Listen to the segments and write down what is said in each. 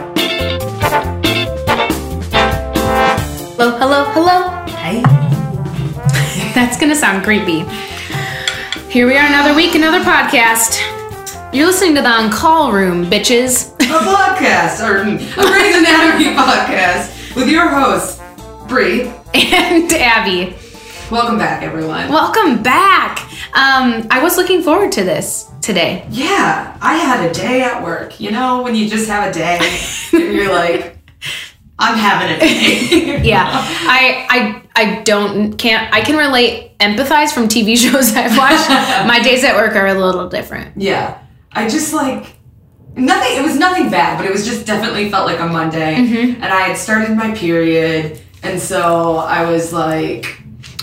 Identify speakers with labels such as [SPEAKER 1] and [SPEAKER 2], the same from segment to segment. [SPEAKER 1] gonna sound creepy. Here we are, another week, another podcast. You're listening to the On Call Room, bitches.
[SPEAKER 2] a podcast, or hmm, a Grey's Anatomy podcast with your host, Bree.
[SPEAKER 1] and Abby,
[SPEAKER 2] Welcome back, everyone.
[SPEAKER 1] welcome back. Um, I was looking forward to this today.
[SPEAKER 2] yeah, I had a day at work. You know, when you just have a day and you're like, I'm having a day.
[SPEAKER 1] Yeah, I, I, I don't can't I can relate empathize from TV shows I've watched. My days at work are a little different.
[SPEAKER 2] yeah. I just like, nothing, it was nothing bad, but it was just definitely felt like a Monday. And I had started my period, and so I was like,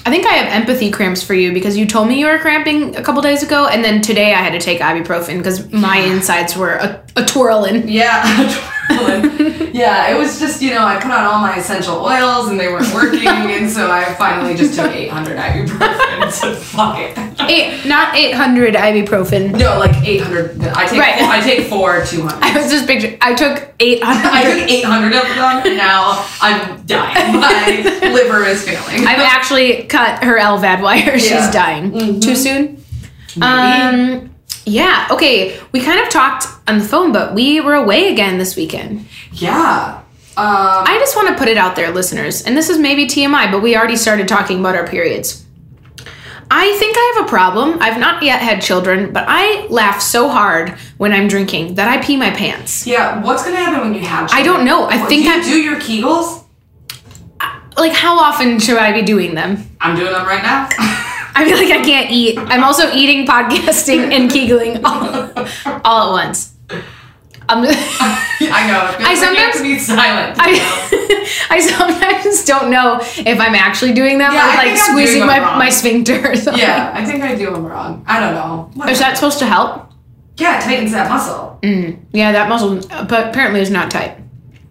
[SPEAKER 1] I think I have empathy cramps for you because you told me you were cramping a couple days ago, and then today I had to take ibuprofen because my insides were a, a twirling.
[SPEAKER 2] Yeah, twirling. yeah, it was just, you know, I put on all my essential oils and they weren't working, and so I finally just took 800 ibuprofen. So fuck it.
[SPEAKER 1] Eight, not 800 ibuprofen.
[SPEAKER 2] No, like 800. I take,
[SPEAKER 1] Right.
[SPEAKER 2] I take four 200.
[SPEAKER 1] I was just picturing, I took
[SPEAKER 2] I
[SPEAKER 1] 800.
[SPEAKER 2] took 800 of them, and now I'm dying. My liver is failing.
[SPEAKER 1] I've actually cut her LVAD wire. She's
[SPEAKER 2] Yeah. Mm-hmm.
[SPEAKER 1] dying. Too soon? Um, yeah, okay. We kind of talked on the phone, but we were away again this weekend.
[SPEAKER 2] yeah. Um,
[SPEAKER 1] I just want to put it out there, listeners, and this is maybe TMI, but we already started talking about our periods. I think I have a problem. I've not yet had children, but I laugh so hard when I'm drinking that I pee my pants.
[SPEAKER 2] yeah, what's going to happen when you have children?
[SPEAKER 1] don't know. I
[SPEAKER 2] What,
[SPEAKER 1] think
[SPEAKER 2] do you
[SPEAKER 1] I'm-
[SPEAKER 2] do your Kegels?
[SPEAKER 1] Like, how often should I be doing them?
[SPEAKER 2] I'm doing them right now.
[SPEAKER 1] I feel like I can't eat. I'm also eating, podcasting, and kegling all, all at once. Um, I'm
[SPEAKER 2] I know. it
[SPEAKER 1] I
[SPEAKER 2] feels like you have
[SPEAKER 1] sometimes-
[SPEAKER 2] to be silent. you know?
[SPEAKER 1] I, I sometimes don't know if I'm actually doing them.
[SPEAKER 2] Yeah,
[SPEAKER 1] I'm
[SPEAKER 2] I
[SPEAKER 1] like
[SPEAKER 2] think I'm
[SPEAKER 1] squeezing
[SPEAKER 2] doing
[SPEAKER 1] my,
[SPEAKER 2] them wrong.
[SPEAKER 1] my sphincter. Or something.
[SPEAKER 2] Yeah, I think I do them wrong. I don't know.
[SPEAKER 1] Is that supposed to help?
[SPEAKER 2] Yeah, it tightens that muscle.
[SPEAKER 1] Yeah, that muscle uh, but apparently is not tight.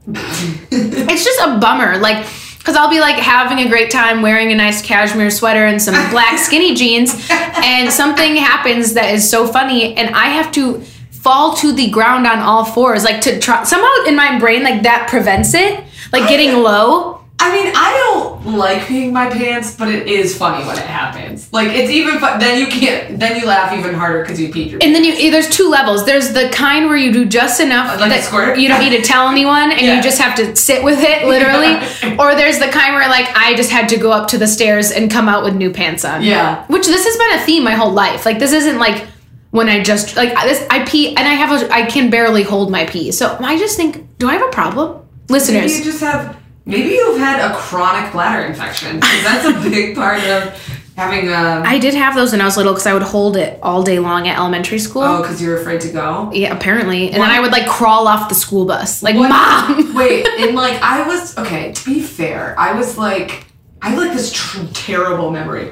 [SPEAKER 1] it's just a bummer. Like, because I'll be like having a great time wearing a nice cashmere sweater and some black skinny jeans, and something happens that is so funny, and I have to fall to the ground on all fours. Like, to try somehow in my brain, like that prevents it, like getting low.
[SPEAKER 2] I mean, I don't like peeing my pants, but it is funny when it happens. Like it's even fun. Then you can't. Then you laugh even harder because you peed your.
[SPEAKER 1] And then you, there's two levels. There's the kind where you do just enough
[SPEAKER 2] Like a
[SPEAKER 1] that
[SPEAKER 2] squirt?
[SPEAKER 1] you don't need to tell anyone, and you
[SPEAKER 2] Yeah.
[SPEAKER 1] just have to sit with it, literally.
[SPEAKER 2] Yeah.
[SPEAKER 1] Or there's the kind where like I just had to go up to the stairs and come out with new pants on.
[SPEAKER 2] Yeah.
[SPEAKER 1] Which this has been a theme my whole life. Like this isn't like when I just like I- this. I pee and I have a I can barely hold my pee. So I just think, do I have a problem,
[SPEAKER 2] maybe
[SPEAKER 1] listeners?
[SPEAKER 2] you just have. Maybe you've had a chronic bladder infection. 'cause That's a big part of having uh, a.
[SPEAKER 1] I did have those when I was little because I would hold it all day long at elementary school.
[SPEAKER 2] Oh, because you're afraid to go.
[SPEAKER 1] Yeah, apparently. And then I would like crawl off the school bus, like
[SPEAKER 2] What-
[SPEAKER 1] mom.
[SPEAKER 2] Wait, and like I was okay. To be fair, I was like, I have like this tr- terrible memory.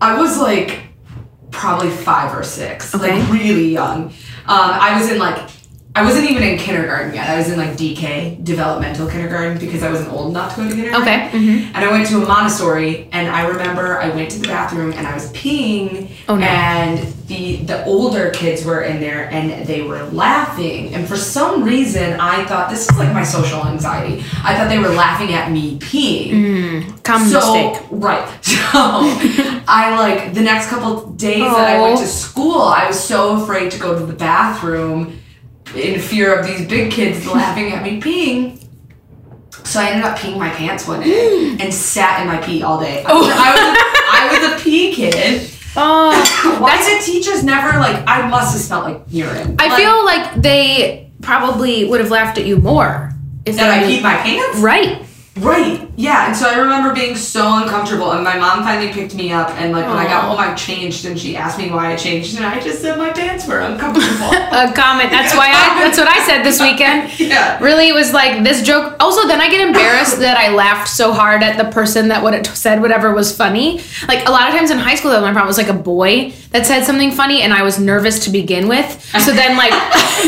[SPEAKER 2] I was like, probably five or six,
[SPEAKER 1] Okay.
[SPEAKER 2] like really young. Um, I was in like, I wasn't even in kindergarten yet. I was in like DK, developmental kindergarten, because I wasn't old enough to go to kindergarten.
[SPEAKER 1] Okay. Mhm.
[SPEAKER 2] And I went to a Montessori, and I remember I went to the bathroom and I was peeing,
[SPEAKER 1] Oh, no.
[SPEAKER 2] and the the older kids were in there and they were laughing. And for some reason, I thought this is like my social anxiety. I thought they were laughing at me peeing.
[SPEAKER 1] Common
[SPEAKER 2] so
[SPEAKER 1] mistake.
[SPEAKER 2] right. So I like the next couple days that I went
[SPEAKER 1] Oh.
[SPEAKER 2] to school, I was so afraid to go to the bathroom in fear of these big kids laughing at me peeing. So I ended up peeing my pants one
[SPEAKER 1] Hmm.
[SPEAKER 2] day and sat in my pee all day. I was, I was, a, I was a pee kid.
[SPEAKER 1] Oh,
[SPEAKER 2] Why did teachers never like? I must have smelled like urine.
[SPEAKER 1] I
[SPEAKER 2] Like,
[SPEAKER 1] feel like they probably would have laughed at you more if
[SPEAKER 2] that I
[SPEAKER 1] they
[SPEAKER 2] peed my pants.
[SPEAKER 1] right.
[SPEAKER 2] Right. Yeah. And so I remember being so uncomfortable, and my mom finally picked me up, and like when I got home, I changed, and she asked me why I changed, and I just said my pants were uncomfortable.
[SPEAKER 1] A comment. That's why I. That's what I said this weekend.
[SPEAKER 2] yeah.
[SPEAKER 1] Really, it was like this joke. Also, then I get embarrassed that I laughed so hard at the person that would have said whatever was funny. Like a lot of times in high school, that my problem was like a boy that said something funny, and I was nervous to begin with. So then, like,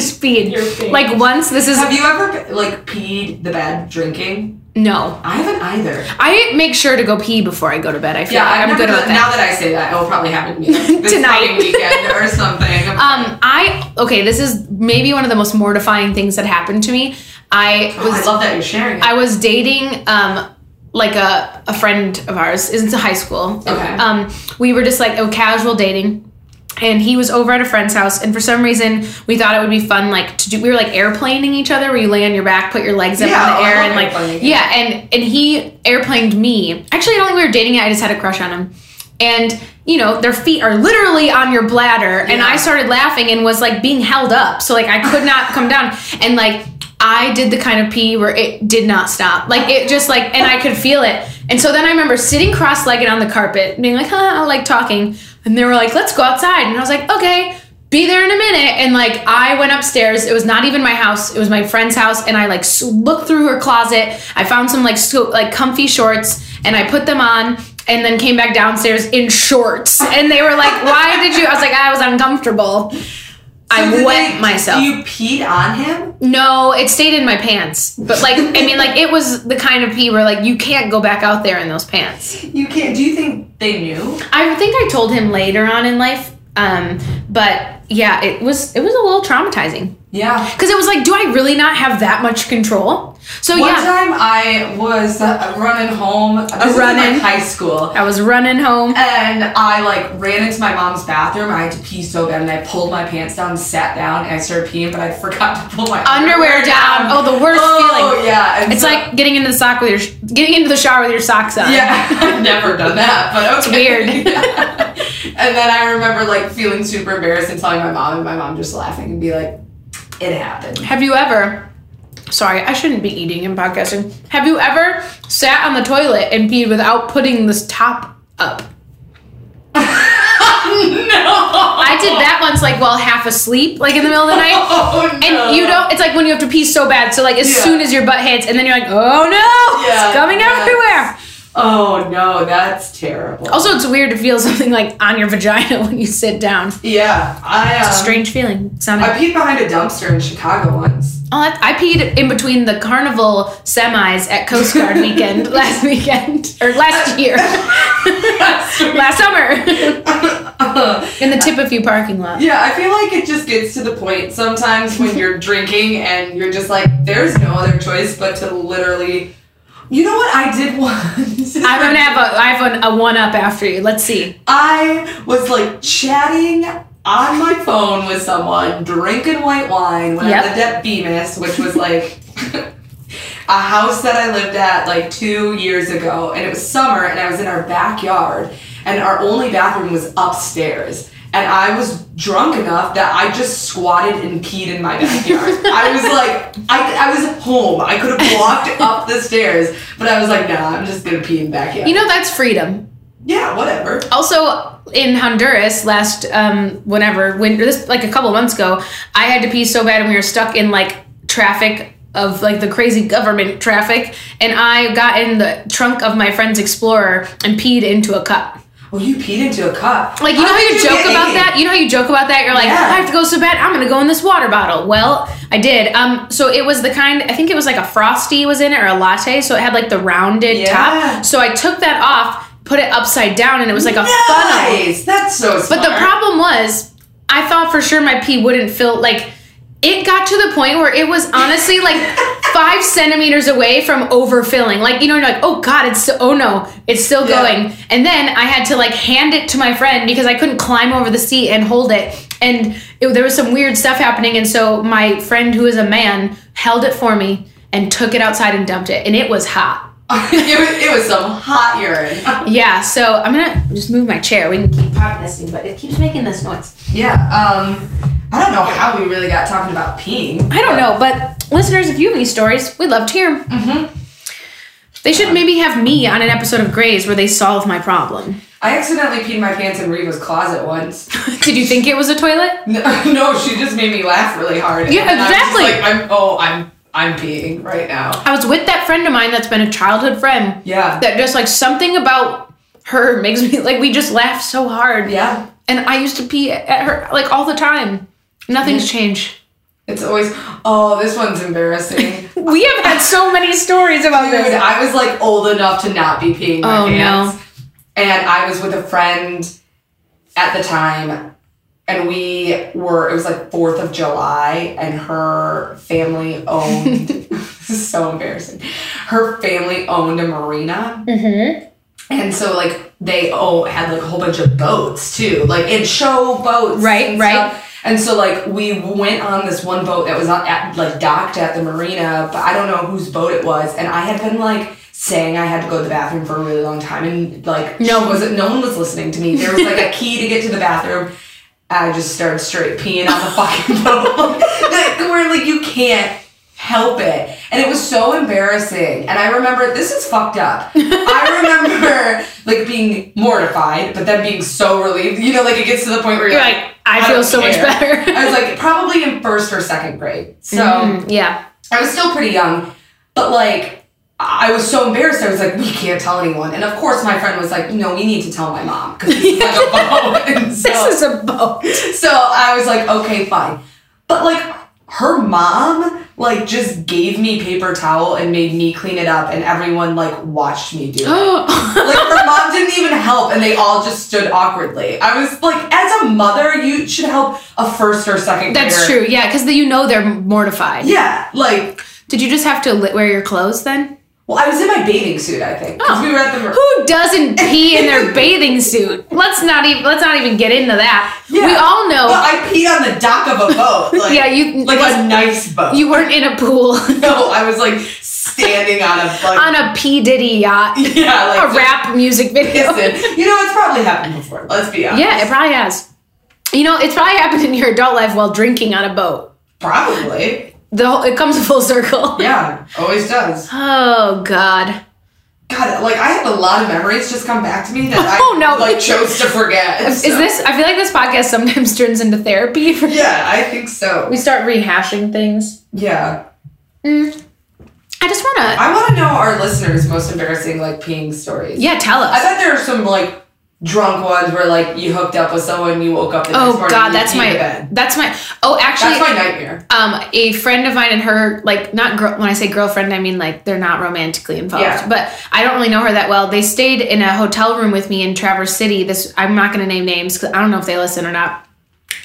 [SPEAKER 1] speed.
[SPEAKER 2] Your face.
[SPEAKER 1] Like once, this is
[SPEAKER 2] Have you ever like peed the bed drinking?
[SPEAKER 1] no.
[SPEAKER 2] I haven't either.
[SPEAKER 1] I make sure to go pee before I go to bed. I feel
[SPEAKER 2] Yeah,
[SPEAKER 1] like
[SPEAKER 2] I've
[SPEAKER 1] I'm
[SPEAKER 2] never
[SPEAKER 1] good
[SPEAKER 2] done-
[SPEAKER 1] about that.
[SPEAKER 2] Now that I say that, it'll probably happen to me like, this
[SPEAKER 1] Tonight.
[SPEAKER 2] coming weekend or something.
[SPEAKER 1] Um, I okay. This is maybe one of the most mortifying things that happened to me. I
[SPEAKER 2] Oh, I
[SPEAKER 1] was
[SPEAKER 2] love that you're sharing. It.
[SPEAKER 1] I was dating um like a, a friend of ours is in high school.
[SPEAKER 2] Okay.
[SPEAKER 1] Um, we were just like oh casual dating, and he was over at a friend's house, and for some reason we thought it would be fun like to do. We were like airplaning each other, where you lay on your back, put your legs up
[SPEAKER 2] Yeah,
[SPEAKER 1] in
[SPEAKER 2] oh,
[SPEAKER 1] the
[SPEAKER 2] I
[SPEAKER 1] air,
[SPEAKER 2] love
[SPEAKER 1] and like
[SPEAKER 2] airplaning.
[SPEAKER 1] yeah, and and he airplaned me. Actually, I don't think we were dating. I just had a crush on him, and. You know, their feet are literally on your bladder. And
[SPEAKER 2] Yeah.
[SPEAKER 1] I started laughing and was like being held up. So, like, I could not come down. And, like, I did the kind of pee where it did not stop. Like it just like, and I could feel it. And so then I remember sitting cross-legged on the carpet, being like, huh, like talking. And they were like, let's go outside. And I was like, okay, be there in a minute. And like, I went upstairs. It was not even my house. It was my friend's house. And I like s- looked through her closet. I found some like, so, like comfy shorts and I put them on and then came back downstairs in shorts. And they were like, why did you? I was like, I was uncomfortable.
[SPEAKER 2] So
[SPEAKER 1] I
[SPEAKER 2] did
[SPEAKER 1] wet
[SPEAKER 2] they-
[SPEAKER 1] myself.
[SPEAKER 2] You peed on him?
[SPEAKER 1] No, it stayed in my pants. But like, I mean, like it was the kind of pee where like you can't go back out there in those pants.
[SPEAKER 2] You can't. Do you think they knew?
[SPEAKER 1] I think I told him later on in life. Um, but yeah, it was it was a little traumatizing
[SPEAKER 2] Yeah.
[SPEAKER 1] because it was like, do I really not have that much control? So
[SPEAKER 2] One
[SPEAKER 1] yeah,
[SPEAKER 2] time I was uh, running home. This was in,
[SPEAKER 1] running.
[SPEAKER 2] like high school.
[SPEAKER 1] I was running home.
[SPEAKER 2] And I like ran into my mom's bathroom. I had to pee so bad, and I pulled my pants down, sat down, and I started peeing, but I forgot to pull my
[SPEAKER 1] Underwear down. Oh, the worst
[SPEAKER 2] Oh,
[SPEAKER 1] feeling.
[SPEAKER 2] yeah. and
[SPEAKER 1] It's
[SPEAKER 2] so-
[SPEAKER 1] like getting into the sock with your sh- getting into the shower with your socks on.
[SPEAKER 2] Yeah, I've never done that, but okay.
[SPEAKER 1] weird.
[SPEAKER 2] and then I remember like feeling super embarrassed and telling my mom, and my mom just laughing and be like, "It happened."
[SPEAKER 1] Have you ever? Sorry, I shouldn't be eating and podcasting. Have you ever sat on the toilet and peed without putting this top up?
[SPEAKER 2] no.
[SPEAKER 1] I did that once, like while half asleep, like in the middle of the night.
[SPEAKER 2] Oh no.
[SPEAKER 1] And you don't. It's like when you have to pee so bad. So like as
[SPEAKER 2] Yeah.
[SPEAKER 1] soon as your butt hits, and then you're like, oh no,
[SPEAKER 2] Yeah,
[SPEAKER 1] it's coming
[SPEAKER 2] yes.
[SPEAKER 1] everywhere.
[SPEAKER 2] Oh no, that's terrible.
[SPEAKER 1] Also, it's weird to feel something like on your vagina when you sit down.
[SPEAKER 2] yeah, I um,
[SPEAKER 1] It's a strange feeling. It's not.
[SPEAKER 2] I
[SPEAKER 1] a-
[SPEAKER 2] peed behind a dumpster in Chicago once.
[SPEAKER 1] Oh, that, I peed in between the carnival semis at Coast Guard weekend last weekend or last year, last summer. In the Tippafew parking lot.
[SPEAKER 2] yeah, I feel like it just gets to the point sometimes when you're drinking and you're just like, there's no other choice but to literally. You know what I did once?
[SPEAKER 1] I'm gonna have a I have a, a one up after you. Let's see.
[SPEAKER 2] I was like chatting on my phone with someone, drinking white wine when
[SPEAKER 1] Yep.
[SPEAKER 2] I lived at Bemis, which was like a house that I lived at like two years ago. And it was summer, and I was in our backyard, and our only bathroom was upstairs. And I was drunk enough that I just squatted and peed in my backyard. I was like, I, I was home. I could have walked up the stairs, but I was like, nah, I'm just gonna pee in the backyard.
[SPEAKER 1] You know that's freedom.
[SPEAKER 2] yeah, whatever.
[SPEAKER 1] Also in Honduras last um whenever when or this like a couple months ago, I had to pee so bad and we were stuck in like traffic of like the crazy government traffic and I got in the trunk of my friend's explorer and peed into a cup.
[SPEAKER 2] Well, you peed into a cup.
[SPEAKER 1] Like you know how
[SPEAKER 2] did
[SPEAKER 1] you joke
[SPEAKER 2] get
[SPEAKER 1] about
[SPEAKER 2] in?
[SPEAKER 1] that? You know how you joke about that? You're like,
[SPEAKER 2] Yeah.
[SPEAKER 1] I have to go so bad, I'm gonna go in this water bottle. Well, I did. Um, so it was the kind I think it was like a frosty was in it or a latte, so it had like the rounded
[SPEAKER 2] Yeah.
[SPEAKER 1] top. So I took that off, put it upside down, and it was like a funnel.
[SPEAKER 2] Nice. That's so smart.
[SPEAKER 1] But the problem was, I thought for sure my pee wouldn't fill. Like, it got to the point where it was honestly like five centimeters away from overfilling. Like, you know, you're like, oh God, it's so, oh no, it's still
[SPEAKER 2] Yeah.
[SPEAKER 1] going. And then I had to like hand it to my friend because I couldn't climb over the seat and hold it. And it, there was some weird stuff happening. And so my friend, who is a man, held it for me and took it outside and dumped it. And it was hot.
[SPEAKER 2] it, was, it was some hot urine.
[SPEAKER 1] Yeah, so I'm gonna just move my chair. We can keep podcasting, but it keeps making this noise.
[SPEAKER 2] yeah. Um, I don't know how we really got talking about peeing.
[SPEAKER 1] I don't know, but listeners, if you have any stories, we'd love to hear 'em.
[SPEAKER 2] Mhm.
[SPEAKER 1] They should maybe have me on an episode of Grays where they solve my problem.
[SPEAKER 2] I accidentally peed my pants in Reva's closet once.
[SPEAKER 1] Did you think it was a toilet?
[SPEAKER 2] No, no, she just made me laugh really hard.
[SPEAKER 1] Yeah,
[SPEAKER 2] And I was just
[SPEAKER 1] exactly.
[SPEAKER 2] like, I'm, oh, I'm, I'm peeing right now.
[SPEAKER 1] I was with that friend of mine that's been a childhood friend.
[SPEAKER 2] Yeah.
[SPEAKER 1] That just like something about her makes me like we just laugh so hard.
[SPEAKER 2] Yeah.
[SPEAKER 1] And I used to pee at her like all the time. Nothing's changed.
[SPEAKER 2] It's always, oh, this one's embarrassing.
[SPEAKER 1] We have had so many stories about
[SPEAKER 2] Dude,
[SPEAKER 1] this.
[SPEAKER 2] I was like old enough to not be peeing my
[SPEAKER 1] Oh, no.
[SPEAKER 2] pants. And I was with a friend at the time. and we were it was like fourth of july and her family owned this is so embarrassing her family owned a marina
[SPEAKER 1] Mm-hmm.
[SPEAKER 2] and so like they oh had like a whole bunch of boats too like in show boats
[SPEAKER 1] Right,
[SPEAKER 2] and
[SPEAKER 1] right.
[SPEAKER 2] stuff. and so like we went on this one boat that was not at like docked at the marina but i don't know whose boat it was and i had been like saying i had to go to the bathroom for a really long time and like
[SPEAKER 1] No.
[SPEAKER 2] was it no one was listening to me there was like a key to get to the bathroom i just started straight peeing on the fucking boat like, where like you can't help it. And it was so embarrassing. And I remember this is fucked up. I remember like being mortified, but then being so relieved. You know, like it gets to the point where you're
[SPEAKER 1] You're like, I,
[SPEAKER 2] don't
[SPEAKER 1] feel so much
[SPEAKER 2] care."
[SPEAKER 1] better.
[SPEAKER 2] I was like probably in first or second grade. So
[SPEAKER 1] Mhm, yeah.
[SPEAKER 2] I was still pretty young, but like I was so embarrassed. I was like, we can't tell anyone. And of course, my friend was like, no, we need to tell my mom because this is like a boat. And so,
[SPEAKER 1] This is a boat.
[SPEAKER 2] so I was like, okay, fine. But like her mom like just gave me paper towel and made me clean it up and everyone like watched me do it.
[SPEAKER 1] Oh.
[SPEAKER 2] like her mom didn't even help and they all just stood awkwardly. I was like, as a mother, you should help a first or second
[SPEAKER 1] That's
[SPEAKER 2] grader.
[SPEAKER 1] true. Yeah, because you know they're mortified.
[SPEAKER 2] Yeah, like
[SPEAKER 1] Did you just have to li- wear your clothes then?
[SPEAKER 2] well, I was in my bathing suit, I think. Because
[SPEAKER 1] Oh.
[SPEAKER 2] we were at the mer-
[SPEAKER 1] Who doesn't pee in their bathing suit? Let's not even let's not even get into that.
[SPEAKER 2] Yeah.
[SPEAKER 1] We all know.
[SPEAKER 2] Well, I peed on the dock of a boat. Like,
[SPEAKER 1] yeah, you
[SPEAKER 2] like a nice boat.
[SPEAKER 1] you weren't in a pool
[SPEAKER 2] no, I was like standing on a like
[SPEAKER 1] on a P Diddy yacht,
[SPEAKER 2] yeah, like
[SPEAKER 1] a rap music video.
[SPEAKER 2] Listen, you know, it's probably happened before. Let's be honest.
[SPEAKER 1] Yeah, it probably has. You know, it's probably happened in your adult life while drinking on a boat.
[SPEAKER 2] probably.
[SPEAKER 1] The whole, it comes full circle.
[SPEAKER 2] Yeah, always does.
[SPEAKER 1] Oh God.
[SPEAKER 2] God, like I have a lot of memories just come back to me that I
[SPEAKER 1] Oh, no.
[SPEAKER 2] like chose to forget.
[SPEAKER 1] Is this? I feel like this podcast sometimes turns into therapy. For,
[SPEAKER 2] Yeah, I think so.
[SPEAKER 1] We start rehashing things.
[SPEAKER 2] Yeah,
[SPEAKER 1] Mm. I just wanna.
[SPEAKER 2] I want to know our listeners' most embarrassing like peeing stories.
[SPEAKER 1] Yeah, tell us.
[SPEAKER 2] I bet there are some like drunk ones where like you hooked up with someone, you woke up the next
[SPEAKER 1] Oh
[SPEAKER 2] morning.
[SPEAKER 1] God,
[SPEAKER 2] you
[SPEAKER 1] that's
[SPEAKER 2] peed
[SPEAKER 1] my
[SPEAKER 2] in bed.
[SPEAKER 1] that's my oh actually
[SPEAKER 2] That's my nightmare.
[SPEAKER 1] um a friend of mine and her like not girl when I say girlfriend I mean like they're not romantically involved
[SPEAKER 2] Yeah.
[SPEAKER 1] but I don't really know her that well they stayed in a hotel room with me in Traverse City this I'm not gonna name names because I don't know if they listen or not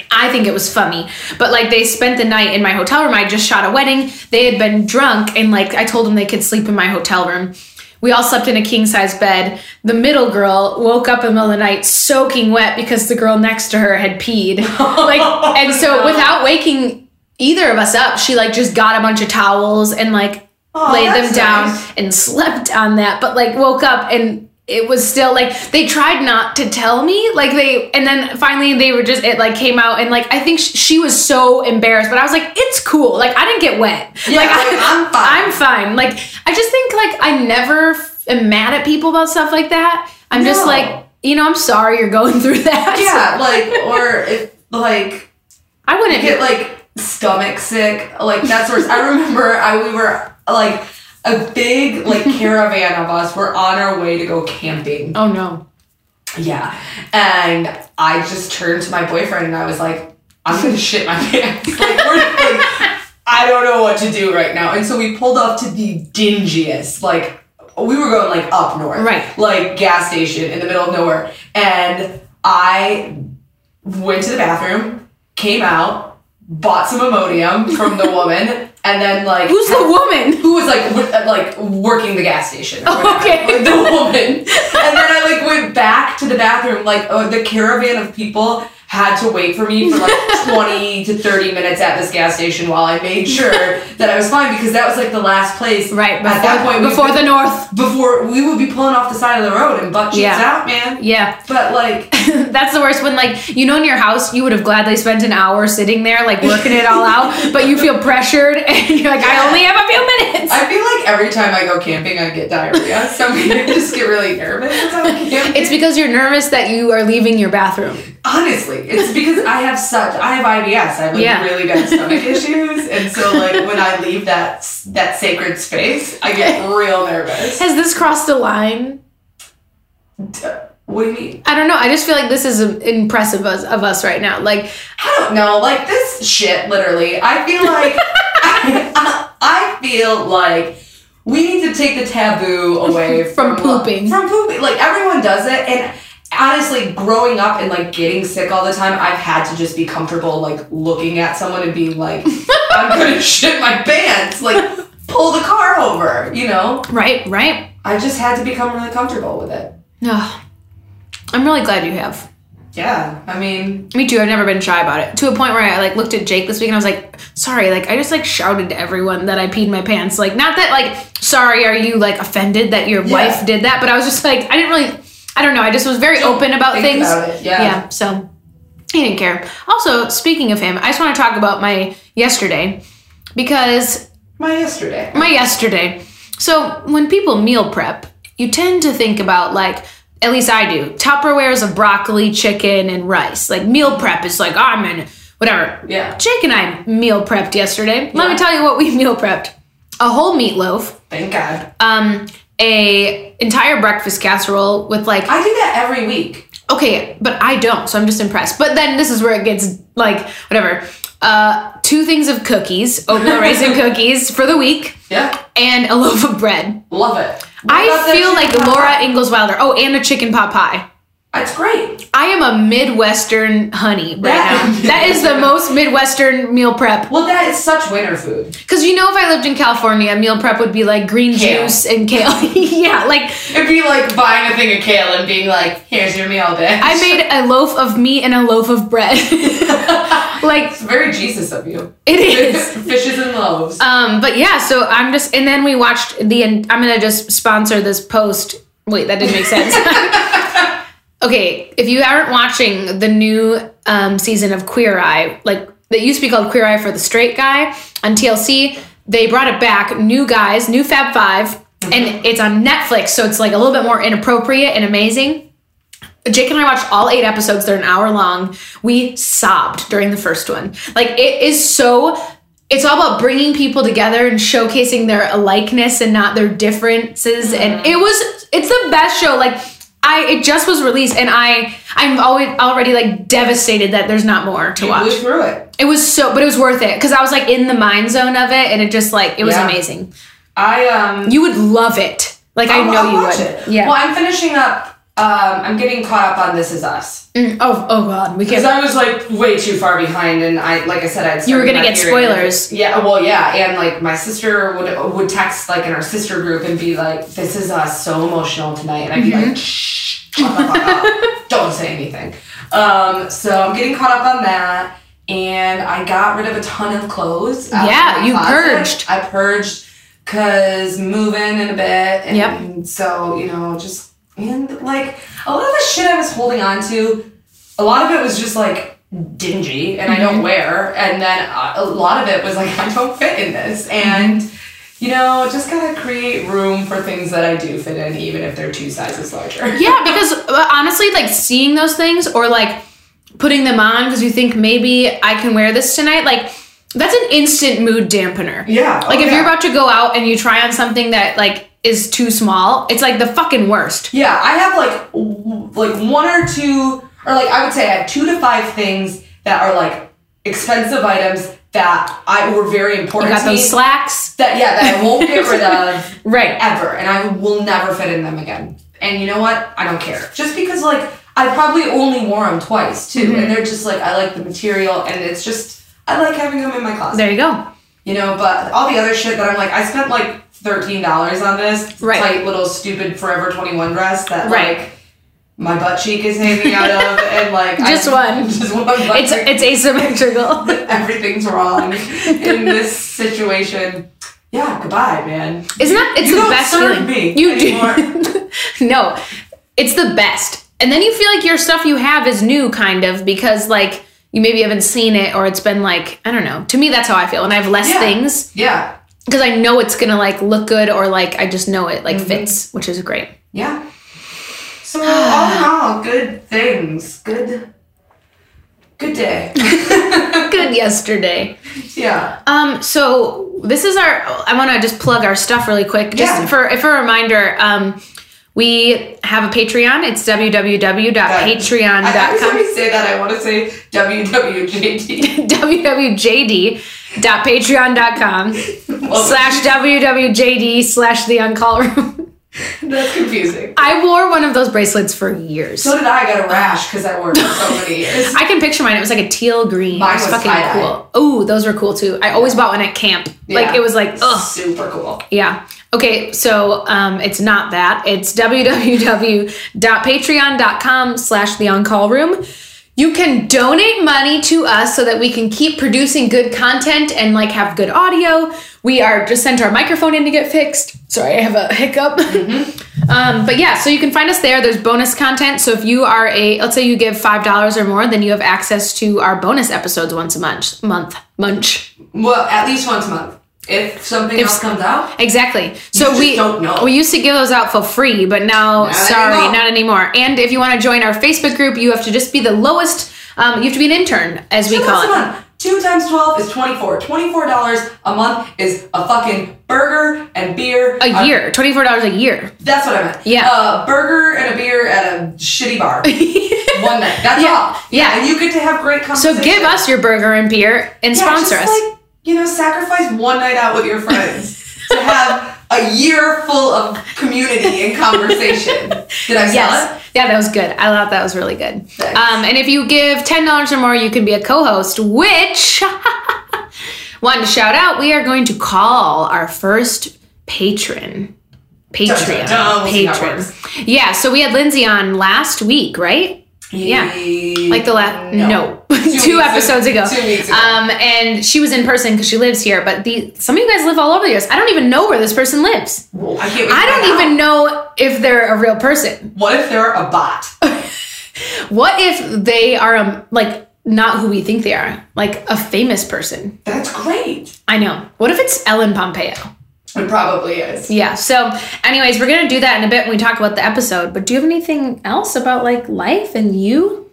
[SPEAKER 1] I think it was funny. But like they spent the night in my hotel room. I just shot a wedding. They had been drunk and like I told them they could sleep in my hotel room. We all slept in a king size bed. The middle girl woke up in the middle of the night soaking wet because the girl next to her had peed. Like and so without waking either of us up, she like just got a bunch of towels and like
[SPEAKER 2] Aw,
[SPEAKER 1] laid them
[SPEAKER 2] Oh, that's
[SPEAKER 1] down
[SPEAKER 2] nice.
[SPEAKER 1] and slept on that, but like woke up and it was still like they tried not to tell me like they and then finally they were just it like came out and like i think sh- she was so embarrassed but i was like it's cool like i didn't get wet
[SPEAKER 2] Yeah,
[SPEAKER 1] like,
[SPEAKER 2] like, I'm fine.
[SPEAKER 1] i'm fine like i just think like i never f- am mad at people about stuff like that i'm just
[SPEAKER 2] No.
[SPEAKER 1] like you know i'm sorry you're going through that
[SPEAKER 2] Yeah, like or if like
[SPEAKER 1] i wouldn't
[SPEAKER 2] get like stomach sick, like that's where I remember I we were like a big like caravan of us were on our way to go camping.
[SPEAKER 1] oh no
[SPEAKER 2] Yeah. And I just turned to my boyfriend and I was like, I'm gonna shit my pants. Like we're like I don't know what to do right now. And so we pulled up to the dingiest, like we were going like up north.
[SPEAKER 1] Right.
[SPEAKER 2] Like gas station in the middle of nowhere. And I went to the bathroom, came out, bought some Imodium from the woman, and then like
[SPEAKER 1] who's the woman
[SPEAKER 2] who was like w- uh, like working the gas station. or whatever,
[SPEAKER 1] Oh, Okay.
[SPEAKER 2] like, the woman. And then I like went back to the bathroom. Like oh, the caravan of people had to wait for me for like twenty to thirty minutes at this gas station while I made sure that I was fine because that was like the last place.
[SPEAKER 1] right before,
[SPEAKER 2] at that point, we-
[SPEAKER 1] before the north
[SPEAKER 2] before we would be pulling off the side of the road and butt cheeks
[SPEAKER 1] Yeah.
[SPEAKER 2] out, man.
[SPEAKER 1] yeah
[SPEAKER 2] But like,
[SPEAKER 1] That's the worst when, like, you know, in your house, you would have gladly spent an hour sitting there, like, working it all out, but you feel pressured and you're like, I only have a few minutes.
[SPEAKER 2] I feel like every time I go camping, I get diarrhea. So I just get really nervous. as I'm camping.
[SPEAKER 1] It's because you're nervous that you are leaving your bathroom.
[SPEAKER 2] Honestly, it's because I have such I have IBS. I have like
[SPEAKER 1] Yeah.
[SPEAKER 2] really bad stomach issues, and so like when I leave that s- that sacred space, I get real nervous.
[SPEAKER 1] Has this crossed the line?
[SPEAKER 2] What do you mean?
[SPEAKER 1] I don't know. I just feel like this is impressive of us, of us right now. Like,
[SPEAKER 2] I don't know. Like this shit, literally. I feel like I, I feel like we need to take the taboo away uh,
[SPEAKER 1] From pooping.
[SPEAKER 2] From pooping, like everyone does it, and honestly, growing up and like getting sick all the time, I've had to just be comfortable like looking at someone and being like, I'm gonna shit my pants. Like, pull the car over, you know?
[SPEAKER 1] Right, right.
[SPEAKER 2] I just had to become really comfortable with it.
[SPEAKER 1] No. I'm really glad you have.
[SPEAKER 2] Yeah. I mean,
[SPEAKER 1] Me too. I've never been shy about it. To a point where I like looked at Jake this week and I was like, "Sorry, like I just like shouted to everyone that I peed my pants. Like not that like sorry, are you like offended that your
[SPEAKER 2] Yeah.
[SPEAKER 1] wife did that? But I was just like, I didn't really, I don't know. I just was very
[SPEAKER 2] Don't
[SPEAKER 1] open about
[SPEAKER 2] think
[SPEAKER 1] things.
[SPEAKER 2] about it, yeah.
[SPEAKER 1] So he didn't care. Also, speaking of him, I just want to talk about my yesterday because
[SPEAKER 2] my yesterday.
[SPEAKER 1] my yesterday. So when people meal prep, you tend to think about like, at least I do, Tupperwares of broccoli, chicken, and rice. Like meal prep is like, "Oh, I'm in whatever.
[SPEAKER 2] Yeah.
[SPEAKER 1] Jake and I meal prepped yesterday. Let me
[SPEAKER 2] Yeah.
[SPEAKER 1] tell you what we meal prepped. A whole meatloaf,
[SPEAKER 2] Thank God.
[SPEAKER 1] um, a entire breakfast casserole with like
[SPEAKER 2] I do that every week.
[SPEAKER 1] okay, but I don't, so I'm just impressed. But then this is where it gets like whatever. Uh, two things of cookies, oatmeal raisin cookies for the week,
[SPEAKER 2] Yeah.
[SPEAKER 1] and a loaf of bread.
[SPEAKER 2] Love it. What about
[SPEAKER 1] I
[SPEAKER 2] that
[SPEAKER 1] feel
[SPEAKER 2] chicken
[SPEAKER 1] like
[SPEAKER 2] pot
[SPEAKER 1] Laura
[SPEAKER 2] pie?
[SPEAKER 1] Ingalls Wilder. Oh, and a chicken pot pie.
[SPEAKER 2] That's great.
[SPEAKER 1] I am a Midwestern honey right
[SPEAKER 2] That-
[SPEAKER 1] now. That is the most Midwestern meal prep.
[SPEAKER 2] Well, that is such winter food.
[SPEAKER 1] Because you know, if I lived in California, meal prep would be like green
[SPEAKER 2] Kale.
[SPEAKER 1] juice and kale. yeah, like
[SPEAKER 2] It'd be like buying a thing of kale and being like, here's your meal, bitch.
[SPEAKER 1] I made a loaf of meat and a loaf of bread. like
[SPEAKER 2] It's very Jesus of you.
[SPEAKER 1] it is.
[SPEAKER 2] Fishes and loaves.
[SPEAKER 1] Um, but yeah, so I'm just, and then we watched the. I'm gonna just sponsor this post. Wait, that didn't make sense. okay, if you aren't watching the new um, season of Queer Eye, like that used to be called Queer Eye for the Straight Guy on TLC, they brought it back. New guys, new Fab 5 and it's on Netflix, so it's like a little bit more inappropriate and amazing. Jake and I watched all eight episodes. They're an hour long. We sobbed during the first one. Like it is so. It's all about bringing people together and showcasing their alikeness and not their differences.
[SPEAKER 2] Mm-hmm.
[SPEAKER 1] And it was. It's the best show. Like I. It just was released, and I. I'm always already like devastated that there's not more to
[SPEAKER 2] Blew
[SPEAKER 1] watch.
[SPEAKER 2] through it.
[SPEAKER 1] It was so, but it was worth it because I was like in the mind zone of it, and it just like it was
[SPEAKER 2] Yeah.
[SPEAKER 1] amazing.
[SPEAKER 2] I um.
[SPEAKER 1] You would love it. Like i
[SPEAKER 2] I'll-
[SPEAKER 1] know
[SPEAKER 2] I'll
[SPEAKER 1] you
[SPEAKER 2] watch
[SPEAKER 1] would.
[SPEAKER 2] it.
[SPEAKER 1] Yeah.
[SPEAKER 2] Well, I'm finishing up. Um, I'm getting caught up on This Is Us
[SPEAKER 1] Mm, oh. Oh God. We
[SPEAKER 2] because
[SPEAKER 1] can't.
[SPEAKER 2] I was like way too far behind, and I like I said I'd
[SPEAKER 1] You were
[SPEAKER 2] started
[SPEAKER 1] gonna
[SPEAKER 2] my
[SPEAKER 1] get
[SPEAKER 2] period.
[SPEAKER 1] spoilers.
[SPEAKER 2] Yeah. Well, yeah, and like my sister would would text like in our sister group and be like, "This is us, so emotional tonight," and I'd be
[SPEAKER 1] Mm-hmm.
[SPEAKER 2] like, "Shh, shut the fuck up. don't say anything." Um, so I'm getting caught up on that, and I got rid of a ton of clothes. out of
[SPEAKER 1] Yeah,
[SPEAKER 2] my
[SPEAKER 1] you
[SPEAKER 2] closet.
[SPEAKER 1] purged.
[SPEAKER 2] I purged because moving in a bit, and
[SPEAKER 1] Yep.
[SPEAKER 2] so you know, just and like a lot of the shit I was holding on to, a lot of it was just like dingy, and I don't
[SPEAKER 1] Mm-hmm.
[SPEAKER 2] wear, and then uh, a lot of it was like I don't fit in this,
[SPEAKER 1] Mm-hmm.
[SPEAKER 2] and. You know, just gotta create room for things that I do fit in, even if they're two sizes larger.
[SPEAKER 1] yeah, because uh, honestly, like seeing those things or like putting them on because you think maybe I can wear this tonight, like that's an instant mood dampener.
[SPEAKER 2] Yeah.
[SPEAKER 1] Like
[SPEAKER 2] oh,
[SPEAKER 1] if
[SPEAKER 2] yeah.
[SPEAKER 1] you're about to go out and you try on something that like is too small, it's like the fucking worst.
[SPEAKER 2] Yeah, I have like w- like one or two, or like I would say I have two to five things that are like expensive items that I were very
[SPEAKER 1] You
[SPEAKER 2] important
[SPEAKER 1] got
[SPEAKER 2] to me.
[SPEAKER 1] those slacks,
[SPEAKER 2] that yeah, that I won't get rid of
[SPEAKER 1] right?
[SPEAKER 2] ever, and I will never fit in them again. And you know what? I don't care. Just because like I probably only wore them twice too,
[SPEAKER 1] Mm-hmm.
[SPEAKER 2] and they're just like I like the material, and it's just I like having them in my closet.
[SPEAKER 1] There you go.
[SPEAKER 2] You know, but all the other shit that I'm like, I spent like thirteen dollars on this
[SPEAKER 1] Right.
[SPEAKER 2] tight little stupid Forever Twenty One dress that
[SPEAKER 1] Right.
[SPEAKER 2] like my butt cheek is hanging out of, and like
[SPEAKER 1] Just one.
[SPEAKER 2] just one. Butt
[SPEAKER 1] It's
[SPEAKER 2] cheek.
[SPEAKER 1] it's asymmetrical.
[SPEAKER 2] everything's wrong in this situation. Yeah, goodbye, man.
[SPEAKER 1] Isn't that it's
[SPEAKER 2] You
[SPEAKER 1] the
[SPEAKER 2] don't
[SPEAKER 1] best
[SPEAKER 2] serve
[SPEAKER 1] feeling?
[SPEAKER 2] me
[SPEAKER 1] you
[SPEAKER 2] anymore.
[SPEAKER 1] do. no, it's the best. And then you feel like your stuff you have is new, kind of, because like you maybe haven't seen it or it's been like I don't know. To me, that's how I feel when I have less
[SPEAKER 2] Yeah.
[SPEAKER 1] things
[SPEAKER 2] Yeah,
[SPEAKER 1] because I know it's gonna like look good or like I just know it like
[SPEAKER 2] Mm-hmm.
[SPEAKER 1] fits, which is great.
[SPEAKER 2] yeah. So all in all, good things. Good. Good day.
[SPEAKER 1] Good yesterday.
[SPEAKER 2] yeah.
[SPEAKER 1] Um, so this is our. I want to just plug our stuff really quick, just
[SPEAKER 2] Yeah.
[SPEAKER 1] for for a reminder. Um, we have a Patreon. It's www.patreon.com.
[SPEAKER 2] I every time you say that, I want to say WWJD.
[SPEAKER 1] www.jd.patreon.com slash wwjd slash the on call room
[SPEAKER 2] That's confusing.
[SPEAKER 1] I wore one of those bracelets for years.
[SPEAKER 2] So did I. I got a rash because I wore it for so many years.
[SPEAKER 1] I can picture mine. It was like a teal green.
[SPEAKER 2] Mine
[SPEAKER 1] it was,
[SPEAKER 2] was
[SPEAKER 1] fucking
[SPEAKER 2] tie-dye.
[SPEAKER 1] cool. Oh, those were cool too. I always bought one at camp. Like
[SPEAKER 2] Yeah.
[SPEAKER 1] it was like, ugh.
[SPEAKER 2] Super cool.
[SPEAKER 1] Yeah. Okay, so um, it's not that. It's www.patreon.com slash the on-call room. You can donate money to us so that we can keep producing good content and like have good audio. We are just sent our microphone in to get fixed. Sorry, I have a hiccup. Um, but yeah, so you can find us there. There's bonus content. So if you are a, let's say you give five dollars or more, then you have access to our bonus episodes once a month. Month, munch.
[SPEAKER 2] Well, at least once a month. If something else comes out,
[SPEAKER 1] Exactly. So
[SPEAKER 2] just
[SPEAKER 1] we
[SPEAKER 2] don't know.
[SPEAKER 1] we used to give those out for free, but now
[SPEAKER 2] Not
[SPEAKER 1] sorry,
[SPEAKER 2] anymore.
[SPEAKER 1] not anymore. And if you want to join our Facebook group, you have to just be the lowest. Um, you have to be an intern, as we
[SPEAKER 2] two
[SPEAKER 1] call
[SPEAKER 2] bucks a
[SPEAKER 1] it.
[SPEAKER 2] month. Two times twelve is twenty-four. Twenty-four dollars a month is a fucking burger and beer.
[SPEAKER 1] A year, twenty four dollars a year.
[SPEAKER 2] That's what I meant.
[SPEAKER 1] Yeah.
[SPEAKER 2] A burger and a beer at a shitty bar. One night. That's
[SPEAKER 1] Yeah.
[SPEAKER 2] all.
[SPEAKER 1] Yeah.
[SPEAKER 2] And you get to have great
[SPEAKER 1] So
[SPEAKER 2] conversation.
[SPEAKER 1] give us your burger and beer and
[SPEAKER 2] Yeah,
[SPEAKER 1] sponsor
[SPEAKER 2] just
[SPEAKER 1] us.
[SPEAKER 2] Like, you know, sacrifice one night out with your friends to have a year full of community and conversation. Did I sell it?
[SPEAKER 1] Yes. Yeah, that was good. I thought that was really good.
[SPEAKER 2] Thanks.
[SPEAKER 1] Um, and if you give ten dollars or more, you can be a co-host. Which one to shout out? We are going to call our first patron, Patreon,
[SPEAKER 2] Dun, dun, dun. We'll see how it
[SPEAKER 1] patron.
[SPEAKER 2] works.
[SPEAKER 1] Yeah. So we had Lindsay on last week, right? Yeah. Like the last no, two,
[SPEAKER 2] weeks ago.
[SPEAKER 1] episodes ago.
[SPEAKER 2] Two weeks ago.
[SPEAKER 1] Um, and she was in person because she lives here. But the some of you guys live all over the U.S. I don't even know where this person lives.
[SPEAKER 2] I can't wait to
[SPEAKER 1] I
[SPEAKER 2] find
[SPEAKER 1] don't
[SPEAKER 2] out.
[SPEAKER 1] even know if they're a real person.
[SPEAKER 2] What if they're a bot?
[SPEAKER 1] What if they are um, like not who we think they are, like a famous person?
[SPEAKER 2] That's great.
[SPEAKER 1] I know. What if it's Ellen Pompeo?
[SPEAKER 2] It probably is.
[SPEAKER 1] Yeah. So, anyways, we're gonna do that in a bit when we talk about the episode. But do you have anything else about like life and you?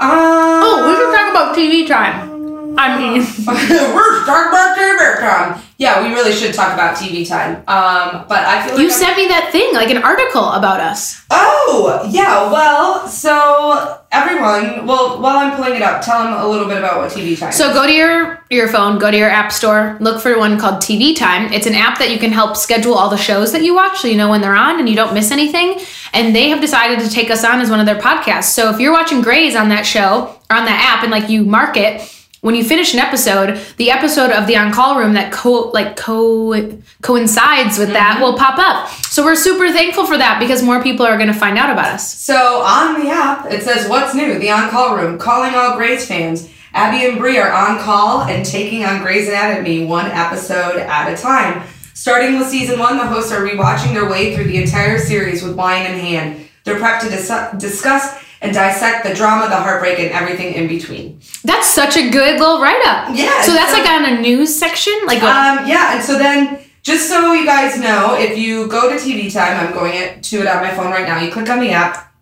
[SPEAKER 2] Um,
[SPEAKER 1] Oh, we should talk about TV time. I mean,
[SPEAKER 2] We're talking about TV time. Yeah, we really should talk about TV time. Um, but I feel like
[SPEAKER 1] you
[SPEAKER 2] I'm-
[SPEAKER 1] sent me that thing, like an article about us.
[SPEAKER 2] Oh, yeah. Well, so everyone, well, while I'm pulling it up, tell them a little bit about what TV time.
[SPEAKER 1] So go to your your phone, go to your app store, look for one called TV Time. It's an app that you can help schedule all the shows that you watch so you know when they're on and you don't miss anything. And they have decided to take us on as one of their podcasts. So if you're watching Grays on that show or on that app and like you mark it, when you finish an episode, the episode of the on-call room that co like co coincides with that will pop up. So we're super thankful for that because more people are going to find out about us.
[SPEAKER 2] So on the app, it says what's new, the on call room, calling all Grays fans. Abby and Bree are on call and taking on Grey's Anatomy one episode at a time. Starting with season one, the hosts are rewatching their way through the entire series with wine in hand. They're prepped to dis- discuss and dissect the drama, the heartbreak, and everything in between.
[SPEAKER 1] That's such a good little write-up.
[SPEAKER 2] Yeah,
[SPEAKER 1] So that's
[SPEAKER 2] so-
[SPEAKER 1] like on a news section, like a-
[SPEAKER 2] Um, yeah, and so then, just so you guys know, if you go to TV Time, I'm going it to it on my phone right now. You click on the app,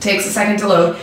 [SPEAKER 2] takes a second to load.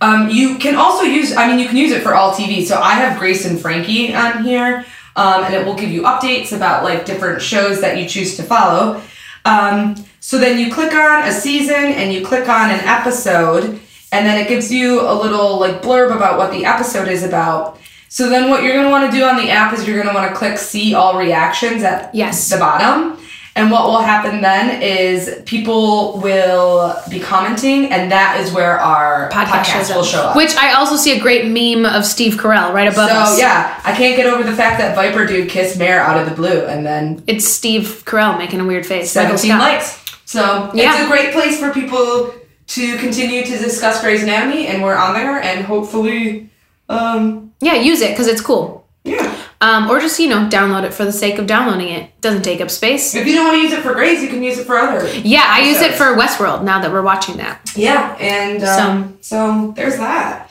[SPEAKER 2] Um, you can also use, I mean, you can use it for all TV. So I have Grace and Frankie on here, um, and it will give you updates about like different shows that you choose to follow. Um, so then you click on a season and you click on an episode, and then it gives you a little like blurb about what the episode is about. So then what you're gonna want to do on the app is you're gonna want to click see all reactions at
[SPEAKER 1] Yes.
[SPEAKER 2] the bottom. And what will happen then is people will be commenting, and that is where our podcast, will show up.
[SPEAKER 1] Which I also see a great meme of Steve Carell right above
[SPEAKER 2] so
[SPEAKER 1] us.
[SPEAKER 2] yeah, I can't get over the fact that Viper dude kissed Mare out of the blue, and then
[SPEAKER 1] It's Steve Carell making a weird face. Michael
[SPEAKER 2] 17
[SPEAKER 1] Scott.
[SPEAKER 2] likes. So
[SPEAKER 1] Yeah.
[SPEAKER 2] it's a great place for people to continue to discuss Grey's Anatomy, and we're on there, and hopefully, um,
[SPEAKER 1] Yeah, use it because it's cool.
[SPEAKER 2] yeah.
[SPEAKER 1] Um, or just, you know, download it for the sake of downloading it. Doesn't take up space.
[SPEAKER 2] If you don't want to use it for Grey's, you can use it for other.
[SPEAKER 1] Yeah, I use it
[SPEAKER 2] Episodes.
[SPEAKER 1] for Westworld now that we're watching that.
[SPEAKER 2] Yeah, and um, so there's that.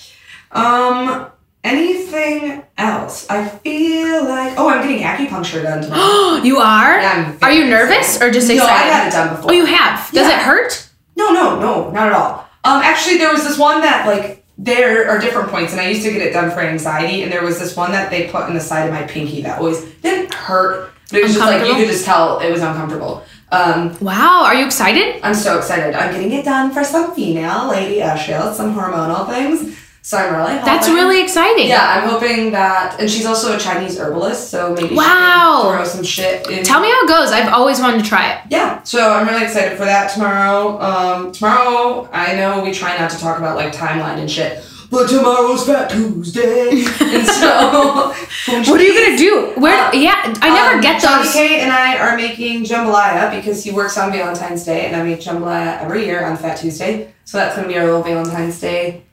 [SPEAKER 2] Um, anything else? I feel like oh, I'm getting acupuncture done tomorrow.
[SPEAKER 1] you are?
[SPEAKER 2] Yeah, I'm
[SPEAKER 1] are you
[SPEAKER 2] very
[SPEAKER 1] nervous
[SPEAKER 2] excited.
[SPEAKER 1] or just
[SPEAKER 2] no, I
[SPEAKER 1] excited?
[SPEAKER 2] had it done before.
[SPEAKER 1] oh, you have? Does
[SPEAKER 2] Yeah.
[SPEAKER 1] it hurt?
[SPEAKER 2] No, no, no, not at all. Um, actually, there was this one that like there are different points, and I used to get it done for anxiety, and there was this one that they put in the side of my pinky that always didn't hurt, but it was just like you
[SPEAKER 1] Uncomfortable?
[SPEAKER 2] could just tell it was uncomfortable. Um,
[SPEAKER 1] Wow, are you excited?
[SPEAKER 2] uh, I'm so excited. I'm getting it done for some female lady issues, some hormonal things.
[SPEAKER 3] So I'm really hoping.
[SPEAKER 2] Oh,
[SPEAKER 1] That's really exciting.
[SPEAKER 3] Yeah, I'm hoping that, and she's also a Chinese herbalist, so maybe she
[SPEAKER 1] Wow.
[SPEAKER 3] can throw some shit in.
[SPEAKER 1] Tell me how it goes. I've always wanted to try it.
[SPEAKER 3] Yeah, so I'm really excited for that tomorrow. Um, tomorrow, I know we try not to talk about like timeline and shit, but tomorrow's Fat Tuesday, and so
[SPEAKER 1] What are you gonna do? Where?
[SPEAKER 3] Uh,
[SPEAKER 1] yeah, I never
[SPEAKER 3] um,
[SPEAKER 1] get
[SPEAKER 3] Johnny
[SPEAKER 1] those.
[SPEAKER 3] Kate and I are making jambalaya because he works on Valentine's Day, and I make jambalaya every year on Fat Tuesday. So that's gonna be our little Valentine's Day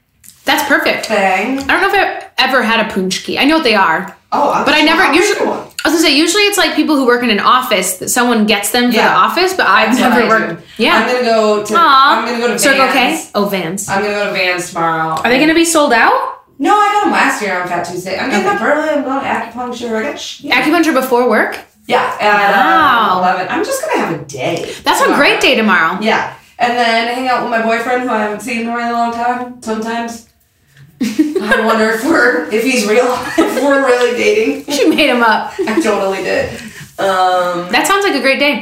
[SPEAKER 1] That's perfect.
[SPEAKER 3] thing.
[SPEAKER 1] I don't know if I've ever had a punchki. I know what they are.
[SPEAKER 3] Oh, I'm
[SPEAKER 1] But I
[SPEAKER 3] sure
[SPEAKER 1] never-
[SPEAKER 3] I'll
[SPEAKER 1] usually-
[SPEAKER 3] make one.
[SPEAKER 1] I was gonna say usually it's like people who work in an office that someone gets them for
[SPEAKER 3] Yeah.
[SPEAKER 1] the office, but I've
[SPEAKER 3] That's what
[SPEAKER 1] never
[SPEAKER 3] I do.
[SPEAKER 1] worked. Yeah.
[SPEAKER 3] I'm gonna go to. I'm gonna go to Vans.
[SPEAKER 1] Circle K. Oh, Vans.
[SPEAKER 3] I'm gonna go to Vans tomorrow.
[SPEAKER 1] Are they gonna be sold out?
[SPEAKER 3] No, I got them last year on Fat Tuesday. I'm getting up early. I'm going to acupuncture. I got sh- yeah.
[SPEAKER 1] Acupuncture before work.
[SPEAKER 3] yeah, at uh,
[SPEAKER 1] Wow.
[SPEAKER 3] 11. I'm just gonna have a day.
[SPEAKER 1] That's a
[SPEAKER 3] tomorrow.
[SPEAKER 1] great day tomorrow.
[SPEAKER 3] Yeah, and then hang out with my boyfriend who I haven't seen in a really long time. Sometimes I wonder if we're if he's real, if we're really dating.
[SPEAKER 1] She made him up.
[SPEAKER 3] I totally did. Um,
[SPEAKER 1] That sounds like a great day.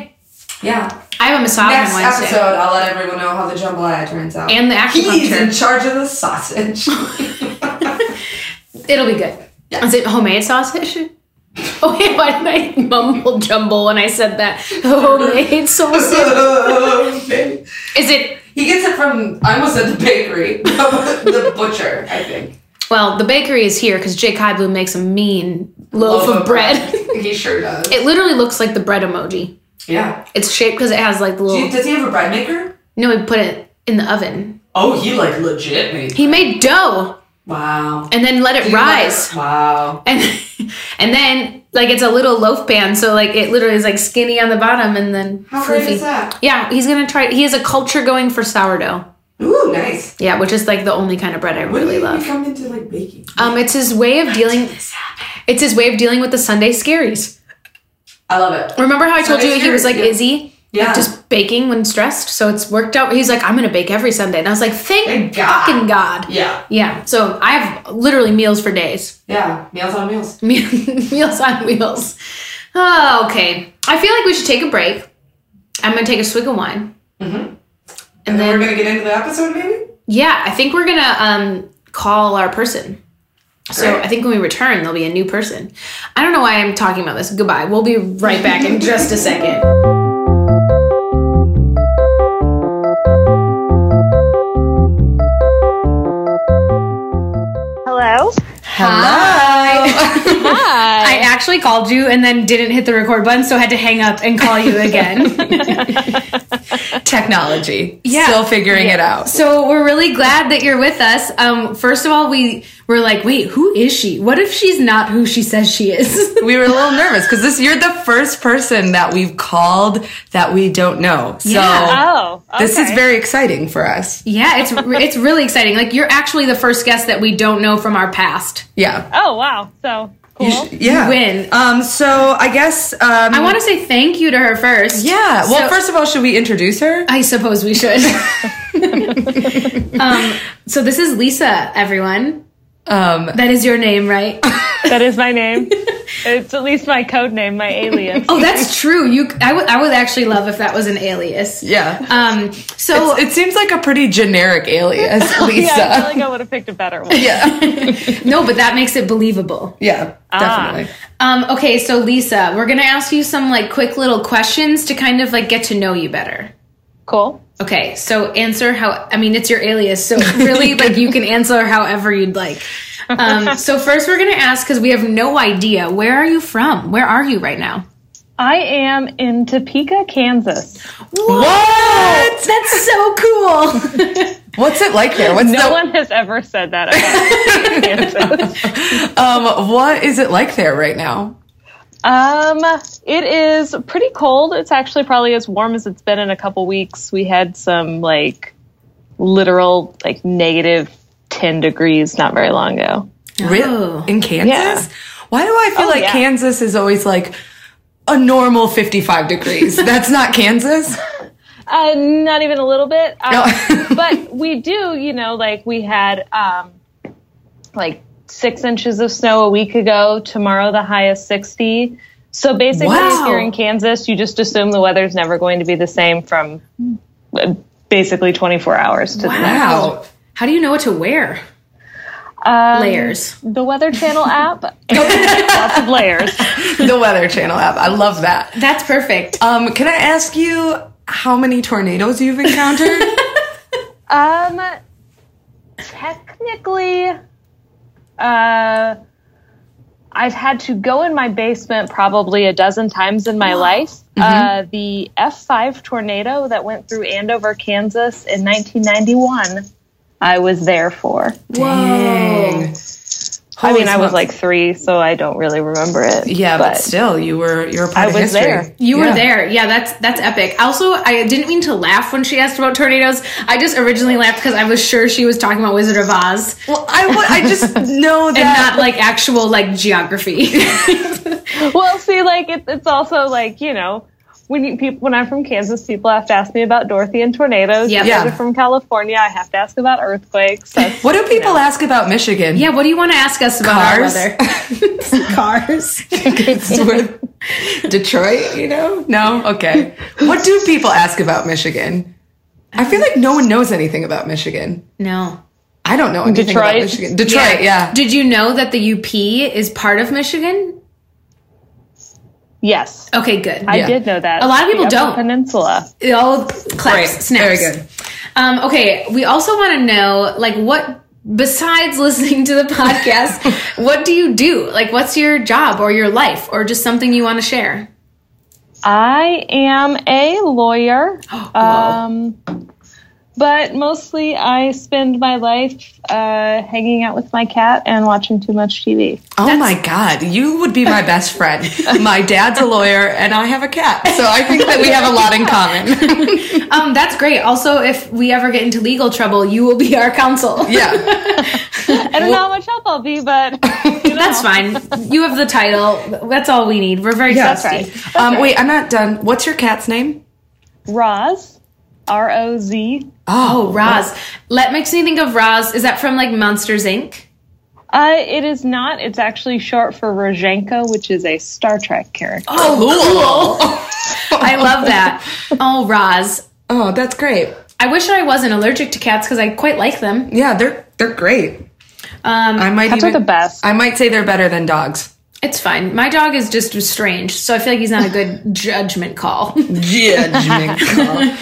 [SPEAKER 3] yeah.
[SPEAKER 1] I have a massage
[SPEAKER 3] Next
[SPEAKER 1] on Wednesday.
[SPEAKER 3] episode, I'll let everyone know how the jambalaya turns out.
[SPEAKER 1] And the
[SPEAKER 3] he's in
[SPEAKER 1] acupuncture.
[SPEAKER 3] charge of the sausage.
[SPEAKER 1] It'll be good.
[SPEAKER 3] Yeah.
[SPEAKER 1] Is it homemade sausage? Oh wait, why did I mumble jumble when I said that? Homemade sausage.
[SPEAKER 3] Okay.
[SPEAKER 1] Is it
[SPEAKER 3] He gets it from I almost said the bakery, the butcher, I think.
[SPEAKER 1] well, the bakery is here because Jake Heiblu makes a mean loaf, of bread.
[SPEAKER 3] he sure does.
[SPEAKER 1] it literally looks like the bread emoji.
[SPEAKER 3] yeah.
[SPEAKER 1] It's shaped because it has like the
[SPEAKER 3] Do
[SPEAKER 1] little
[SPEAKER 3] you- does he have a bread maker?
[SPEAKER 1] No, he put it in the oven.
[SPEAKER 3] Oh, he like legit made.
[SPEAKER 1] He made dough
[SPEAKER 3] Wow.
[SPEAKER 1] and then let it
[SPEAKER 3] Do you
[SPEAKER 1] rise.
[SPEAKER 3] like- wow.
[SPEAKER 1] and and then like it's a little loaf pan, so like it literally is like skinny on the bottom and then
[SPEAKER 3] How
[SPEAKER 1] fluffy.
[SPEAKER 3] great is that?
[SPEAKER 1] Yeah, he's gonna try. He has a culture going for sourdough.
[SPEAKER 3] Ooh, nice.
[SPEAKER 1] Yeah, which is like the only kind of bread I
[SPEAKER 3] When
[SPEAKER 1] really
[SPEAKER 3] did
[SPEAKER 1] love.
[SPEAKER 3] you come into like baking?
[SPEAKER 1] Um, it's his way of dealing. It's his way of dealing with the Sunday scaries.
[SPEAKER 3] I love it.
[SPEAKER 1] Remember how I told
[SPEAKER 3] Sunday
[SPEAKER 1] you he was
[SPEAKER 3] scaries,
[SPEAKER 1] like
[SPEAKER 3] yeah.
[SPEAKER 1] Izzy,
[SPEAKER 3] Yeah.
[SPEAKER 1] just baking when stressed. So it's worked out. He's like, I'm gonna bake every Sunday, and I was like, thank
[SPEAKER 3] Thank God.
[SPEAKER 1] fucking God.
[SPEAKER 3] yeah.
[SPEAKER 1] Yeah. So I have literally meals for days.
[SPEAKER 3] Yeah. Meals on meals.
[SPEAKER 1] meals on wheels. Oh, okay. I feel like we should take a break. I'm gonna take a swig of wine.
[SPEAKER 3] And then
[SPEAKER 1] then-
[SPEAKER 3] we're gonna get into the episode, maybe.
[SPEAKER 1] Yeah, I think we're gonna um, call our person. So
[SPEAKER 3] Great.
[SPEAKER 1] I think when we return, there'll be a new person. I don't know why I'm talking about this. Goodbye. We'll be right back in just a second.
[SPEAKER 4] Hello?
[SPEAKER 3] Hello.
[SPEAKER 4] Hi.
[SPEAKER 1] I actually called you and then didn't hit the record button, so had to hang up and call you again.
[SPEAKER 2] technology.
[SPEAKER 1] Yeah.
[SPEAKER 2] Still figuring it out.
[SPEAKER 1] so we're really glad that you're with us. Um, first of all, we were like, wait, who is she? What if she's not who she says she is?
[SPEAKER 2] We were a little nervous because this you're the first person that we've called that we don't know. So
[SPEAKER 4] Oh,
[SPEAKER 2] this is
[SPEAKER 4] okay.
[SPEAKER 2] very exciting for us.
[SPEAKER 1] yeah, it's it's really exciting. Like you're actually the first guest that we don't know from our past.
[SPEAKER 2] Yeah.
[SPEAKER 4] Oh, wow. So cool.
[SPEAKER 2] You sh- yeah.
[SPEAKER 1] You win.
[SPEAKER 2] Um so I guess um
[SPEAKER 1] I want to say thank you to her first.
[SPEAKER 2] Yeah. Well,
[SPEAKER 1] So-
[SPEAKER 2] first of all, should we introduce her?
[SPEAKER 1] I suppose we should. um, so this is Lisa, everyone.
[SPEAKER 2] Um
[SPEAKER 1] That is your name, right?
[SPEAKER 4] that is my name. it's at least my code name, my alias.
[SPEAKER 1] Oh, that's true. You, I would, I would actually love if that was an alias.
[SPEAKER 2] yeah.
[SPEAKER 1] Um, so
[SPEAKER 2] it seems like a pretty generic alias, Lisa.
[SPEAKER 4] Yeah, I feel like I would have picked a better one.
[SPEAKER 2] yeah.
[SPEAKER 1] no, but that makes it believable.
[SPEAKER 2] Yeah, definitely.
[SPEAKER 1] Um, okay, so Lisa, we're gonna ask you some like quick little questions to kind of like get to know you better.
[SPEAKER 4] Cool.
[SPEAKER 1] Okay, so answer how I mean it's your alias, so really like you can answer however you'd like. Um, so first we're gonna ask because we have no idea where are you from? Where are you right now?
[SPEAKER 4] I am in Topeka, Kansas.
[SPEAKER 2] What?
[SPEAKER 1] That's so cool.
[SPEAKER 2] What's it like there? What's
[SPEAKER 4] No
[SPEAKER 2] the,
[SPEAKER 4] one has ever said that about Kansas.
[SPEAKER 2] um what is it like there right now?
[SPEAKER 4] Um, it is pretty cold. It's actually probably as warm as it's been in a couple weeks. We had some like literal like negative 10 degrees not very long ago.
[SPEAKER 2] Really?
[SPEAKER 1] Oh.
[SPEAKER 2] In Kansas? Why do I feel
[SPEAKER 4] Oh,
[SPEAKER 2] like
[SPEAKER 4] yeah.
[SPEAKER 2] Kansas is always like a normal 55 degrees? That's not Kansas.
[SPEAKER 4] Uh, not even a little bit. Um,
[SPEAKER 2] No.
[SPEAKER 4] but we do, you know, like we had um, like six inches of snow a week ago. Tomorrow, the high is 60. So basically,
[SPEAKER 2] Wow.
[SPEAKER 4] if you're in Kansas, you just assume the weather's never going to be the same from uh, basically 24 hours to the next.
[SPEAKER 2] Wow.
[SPEAKER 1] How do you know what to wear?
[SPEAKER 4] Um,
[SPEAKER 1] Layers.
[SPEAKER 4] The Weather Channel app. And lots of layers.
[SPEAKER 2] the Weather Channel app. I love that.
[SPEAKER 1] That's perfect.
[SPEAKER 2] Um, can I ask you how many tornadoes you've encountered?
[SPEAKER 4] Um, technically, uh, I've had to go in my basement probably a dozen times in my life.
[SPEAKER 2] Mm-hmm.
[SPEAKER 4] Uh, the F5 tornado that went through Andover, Kansas in 1991, I was there for.
[SPEAKER 2] Whoa.
[SPEAKER 4] Oh. I mean, I was like three, so I don't really remember it.
[SPEAKER 2] yeah, but, still, you were you were part
[SPEAKER 4] I
[SPEAKER 2] of
[SPEAKER 4] was
[SPEAKER 2] history.
[SPEAKER 4] there.
[SPEAKER 1] You
[SPEAKER 2] Yeah.
[SPEAKER 1] were there. Yeah, that's that's epic. Also, I didn't mean to laugh when she asked about tornadoes. I just originally laughed because I was sure she was talking about Wizard of Oz
[SPEAKER 2] Well, I, wa- I just know
[SPEAKER 1] and
[SPEAKER 2] that.
[SPEAKER 1] not like actual like geography.
[SPEAKER 4] well, see, like it, it's also like you know when you, people when I'm from Kansas, people have to ask me about Dorothy and tornadoes.
[SPEAKER 1] Yep.
[SPEAKER 4] You guys
[SPEAKER 2] Yeah.
[SPEAKER 4] are from California, I have to ask about earthquakes. That's-
[SPEAKER 2] what do people ask about Michigan?
[SPEAKER 1] yeah, what do you want to ask us about
[SPEAKER 2] Cars?
[SPEAKER 1] our weather? Cars.
[SPEAKER 2] It's worth- Detroit, you know? No? Okay. What do people ask about Michigan? I feel like no one knows anything about Michigan.
[SPEAKER 1] No.
[SPEAKER 2] I don't know anything about
[SPEAKER 4] Detroit?
[SPEAKER 2] Michigan. Detroit, yeah.
[SPEAKER 1] Did you know that the UP is part of Michigan?
[SPEAKER 4] yes,
[SPEAKER 1] Okay, good.
[SPEAKER 4] I
[SPEAKER 2] Yeah.
[SPEAKER 4] did know that.
[SPEAKER 1] A lot of people
[SPEAKER 4] The Upper
[SPEAKER 1] don't.
[SPEAKER 4] Peninsula.
[SPEAKER 1] all claps,
[SPEAKER 2] Great.
[SPEAKER 1] snaps.
[SPEAKER 2] Very good.
[SPEAKER 1] Um, okay, we also want to know, like, what besides listening to the podcast, what do you do? Like, what's your job or your life or just something you want to share?
[SPEAKER 4] I am a lawyer. um, but mostly I spend my life uh, hanging out with my cat and watching too much TV.
[SPEAKER 2] Oh my God. You would be my best friend. My dad's a lawyer and I have a cat. So I think that we have a lot in common.
[SPEAKER 1] Um, that's great. Also, if we ever get into legal trouble, you will be our counsel.
[SPEAKER 2] yeah.
[SPEAKER 4] I don't know how much help I'll be, but you know.
[SPEAKER 1] That's fine. You have the title. That's all we need. We're very
[SPEAKER 2] Yeah.
[SPEAKER 1] trusty.
[SPEAKER 4] right.
[SPEAKER 2] Um, wait, I'm not done. What's your cat's name?
[SPEAKER 4] Roz, R O Z.
[SPEAKER 1] Oh, Roz. Let makes me think of Roz. Is that from like Monsters Inc?
[SPEAKER 4] Uh, it is not. It's actually short for Rozenka, which is a Star Trek character.
[SPEAKER 1] Oh,
[SPEAKER 2] Oh, cool.
[SPEAKER 1] I love that. Oh, Roz.
[SPEAKER 2] Oh, that's great.
[SPEAKER 1] I wish I wasn't allergic to cats because I quite like them.
[SPEAKER 2] Yeah, they're they're great.
[SPEAKER 1] Um,
[SPEAKER 2] I might
[SPEAKER 4] Cats are
[SPEAKER 2] even,
[SPEAKER 4] the best.
[SPEAKER 2] I might say they're better than dogs.
[SPEAKER 1] It's fine. My dog is just strange, so I feel like he's not a good judgment call.
[SPEAKER 2] Judgment call.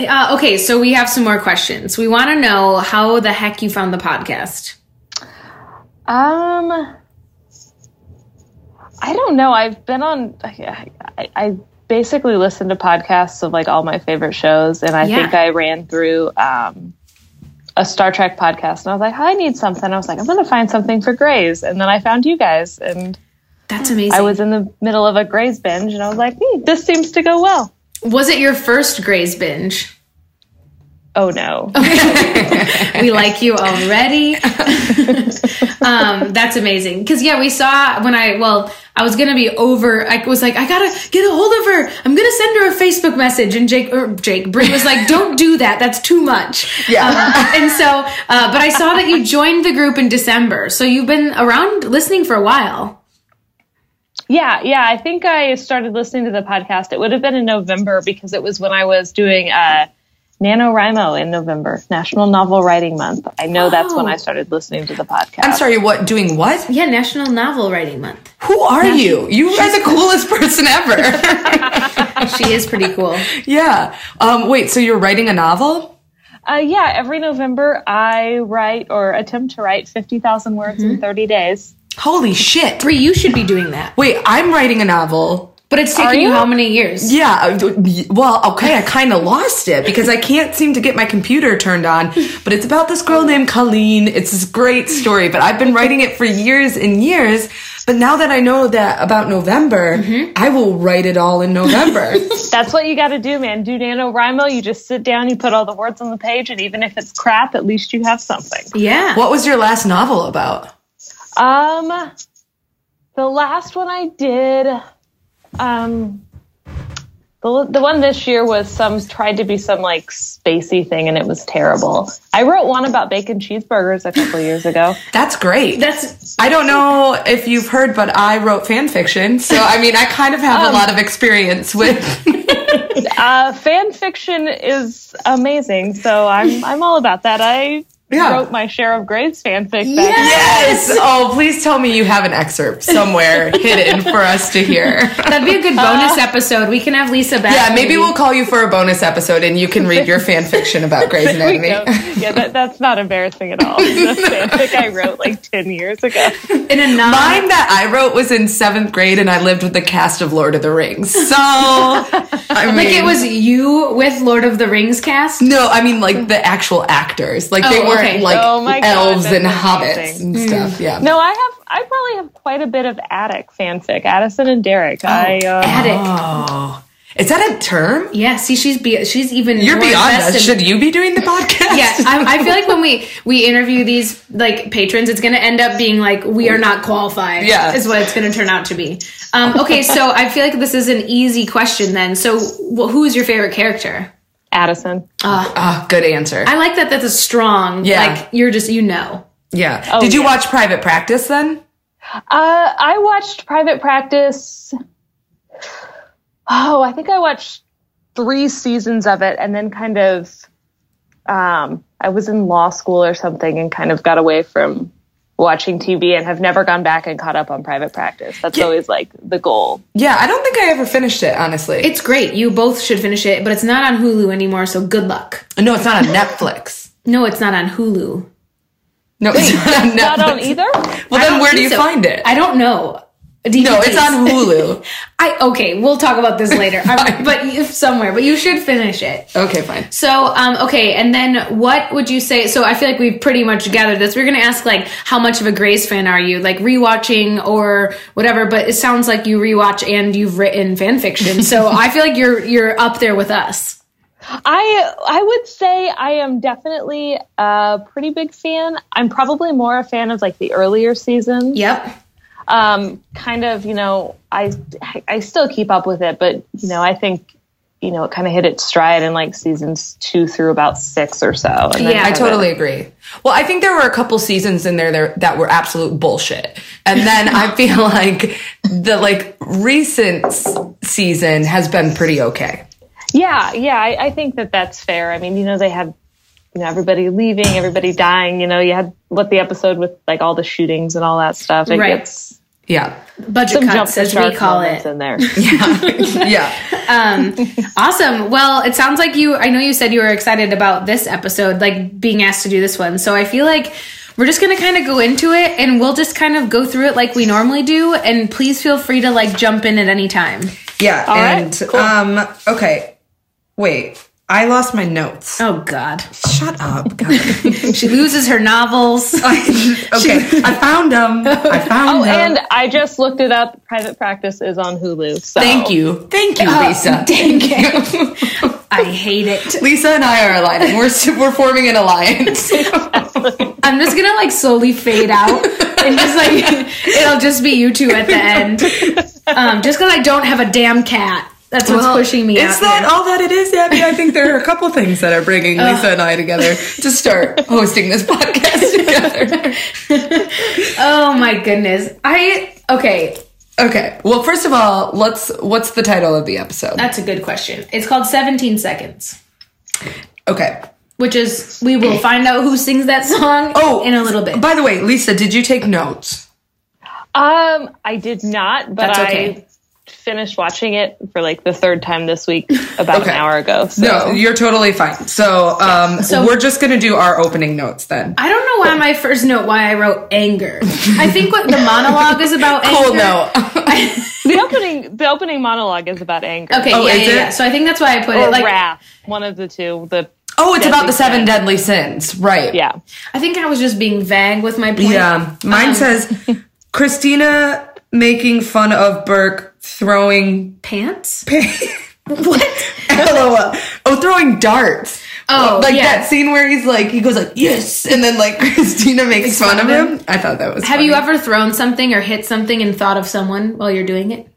[SPEAKER 1] Uh, okay, so we have some more questions. We want to know how the heck you found the podcast.
[SPEAKER 4] Um, I don't know. I've been on. I, I, I basically listen to podcasts of like all my favorite shows, and I
[SPEAKER 1] Yeah.
[SPEAKER 4] think I ran through um, a Star Trek podcast, and I was like, I need something. I was like, I'm going to find something for Grays, and then I found you guys, and
[SPEAKER 1] That's amazing.
[SPEAKER 4] I was in the middle of a Grays binge, and I was like, hmm, this seems to go well.
[SPEAKER 1] Was it your first Grays binge?
[SPEAKER 4] Oh no.
[SPEAKER 1] we like you already. um, that's amazing. Because yeah, we saw when I well, I was gonna be over. I was like, I gotta get a hold of her. I'm gonna send her a Facebook message. And Jake, or Jake, Brie was like, Don't do that. That's too much.
[SPEAKER 2] Yeah.
[SPEAKER 1] Uh, and so, uh, but I saw that you joined the group in December, so you've been around listening for a while.
[SPEAKER 4] Yeah, yeah. I think I started listening to the podcast. It would have been in November because it was when I was doing uh, NaNoWriMo in November, National Novel Writing Month. I know that's when
[SPEAKER 1] Oh.
[SPEAKER 4] I started listening to the podcast.
[SPEAKER 2] I'm sorry, what doing what?
[SPEAKER 1] Yeah, National Novel Writing Month.
[SPEAKER 2] Who are you? You are the coolest person ever.
[SPEAKER 1] She is pretty cool.
[SPEAKER 2] yeah. Um, wait, so you're writing a novel?
[SPEAKER 4] Uh, yeah, every November I write or attempt to write 50,000 words
[SPEAKER 2] Mm-hmm.
[SPEAKER 4] in 30 days.
[SPEAKER 2] Holy shit.
[SPEAKER 1] Brie, you should be doing that.
[SPEAKER 2] Wait, I'm writing a novel.
[SPEAKER 1] But it's taken you? how many years?
[SPEAKER 2] Yeah, uh, well, okay, I kind of lost it because I can't seem to get my computer turned on, but it's about this girl named Colleen. It's this great story, but I've been writing it for years and years. But now that I know that about November, I will write it all in November.
[SPEAKER 4] That's what you got to do, man. Do NaNoWriMo. You just sit down, you put all the words on the page, and even if it's crap, at least you have something.
[SPEAKER 1] Yeah.
[SPEAKER 2] what was your last novel about?
[SPEAKER 4] Um, the last one I did, um, the the one this year was some tried to be some like spacey thing, and it was terrible. I wrote one about bacon cheeseburgers a couple years ago.
[SPEAKER 2] That's great.
[SPEAKER 1] That's
[SPEAKER 2] I don't know if you've heard, but I wrote fan fiction. So, I mean, I kind of
[SPEAKER 1] Um.
[SPEAKER 2] have a lot of experience with.
[SPEAKER 4] Uh, fan fiction is amazing, so I'm I'm all about that. I
[SPEAKER 2] Yeah.
[SPEAKER 4] wrote my share of Graves fanfic. Back
[SPEAKER 1] Yes!
[SPEAKER 2] Yes. Oh, please tell me you have an excerpt somewhere hidden for us to hear.
[SPEAKER 1] That'd be a good bonus episode. We can have Lisa back.
[SPEAKER 2] Uh. Yeah, maybe we'll call you for a bonus episode and you can read your fan fiction about Grey's
[SPEAKER 4] We
[SPEAKER 2] Anatomy.
[SPEAKER 4] go- yeah, that, that's not embarrassing at all. It's a fanfic I wrote like ten years ago.
[SPEAKER 1] in a non.
[SPEAKER 2] Mine that I wrote was in seventh grade and I lived with the cast of Lord of the Rings. So, I mean,
[SPEAKER 1] like it was you with Lord of the Rings cast.
[SPEAKER 2] No, I mean like the actual actors. Like they
[SPEAKER 1] Oh,
[SPEAKER 2] weren't
[SPEAKER 1] okay.
[SPEAKER 2] like
[SPEAKER 4] Oh my God,
[SPEAKER 2] elves
[SPEAKER 4] that's
[SPEAKER 2] and hobbits
[SPEAKER 4] amazing.
[SPEAKER 2] and stuff. Yeah.
[SPEAKER 4] No, I have. I probably have quite a bit of attic fanfic. Addison and Derek. I uh,
[SPEAKER 1] Attic.
[SPEAKER 2] Oh. Is that a term?
[SPEAKER 1] Yeah, see, she's be- she's even
[SPEAKER 2] You're
[SPEAKER 1] more
[SPEAKER 2] beyond that.
[SPEAKER 1] invested.
[SPEAKER 2] Should you be doing the podcast?
[SPEAKER 1] yeah, I, I feel like when we we interview these like patrons, it's going to end up being like we are not qualified.
[SPEAKER 2] Yeah.
[SPEAKER 1] is what it's going to turn out to be. Um, okay, so I feel like this is an easy question then. So, wh- who is your favorite character?
[SPEAKER 4] Addison.
[SPEAKER 2] Ah, good answer.
[SPEAKER 1] I like that. That's a strong.
[SPEAKER 2] Yeah.
[SPEAKER 1] like you're just you know.
[SPEAKER 2] yeah. Did you
[SPEAKER 4] yeah.
[SPEAKER 2] watch Private Practice then?
[SPEAKER 4] Uh, I watched Private Practice. Oh, I think I watched three seasons of it, and then kind of, um, I was in law school or something, and kind of got away from watching TV, and have never gone back and caught up on Private Practice. That's always like the goal.
[SPEAKER 2] Yeah, I don't think I ever finished it, honestly.
[SPEAKER 1] It's great. You both should finish it, but it's not on Hulu anymore. So good luck.
[SPEAKER 2] no, it's not on Netflix.
[SPEAKER 1] No, it's not on Hulu.
[SPEAKER 2] No, it's not on Netflix.
[SPEAKER 4] Not on either.
[SPEAKER 1] I
[SPEAKER 2] Well, then
[SPEAKER 1] don't
[SPEAKER 2] where do
[SPEAKER 1] think so.
[SPEAKER 2] you find it?
[SPEAKER 1] I don't know.
[SPEAKER 2] no, it's on Hulu.
[SPEAKER 1] I okay. We'll talk about this later. I'm, but if somewhere, but you should finish it.
[SPEAKER 2] okay, fine.
[SPEAKER 1] So, um, okay, and then what would you say? So, I feel like we've pretty much gathered this. We're gonna ask like, how much of a Grace fan are you? Like rewatching or whatever. But it sounds like you rewatch and you've written fan fiction. So, I feel like you're you're up there with us.
[SPEAKER 4] I I would say I am definitely a pretty big fan. I'm probably more a fan of like the earlier seasons.
[SPEAKER 1] Yep.
[SPEAKER 4] um, kind of, you know, I I still keep up with it, but you know, I think you know it kind of hit its stride in like seasons two through about six or so. And then
[SPEAKER 1] Yeah.
[SPEAKER 2] I
[SPEAKER 4] kind of-
[SPEAKER 2] totally agree. Well, I think there were a couple seasons in there that, that were absolute bullshit. And then I feel like the like recent s- season has been pretty okay.
[SPEAKER 4] Yeah, yeah, I, I think that that's fair. I mean, you know, they had you know everybody leaving, everybody dying. You know, you had what the episode with like all the shootings and all that stuff. It
[SPEAKER 1] Right.
[SPEAKER 4] gets
[SPEAKER 2] Yeah.
[SPEAKER 1] Budget
[SPEAKER 4] some jump
[SPEAKER 1] cuts,
[SPEAKER 4] the
[SPEAKER 1] as we
[SPEAKER 4] shark
[SPEAKER 1] call
[SPEAKER 4] moments
[SPEAKER 1] it.
[SPEAKER 4] in there.
[SPEAKER 2] Yeah.
[SPEAKER 1] Awesome. Well, it sounds like you, I know you said you were excited about this episode, like being asked to do this one. So I feel like we're just going to kind of go into it and we'll just kind of go through it like we normally do. And please feel free to like jump in at any time.
[SPEAKER 2] Yeah.
[SPEAKER 4] right,
[SPEAKER 2] and um okay. Wait. I lost my notes.
[SPEAKER 1] Oh, God.
[SPEAKER 2] Shut up. God.
[SPEAKER 1] She loses her novels.
[SPEAKER 2] okay. I found them. I found
[SPEAKER 4] Oh,
[SPEAKER 2] them.
[SPEAKER 4] and I just looked it up. Private Practice is on Hulu. So
[SPEAKER 2] Thank you. Thank you,
[SPEAKER 1] Oh,
[SPEAKER 2] Lisa.
[SPEAKER 1] Dang it. I hate it.
[SPEAKER 2] Lisa and I are aligning. We're, s- we're forming an alliance.
[SPEAKER 1] I'm just going to like slowly fade out and just like, it'll just be you two at the end. Um, just because I don't have a damn cat. That's what's pushing me
[SPEAKER 2] It's
[SPEAKER 1] out
[SPEAKER 2] not
[SPEAKER 1] here.
[SPEAKER 2] all that it is, Abby. I think there are a couple things that are bringing Lisa and I together to start hosting this podcast together.
[SPEAKER 1] Oh my goodness. I okay,
[SPEAKER 2] Okay. Well, first of all, let's. What's the title of the episode?
[SPEAKER 1] that's a good question. It's called 17 seconds,
[SPEAKER 2] Okay.
[SPEAKER 1] which is we will find out who sings that song
[SPEAKER 2] Oh,
[SPEAKER 1] in a little bit.
[SPEAKER 2] By the way, Lisa, did you take notes?
[SPEAKER 4] Um, I did not, but
[SPEAKER 1] That's okay.
[SPEAKER 4] I finished watching it for like the third time this week about
[SPEAKER 2] Okay.
[SPEAKER 4] an hour ago. So.
[SPEAKER 2] No, you're totally fine. So, um,
[SPEAKER 1] So-
[SPEAKER 2] we're just gonna do our opening notes then.
[SPEAKER 1] I don't know why my first note why I wrote anger. I think what the monologue is about
[SPEAKER 2] Cool
[SPEAKER 1] anger.
[SPEAKER 2] note.
[SPEAKER 4] The opening the opening monologue is about anger.
[SPEAKER 1] Okay,
[SPEAKER 2] Oh,
[SPEAKER 1] yeah,
[SPEAKER 2] is
[SPEAKER 1] yeah,
[SPEAKER 2] it?
[SPEAKER 1] yeah. So I think that's why I put
[SPEAKER 4] Or
[SPEAKER 1] it like
[SPEAKER 4] wrath. One of the two. The
[SPEAKER 2] oh, it's about the seven
[SPEAKER 4] sin.
[SPEAKER 2] deadly sins, right?
[SPEAKER 4] yeah.
[SPEAKER 1] I think I was just being vague with my point.
[SPEAKER 2] Yeah.
[SPEAKER 1] Um.
[SPEAKER 2] Mine says Christina making fun of Burke throwing
[SPEAKER 1] pants?
[SPEAKER 2] what? LOL. Oh, throwing darts.
[SPEAKER 1] Oh,
[SPEAKER 2] like
[SPEAKER 1] yeah.
[SPEAKER 2] that scene where he's like, he goes like, yes, and then like Christina makes fun of him. I thought that was.
[SPEAKER 1] Have you
[SPEAKER 2] funny.
[SPEAKER 1] ever thrown something or hit something and thought of someone while you're doing it?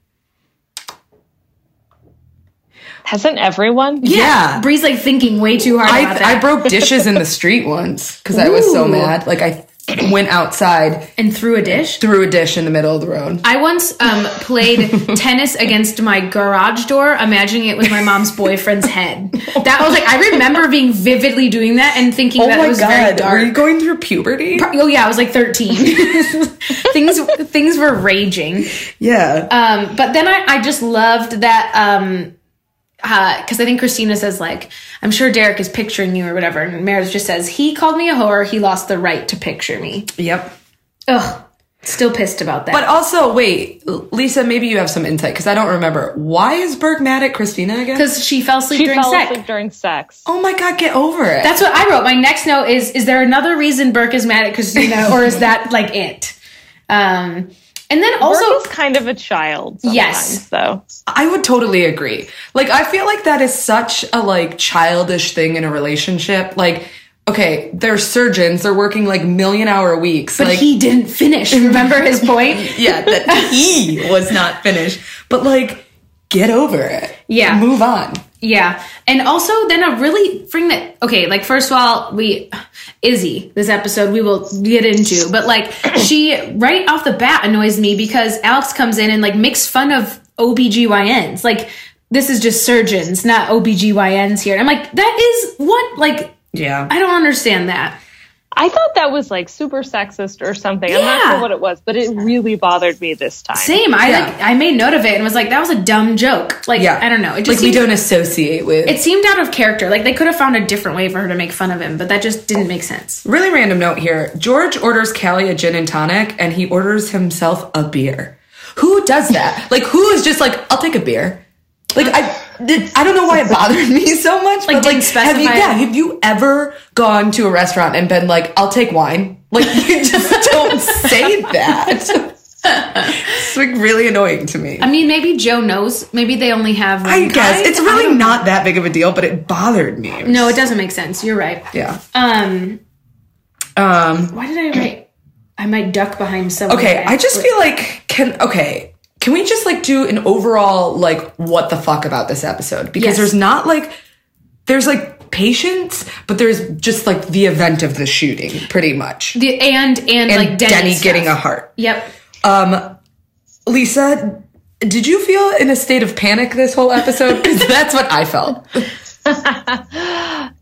[SPEAKER 4] Hasn't everyone?
[SPEAKER 2] Yeah.
[SPEAKER 1] Bree's like thinking way too hard about
[SPEAKER 2] I
[SPEAKER 1] that.
[SPEAKER 2] I broke dishes in the street once because I was so
[SPEAKER 1] Ooh.
[SPEAKER 2] mad. Like I went outside,
[SPEAKER 1] and threw a dish.
[SPEAKER 2] threw a dish in the middle of the road.
[SPEAKER 1] I once um, played tennis against my garage door, imagining it was my mom's boyfriend's head. That was like I remember being vividly doing that and thinking that it was very
[SPEAKER 2] Oh were
[SPEAKER 1] dark.
[SPEAKER 2] you going through puberty?
[SPEAKER 1] Oh yeah, I was like thirteen. things things were raging.
[SPEAKER 2] Yeah.
[SPEAKER 1] Um, but then I, I just loved that um because I think Christina says like I'm sure Derek is picturing you or whatever, and Meredith just says he called me a whore. He lost the right to picture me.
[SPEAKER 2] yep.
[SPEAKER 1] Ugh, still pissed about that.
[SPEAKER 2] But also, wait, Lisa, maybe you have some insight because I don't remember. Why is Burke mad at Christina again?
[SPEAKER 1] because she fell asleep
[SPEAKER 4] She
[SPEAKER 1] during
[SPEAKER 4] fell
[SPEAKER 1] sex.
[SPEAKER 4] asleep during sex.
[SPEAKER 2] Oh my God, get over it.
[SPEAKER 1] That's what I wrote. My next note is: Is there another reason Burke is mad at Christina, or is that like it? Um, and then also,
[SPEAKER 4] Burke is kind of a child. Sometimes,
[SPEAKER 1] Yes.
[SPEAKER 4] though.
[SPEAKER 2] I would totally agree. Like, I feel like that is such a like childish thing in a relationship. Like, okay, they're surgeons; they're working like million hour weeks.
[SPEAKER 1] but
[SPEAKER 2] like,
[SPEAKER 1] he didn't finish. Remember his point?
[SPEAKER 2] yeah, that he was not finished. But like, get over it.
[SPEAKER 1] Yeah.
[SPEAKER 2] move on.
[SPEAKER 1] Yeah, and also then a really thing that okay, like first of all, we Izzy this episode we will get into, but like she right off the bat annoys me because Alex comes in and like makes fun of OBGYNs. Like this is just surgeons, not OBGYNs here. And I'm like, that is what like
[SPEAKER 2] Yeah,
[SPEAKER 1] I don't understand that.
[SPEAKER 4] I thought that was like super sexist or something. I'm not
[SPEAKER 1] Yeah.
[SPEAKER 4] sure what it was, but it really bothered me this time.
[SPEAKER 1] Same. I
[SPEAKER 2] Yeah.
[SPEAKER 1] like I made note of it and was like, that was a dumb joke. Like
[SPEAKER 2] yeah.
[SPEAKER 1] I don't know. It
[SPEAKER 2] like
[SPEAKER 1] just
[SPEAKER 2] we
[SPEAKER 1] seemed,
[SPEAKER 2] don't associate with.
[SPEAKER 1] it seemed out of character. Like they could have found a different way for her to make fun of him, but that just didn't make sense.
[SPEAKER 2] Really random note here. George orders Callie a gin and tonic, and he orders himself a beer. Who does that? like, who is just like, I'll take a beer. Like, I, did- I don't know why it bothered me so much.
[SPEAKER 1] Like,
[SPEAKER 2] but like,
[SPEAKER 1] didn't
[SPEAKER 2] have you,
[SPEAKER 1] specify.
[SPEAKER 2] yeah, have you ever gone to a restaurant and been like, I'll take wine? Like, you just don't say that. it's like really annoying to me.
[SPEAKER 1] I mean, maybe Joe knows. Maybe they only have. One
[SPEAKER 2] I guess
[SPEAKER 1] kind.
[SPEAKER 2] it's
[SPEAKER 1] I
[SPEAKER 2] really
[SPEAKER 1] don't-
[SPEAKER 2] not that big of a deal, but it bothered me.
[SPEAKER 1] No, it doesn't make sense. You're right.
[SPEAKER 2] Yeah.
[SPEAKER 1] Um,
[SPEAKER 2] Um,
[SPEAKER 1] why did I write? I might duck behind someone.
[SPEAKER 2] Okay, I just feel like can okay, can we just like do an overall like what the fuck about this episode? Because
[SPEAKER 1] Yes.
[SPEAKER 2] there's not like there's like patience, but there's just like the event of the shooting, pretty much.
[SPEAKER 1] the and and,
[SPEAKER 2] And
[SPEAKER 1] like
[SPEAKER 2] Denny,
[SPEAKER 1] Denny,
[SPEAKER 2] getting a
[SPEAKER 1] stuff.
[SPEAKER 2] heart.
[SPEAKER 1] Yep.
[SPEAKER 2] Um, Lisa, did you feel in a state of panic this whole episode? Because that's what I felt.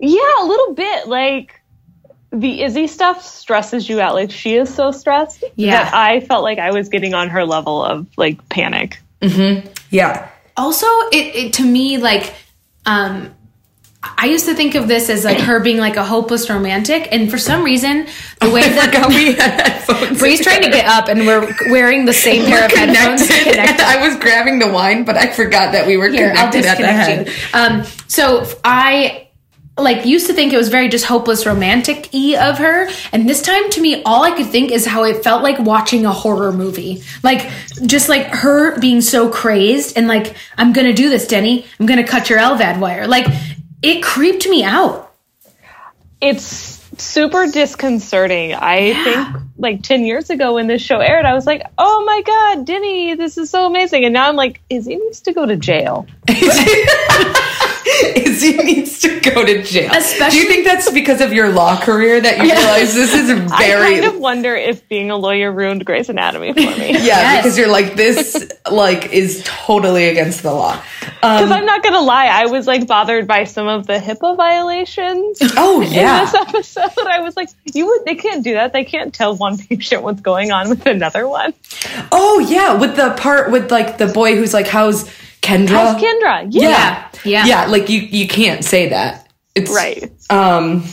[SPEAKER 4] Yeah, a little bit. Like the Izzy stuff stresses you out. Like she is so stressed
[SPEAKER 1] Yeah.
[SPEAKER 4] that I felt like I was getting on her level of like panic.
[SPEAKER 2] Yeah.
[SPEAKER 1] also it, it to me like um i used to think of this as like her being like a hopeless romantic and for some reason the way
[SPEAKER 2] I
[SPEAKER 1] that
[SPEAKER 2] forgot we had headphones.
[SPEAKER 1] bree's trying to get up and we're wearing the same pair of headphones
[SPEAKER 2] connected.
[SPEAKER 1] Connected.
[SPEAKER 2] I was grabbing the wine, but I forgot that we were
[SPEAKER 1] Here, I'll
[SPEAKER 2] connected at the head.
[SPEAKER 1] disconnect you. Um, so f- I like used to think it was very just hopeless romantic e of her, and this time to me, all I could think is how it felt like watching a horror movie, like just like her being so crazed and like I'm gonna do this, Denny, I'm gonna cut your LVAD wire. Like it creeped me out.
[SPEAKER 4] It's super disconcerting. I think like 10 years ago when this show aired, I was like, oh my God, Denny, this is so amazing. And now I'm like, Izzy needs to go to jail.
[SPEAKER 2] is he needs to go to jail.
[SPEAKER 1] Especially-
[SPEAKER 2] Do you think that's because of your law career that you realize this is very
[SPEAKER 4] I kind of wonder if being a lawyer ruined Grey's Anatomy for me.
[SPEAKER 2] yeah, because you're like this like is totally against the law.
[SPEAKER 4] Because I'm not gonna lie, I was like bothered by some of the HIPAA violations
[SPEAKER 2] Oh
[SPEAKER 4] in
[SPEAKER 2] yeah.
[SPEAKER 4] this episode. I was like, you would they can't do that. They can't tell one patient what's going on with another one.
[SPEAKER 2] Oh yeah, with the part with like the boy who's like how's Kendra?
[SPEAKER 4] How's Kendra? Yeah.
[SPEAKER 1] Yeah.
[SPEAKER 2] Yeah. Yeah, like you you can't say that. It's
[SPEAKER 4] Right.
[SPEAKER 2] Um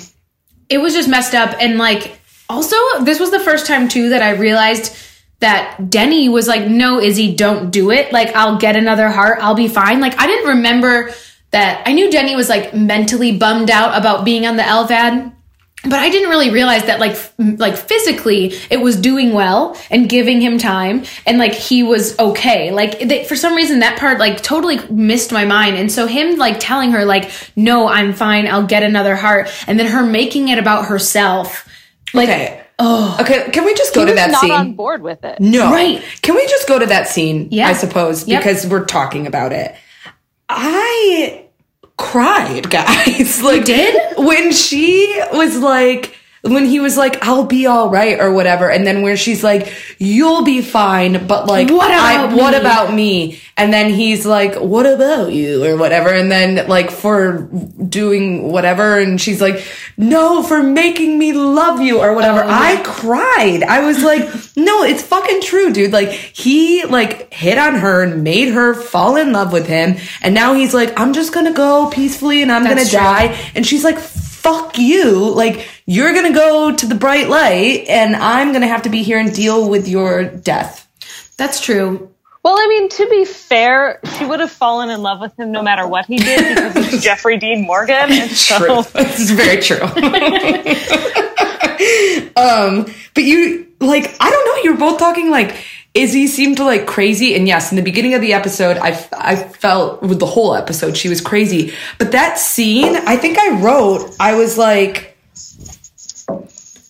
[SPEAKER 1] It was just messed up, and like also this was the first time too that I realized. That Denny was like, no, Izzy, don't do it. Like, I'll get another heart. I'll be fine. Like, I didn't remember that I knew Denny was like mentally bummed out about being on the LVAD, but I didn't really realize that like f- like physically it was doing well and giving him time and like he was okay. Like they, for some reason that part like totally missed my mind. And so him like telling her like no, I'm fine. I'll get another heart and then her making it about herself. Like
[SPEAKER 2] okay. Oh. Okay, can we just go
[SPEAKER 4] I
[SPEAKER 2] to
[SPEAKER 4] was
[SPEAKER 2] that
[SPEAKER 4] not
[SPEAKER 2] scene?
[SPEAKER 4] on board with it.
[SPEAKER 2] No.
[SPEAKER 1] Right.
[SPEAKER 2] Can we just go to that scene?
[SPEAKER 1] Yeah.
[SPEAKER 2] I suppose
[SPEAKER 1] Yep.
[SPEAKER 2] because we're talking about it. I cried, guys. like
[SPEAKER 1] did?
[SPEAKER 2] when she was like when he was like, I'll be all right or whatever. And then where she's like, you'll be fine, but like,
[SPEAKER 1] What about
[SPEAKER 2] what
[SPEAKER 1] me?
[SPEAKER 2] about me? And then he's like, what about you or whatever. And then like for doing whatever. And she's like, no, for making me love you or whatever.
[SPEAKER 1] Oh.
[SPEAKER 2] I cried. I was like, no, it's fucking true, dude. Like he like hit on her and made her fall in love with him. And now he's like, I'm just going to go peacefully and I'm going to
[SPEAKER 1] That's true.
[SPEAKER 2] die. And she's like, fuck you. Like, you're going to go to the bright light and I'm going to have to be here and deal with your death.
[SPEAKER 1] That's true.
[SPEAKER 4] Well, I mean, to be fair, she would have fallen in love with him no matter what he did because it's Jeffrey Dean Morgan. And so,
[SPEAKER 2] this is very true. um, but you, like, I don't know. You're both talking like, Izzy seemed to like crazy, and yes, in the beginning of the episode, I, f- I felt with the whole episode she was crazy. But that scene, I think I wrote, I was like,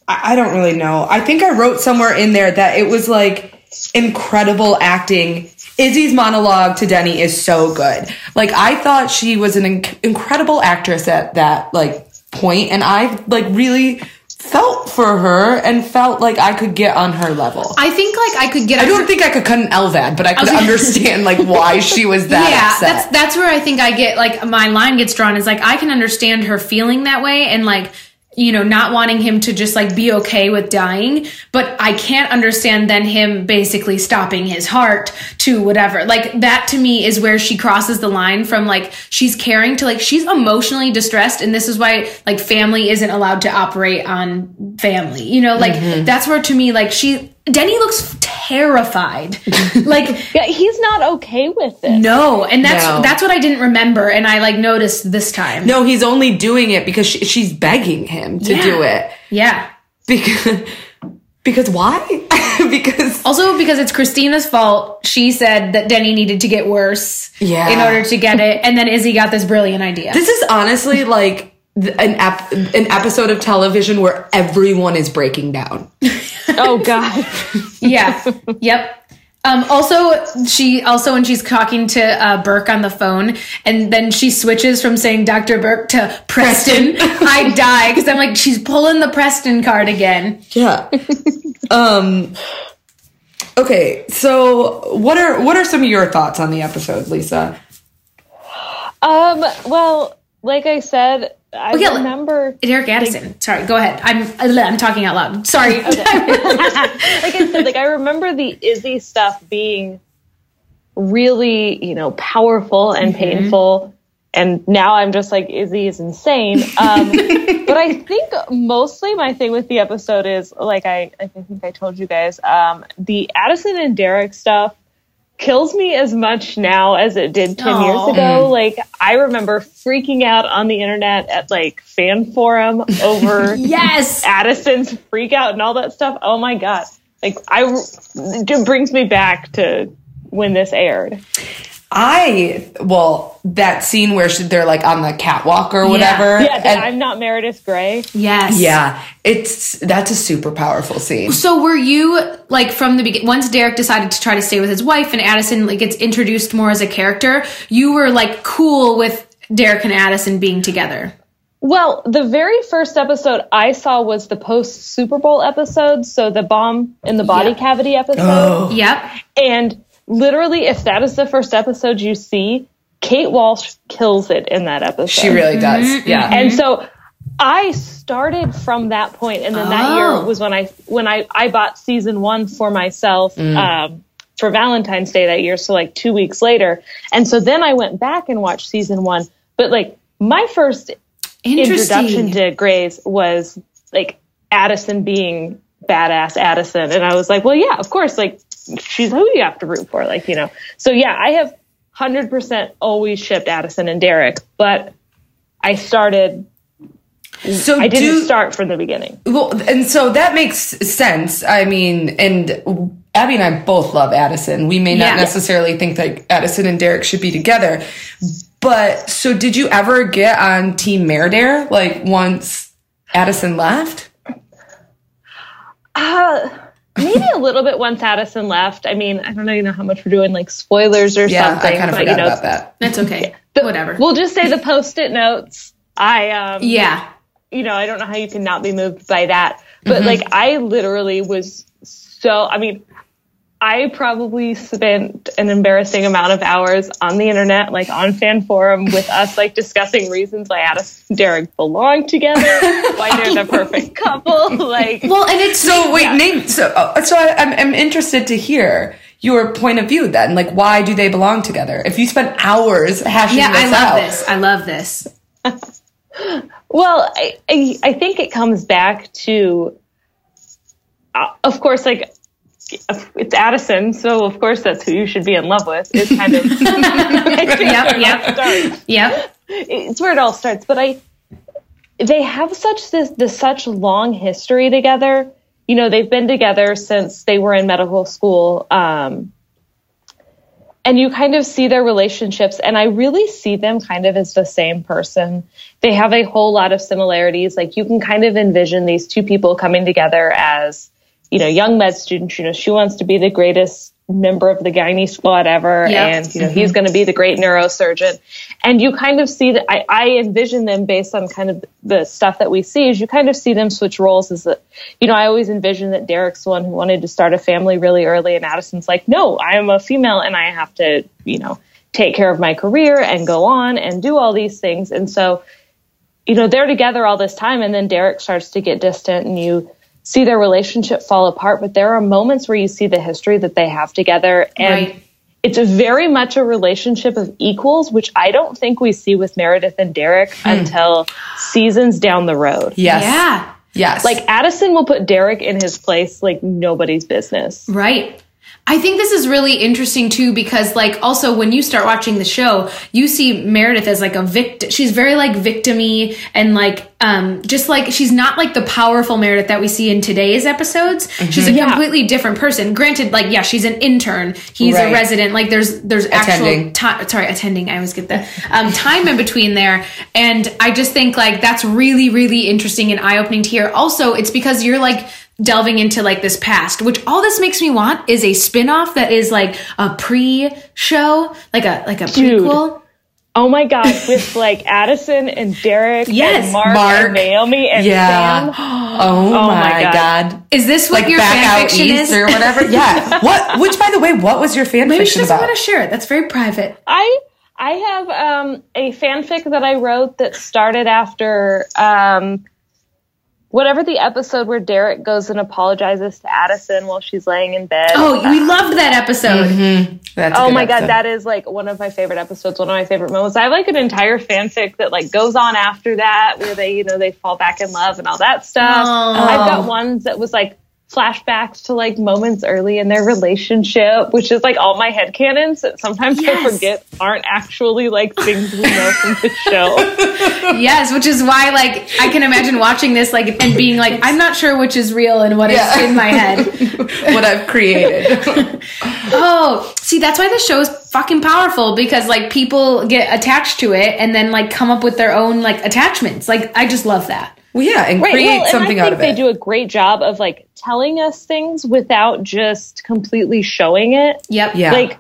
[SPEAKER 2] I I don't really know. I think I wrote somewhere in there that it was like incredible acting. Izzy's monologue to Denny is so good. Like I thought she was an inc- incredible actress at that like point and I like really felt for her and felt like I could get on her level. I,
[SPEAKER 1] I think like I could get. I
[SPEAKER 2] don't think I could cut an Elvad, but I could understand like why she was that
[SPEAKER 1] yeah,
[SPEAKER 2] upset.
[SPEAKER 1] that's that's where I think I get like my line gets drawn is like I can understand her feeling that way and like you know not wanting him to just like be okay with dying, but I can't understand then him basically stopping his heart to whatever. Like that to me is where she crosses the line from like she's caring to like she's emotionally distressed and this is why like family isn't allowed to operate on family. You know, like
[SPEAKER 2] Mm-hmm.
[SPEAKER 1] that's where to me like she Denny looks terrified. like
[SPEAKER 4] yeah, he's not okay with it.
[SPEAKER 1] no, and that's
[SPEAKER 2] No.
[SPEAKER 1] that's what I didn't remember, and I like noticed this time.
[SPEAKER 2] no, he's only doing it because she, she's begging him to
[SPEAKER 1] Yeah.
[SPEAKER 2] do it.
[SPEAKER 1] Yeah.
[SPEAKER 2] Because because why? because
[SPEAKER 1] Also, because it's Christina's fault, she said that Denny needed to get worse
[SPEAKER 2] Yeah.
[SPEAKER 1] in order to get it, and then Izzy got this brilliant idea.
[SPEAKER 2] This is honestly like th- an ep- an episode of television where everyone is breaking down.
[SPEAKER 4] Oh, God.
[SPEAKER 1] yeah. Yep. Um, also, she also when she's talking to uh, Burke on the phone, and then she switches from saying Dr. Burke to Preston. I die because I'm like she's pulling the Preston card again.
[SPEAKER 2] Yeah. um Okay, so what are what are some of your thoughts on the episode, Lisa?
[SPEAKER 4] Um, well, like I said, I
[SPEAKER 1] yeah, like-
[SPEAKER 4] remember
[SPEAKER 1] Eric Addison. Sorry, go ahead. I'm I'm talking out loud. Sorry.
[SPEAKER 4] like I said, like I remember the Izzy stuff being really, you know, powerful and painful. And now I'm just like Izzy is insane. Um, but I think mostly my thing with the episode is like I, I think I told you guys, um, the Addison and Derek stuff kills me as much now as it did 10
[SPEAKER 1] Aw.
[SPEAKER 4] years ago. Like I remember freaking out on the internet at like fan forum over
[SPEAKER 1] yes.
[SPEAKER 4] Addison's freak out and all that stuff. Oh my god! Like I, it brings me back to when this aired.
[SPEAKER 2] I well that scene where she, they're like on the catwalk or whatever.
[SPEAKER 4] Yeah, that
[SPEAKER 2] and-
[SPEAKER 4] I'm not Meredith Grey.
[SPEAKER 1] Yes.
[SPEAKER 2] yeah, it's that's a super powerful scene.
[SPEAKER 1] So were you like from the beginning? Once Derek decided to try to stay with his wife, and Addison like gets introduced more as a character, you were like cool with Derek and Addison being together.
[SPEAKER 4] Well, the very first episode I saw was the post Super Bowl episode, so the bomb in the body
[SPEAKER 1] Yeah.
[SPEAKER 4] cavity episode. Oh,
[SPEAKER 1] Yep.
[SPEAKER 4] And literally, if that is the first episode you see, Kate Walsh kills it in that episode.
[SPEAKER 2] She really does. Yeah.
[SPEAKER 4] Mm-hmm. And
[SPEAKER 1] Mm-hmm.
[SPEAKER 4] so I started from that point, and then that
[SPEAKER 1] Oh.
[SPEAKER 4] year was when I when I I bought season one for myself
[SPEAKER 1] Mm.
[SPEAKER 4] um, for Valentine's Day that year. So like two weeks later, and so then I went back and watched season one. But like my first introduction
[SPEAKER 1] Interesting.
[SPEAKER 4] to Grays was like Addison being badass Addison, and I was like, well, yeah, of course, like she's who you have to root for, like you know. So yeah, I have hundred percent always shipped Addison and Derek, but I started
[SPEAKER 2] so
[SPEAKER 4] I didn't
[SPEAKER 2] do-
[SPEAKER 4] start from the beginning.
[SPEAKER 2] Well, and so that makes sense. I mean, and Abby and I both love Addison. We may
[SPEAKER 1] Yeah.
[SPEAKER 2] not necessarily think that Addison and Derek should be together, but so did you ever get on Team Meredare like once Addison left?
[SPEAKER 4] Uh, maybe a little bit once Addison left. I mean, I don't know, you know how much we're doing like spoilers or
[SPEAKER 2] Yeah,
[SPEAKER 4] something.
[SPEAKER 2] I kind of
[SPEAKER 4] but,
[SPEAKER 2] forgot
[SPEAKER 4] you know,
[SPEAKER 2] about that.
[SPEAKER 1] That's okay.
[SPEAKER 4] the-
[SPEAKER 1] Whatever.
[SPEAKER 4] We'll just say the post-it notes. I um
[SPEAKER 1] yeah.
[SPEAKER 4] you know, I don't know how you can not be moved by that. But
[SPEAKER 2] Mm-hmm.
[SPEAKER 4] like, I literally was so, I mean, I probably spent an embarrassing amount of hours on the internet, like on fan forum with us, like discussing reasons why Addis and Derek belong together, why they're the perfect couple. Like,
[SPEAKER 1] Well, and it's
[SPEAKER 2] So wait, name. So uh, so I, I'm I'm interested to hear your point of view then. Like, why do they belong together? If you spent hours hashing
[SPEAKER 1] yeah,
[SPEAKER 2] this
[SPEAKER 1] I love
[SPEAKER 2] out,
[SPEAKER 1] this. I love this.
[SPEAKER 4] Well, I, I, I think it comes back to, uh, of course, like it's Addison, so of course that's who you should be in love with. Is kind of
[SPEAKER 1] Yep, yep,
[SPEAKER 4] starts.
[SPEAKER 1] yep.
[SPEAKER 4] It's where it all starts. But I, they have such this, this such long history together. You know, they've been together since they were in medical school. Um, and you kind of see their relationships and i really see them kind of as the same person they have a whole lot of similarities like you can kind of envision these two people coming together as you know young med students you know she wants to be the greatest member of the gynae squad ever
[SPEAKER 1] Yeah.
[SPEAKER 4] and you know he's going to be the great neurosurgeon and you kind of see that I, I envision them based on kind of the stuff that we see is you kind of see them switch roles as that you know i always envision that derek's the one who wanted to start a family really early and addison's like no i am a female and i have to you know take care of my career and go on and do all these things and so you know they're together all this time and then derek starts to get distant and you see their relationship fall apart but there are moments where you see the history that they have together and
[SPEAKER 1] Right.
[SPEAKER 4] it's a very much a relationship of equals which i don't think we see with meredith and derek until seasons down the road
[SPEAKER 2] yes,
[SPEAKER 1] Hmm. Yeah.
[SPEAKER 2] yes,
[SPEAKER 4] like addison will put derek in his place like nobody's business
[SPEAKER 1] Right. I think this is really interesting too because like also when you start watching the show, you see Meredith as like a victim. She's very like victimy and like um just like she's not like the powerful Meredith that we see in today's episodes.
[SPEAKER 2] Mm-hmm.
[SPEAKER 1] She's a
[SPEAKER 4] Yeah.
[SPEAKER 1] completely different person. Granted like yeah, she's an intern. He's
[SPEAKER 2] Right.
[SPEAKER 1] a resident. Like there's there's actual
[SPEAKER 2] Attending.
[SPEAKER 1] time sorry, attending. I always get the um time in between there and I just think like that's really really interesting and eye-opening to hear. Also, it's because you're like delving into like this past, which all this makes me want is a spin-off that is like a pre-show, like a like a
[SPEAKER 4] Dude.
[SPEAKER 1] prequel.
[SPEAKER 4] oh my god with like addison and derek
[SPEAKER 1] Yes,
[SPEAKER 4] and mark,
[SPEAKER 2] Mark.
[SPEAKER 4] and naomi and
[SPEAKER 2] yeah.
[SPEAKER 4] sam
[SPEAKER 2] Oh, my,
[SPEAKER 4] my
[SPEAKER 2] god.
[SPEAKER 4] God.
[SPEAKER 1] Is this what
[SPEAKER 2] Like
[SPEAKER 1] your
[SPEAKER 2] back
[SPEAKER 1] fan
[SPEAKER 2] out
[SPEAKER 1] fiction is?
[SPEAKER 2] east or whatever. Yeah. What? Which, by the way, what was your fan
[SPEAKER 1] Maybe she
[SPEAKER 2] fiction
[SPEAKER 1] doesn't
[SPEAKER 2] about?
[SPEAKER 1] want to share it. That's very private.
[SPEAKER 4] I I have um, a fanfic that I wrote that started after um, whatever the episode where Derek goes and apologizes to Addison while she's laying in bed.
[SPEAKER 1] Oh,
[SPEAKER 2] Uh,
[SPEAKER 1] we loved that episode.
[SPEAKER 2] mm-hmm. That's a
[SPEAKER 4] Oh
[SPEAKER 2] good
[SPEAKER 4] my
[SPEAKER 2] episode.
[SPEAKER 4] god, that is like one of my favorite episodes, one of my favorite moments. I have like an entire fanfic that like goes on after that where they, you know, they fall back in love and all that stuff. I've got ones that was like flashbacks to like moments early in their relationship, which is like all my headcanons that sometimes I
[SPEAKER 1] Yes.
[SPEAKER 4] forget aren't actually like things we know from the show.
[SPEAKER 1] Yes, which is why like I can imagine watching this like and being like I'm not sure which is real and what is
[SPEAKER 2] Yeah.
[SPEAKER 1] in my head.
[SPEAKER 2] what I've created.
[SPEAKER 1] Oh, see, that's why the show is fucking powerful because like people get attached to it and then like come up with their own like attachments. Like I just love that.
[SPEAKER 2] Well, yeah, and
[SPEAKER 4] Right.
[SPEAKER 2] create
[SPEAKER 4] well, and
[SPEAKER 2] something
[SPEAKER 4] I think
[SPEAKER 2] out of
[SPEAKER 4] they
[SPEAKER 2] it.
[SPEAKER 4] do a great job of like telling us things without just completely showing it.
[SPEAKER 1] Yep.
[SPEAKER 2] yeah.
[SPEAKER 4] like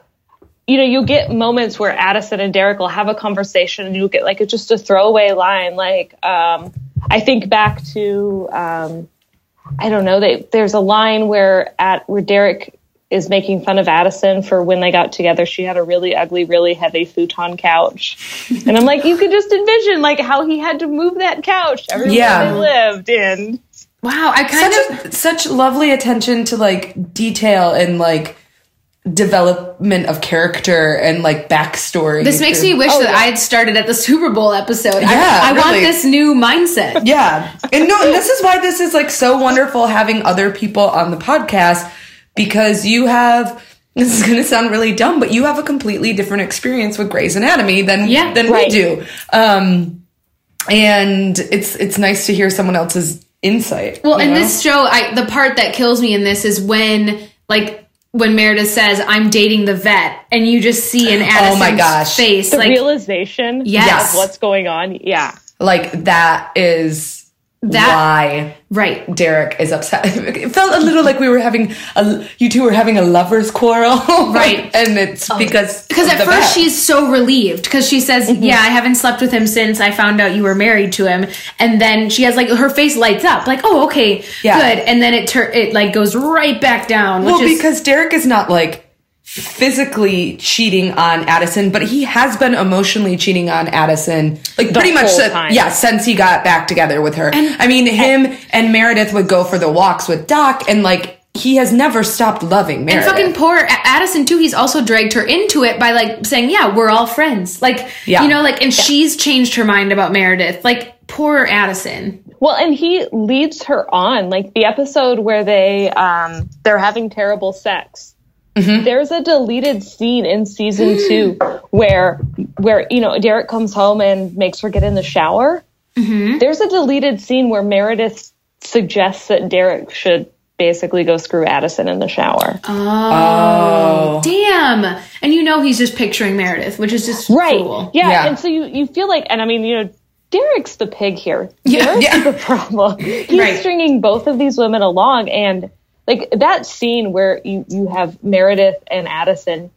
[SPEAKER 4] you know you'll get moments where addison and derek will have a conversation and you'll get like just a throwaway line like um, i think back to um, i don't know they, there's a line where at where derek is making fun of addison for when they got together she had a really ugly really heavy futon couch and i'm like you could just envision like how he had to move that couch everywhere
[SPEAKER 2] Yeah.
[SPEAKER 4] they lived and
[SPEAKER 1] Wow. I kind of.
[SPEAKER 2] such, a, such lovely attention to like detail and like development of character and like backstory.
[SPEAKER 1] This makes me wish that I had started at the Super Bowl episode.
[SPEAKER 2] Oh, Yeah,
[SPEAKER 1] I, I want
[SPEAKER 2] really.
[SPEAKER 1] this new mindset.
[SPEAKER 2] Yeah. And no, and this is why this is like so wonderful having other people on the podcast because you have this is going to sound really dumb, but you have a completely different experience with Grey's Anatomy than
[SPEAKER 1] Yeah,
[SPEAKER 2] than
[SPEAKER 4] right.
[SPEAKER 2] we do. Um and it's it's nice to hear someone else's insight.
[SPEAKER 1] Well,
[SPEAKER 2] you
[SPEAKER 1] in
[SPEAKER 2] know?
[SPEAKER 1] this show, I the part that kills me in this is when like when Meredith says, "I'm dating the vet," and you just see an Addison's
[SPEAKER 2] Oh my gosh.
[SPEAKER 1] face
[SPEAKER 4] the
[SPEAKER 1] like
[SPEAKER 4] realization
[SPEAKER 1] Yes.
[SPEAKER 4] of what's going on yeah
[SPEAKER 2] like that is
[SPEAKER 1] That
[SPEAKER 2] why
[SPEAKER 1] right.
[SPEAKER 2] Derek is upset. It felt a little like we were having a you two were having a lovers quarrel,
[SPEAKER 1] Right. Um,
[SPEAKER 2] and it's because
[SPEAKER 1] Because
[SPEAKER 2] of
[SPEAKER 1] at
[SPEAKER 2] the Mm-hmm.
[SPEAKER 1] first
[SPEAKER 2] bet.
[SPEAKER 1] she's so relieved because she says, "Yeah, I haven't slept with him since I found out you were married to him." And then she has like her face lights up, like, "Oh, okay,
[SPEAKER 2] Yeah.
[SPEAKER 1] good." And then it tur- it like goes right back down, which
[SPEAKER 2] well
[SPEAKER 1] is
[SPEAKER 2] because Derek is not like physically cheating on Addison, but he has been emotionally cheating on Addison, like pretty much
[SPEAKER 4] whole
[SPEAKER 2] si-
[SPEAKER 4] time.
[SPEAKER 2] yeah since he got back together with her. I mean, him and Meredith would go for the walks with Doc, and like he has never stopped loving
[SPEAKER 1] and
[SPEAKER 2] Meredith.
[SPEAKER 1] fucking poor A- Addison too. He's also dragged her into it by like saying, "Yeah, we're all friends," like
[SPEAKER 2] Yeah.
[SPEAKER 1] you know, like, and she's changed her mind about Meredith. Like poor Addison.
[SPEAKER 4] Well, and he leads her on, like the episode where they um, they're having terrible sex. There's a deleted scene in season two where where you know Derek comes home and makes her get in the shower. There's a deleted scene where Meredith suggests that Derek should basically go screw Addison in the shower.
[SPEAKER 1] Damn, and you know he's just picturing Meredith, which is just
[SPEAKER 4] right?
[SPEAKER 1] cruel.
[SPEAKER 4] Yeah.
[SPEAKER 2] Yeah.
[SPEAKER 4] And so you you feel like, and I mean, you know, Derek's the pig here. Derek's
[SPEAKER 2] yeah.
[SPEAKER 4] the problem. He's
[SPEAKER 1] Right.
[SPEAKER 4] stringing both of these women along, and like that scene where you you have Meredith and Addison.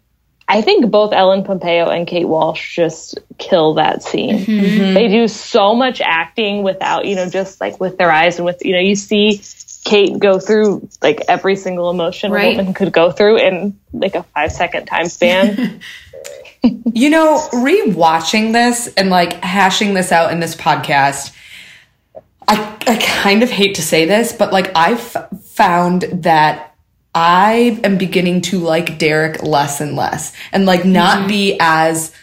[SPEAKER 4] I think both Ellen Pompeo and Kate Walsh just kill that scene.
[SPEAKER 1] Mm-hmm.
[SPEAKER 4] They do so much acting without, you know, just like with their eyes and with, you know, you see Kate go through like every single emotion
[SPEAKER 1] Right.
[SPEAKER 4] a woman could go through in like a five second time span.
[SPEAKER 2] You know, rewatching this and like hashing this out in this podcast, I, I kind of hate to say this, but like I've found that I am beginning to like Derek less and less and like not be as,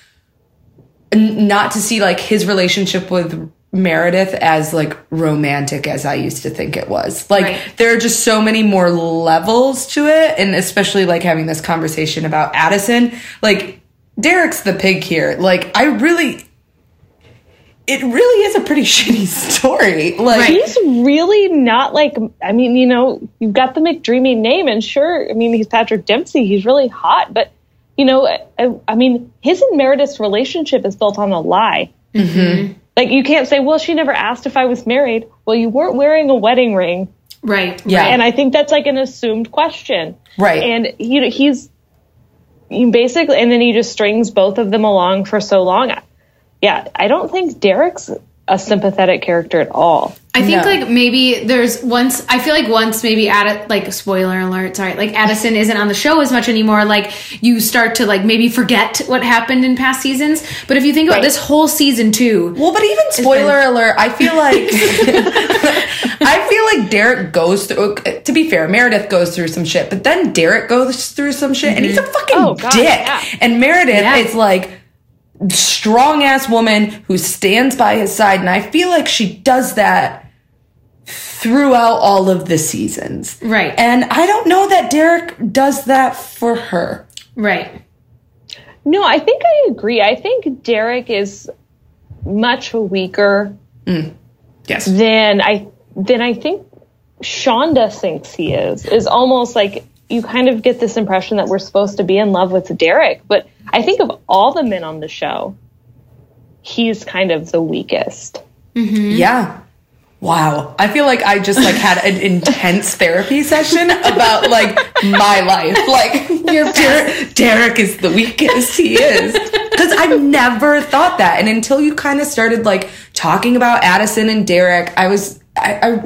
[SPEAKER 2] n- not to see like his relationship with Meredith as like romantic as I used to think it was. Like
[SPEAKER 1] Right.
[SPEAKER 2] there are just so many more levels to it. And especially like having this conversation about Addison, like Derek's the pig here. Like I really, it really is a pretty shitty story. Like,
[SPEAKER 1] Right.
[SPEAKER 4] he's really not like I mean, you know, you've got the McDreamy name, and sure, I mean, he's Patrick Dempsey, he's really hot, but you know, I, I mean, his and Meredith's relationship is built on a lie. Mm-hmm. Like you can't say, "Well, she never asked if I was married." Well, you weren't wearing a wedding ring,
[SPEAKER 1] Right.
[SPEAKER 2] yeah,
[SPEAKER 4] and I think that's like an assumed question,
[SPEAKER 2] Right.
[SPEAKER 4] And you know, he's he basically, and then he just strings both of them along for so long. Yeah, I don't think Derek's a sympathetic character at all.
[SPEAKER 1] I think
[SPEAKER 2] No.
[SPEAKER 1] like maybe there's once I feel like once maybe Add like spoiler alert sorry like Addison isn't on the show as much anymore like you start to like maybe forget what happened in past seasons but if you think about
[SPEAKER 4] Right.
[SPEAKER 1] this whole season too
[SPEAKER 2] Well, but even spoiler alert, I feel like I feel like Derek goes through. To be fair, Meredith goes through some shit, but then Derek goes through some shit, and he's a fucking
[SPEAKER 4] Oh, God,
[SPEAKER 2] dick.
[SPEAKER 4] yeah.
[SPEAKER 2] And Meredith
[SPEAKER 1] Yeah.
[SPEAKER 2] is like strong ass woman who stands by his side, and I feel like she does that throughout all of the seasons.
[SPEAKER 1] Right.
[SPEAKER 2] And I don't know that Derek does that for her.
[SPEAKER 1] right
[SPEAKER 4] No, I think I agree. I think Derek is much weaker
[SPEAKER 2] Yes.
[SPEAKER 4] than I than I think Shonda thinks he is. Is almost like you kind of get this impression that we're supposed to be in love with Derek, but I think of all the men on the show, he's kind of the weakest.
[SPEAKER 2] Yeah. Wow. I feel like I just like had an intense therapy session about like my life. Like Der- Derek is the weakest he is. Cuz I've never thought that and until you kind of started like talking about Addison and Derek, I was I, I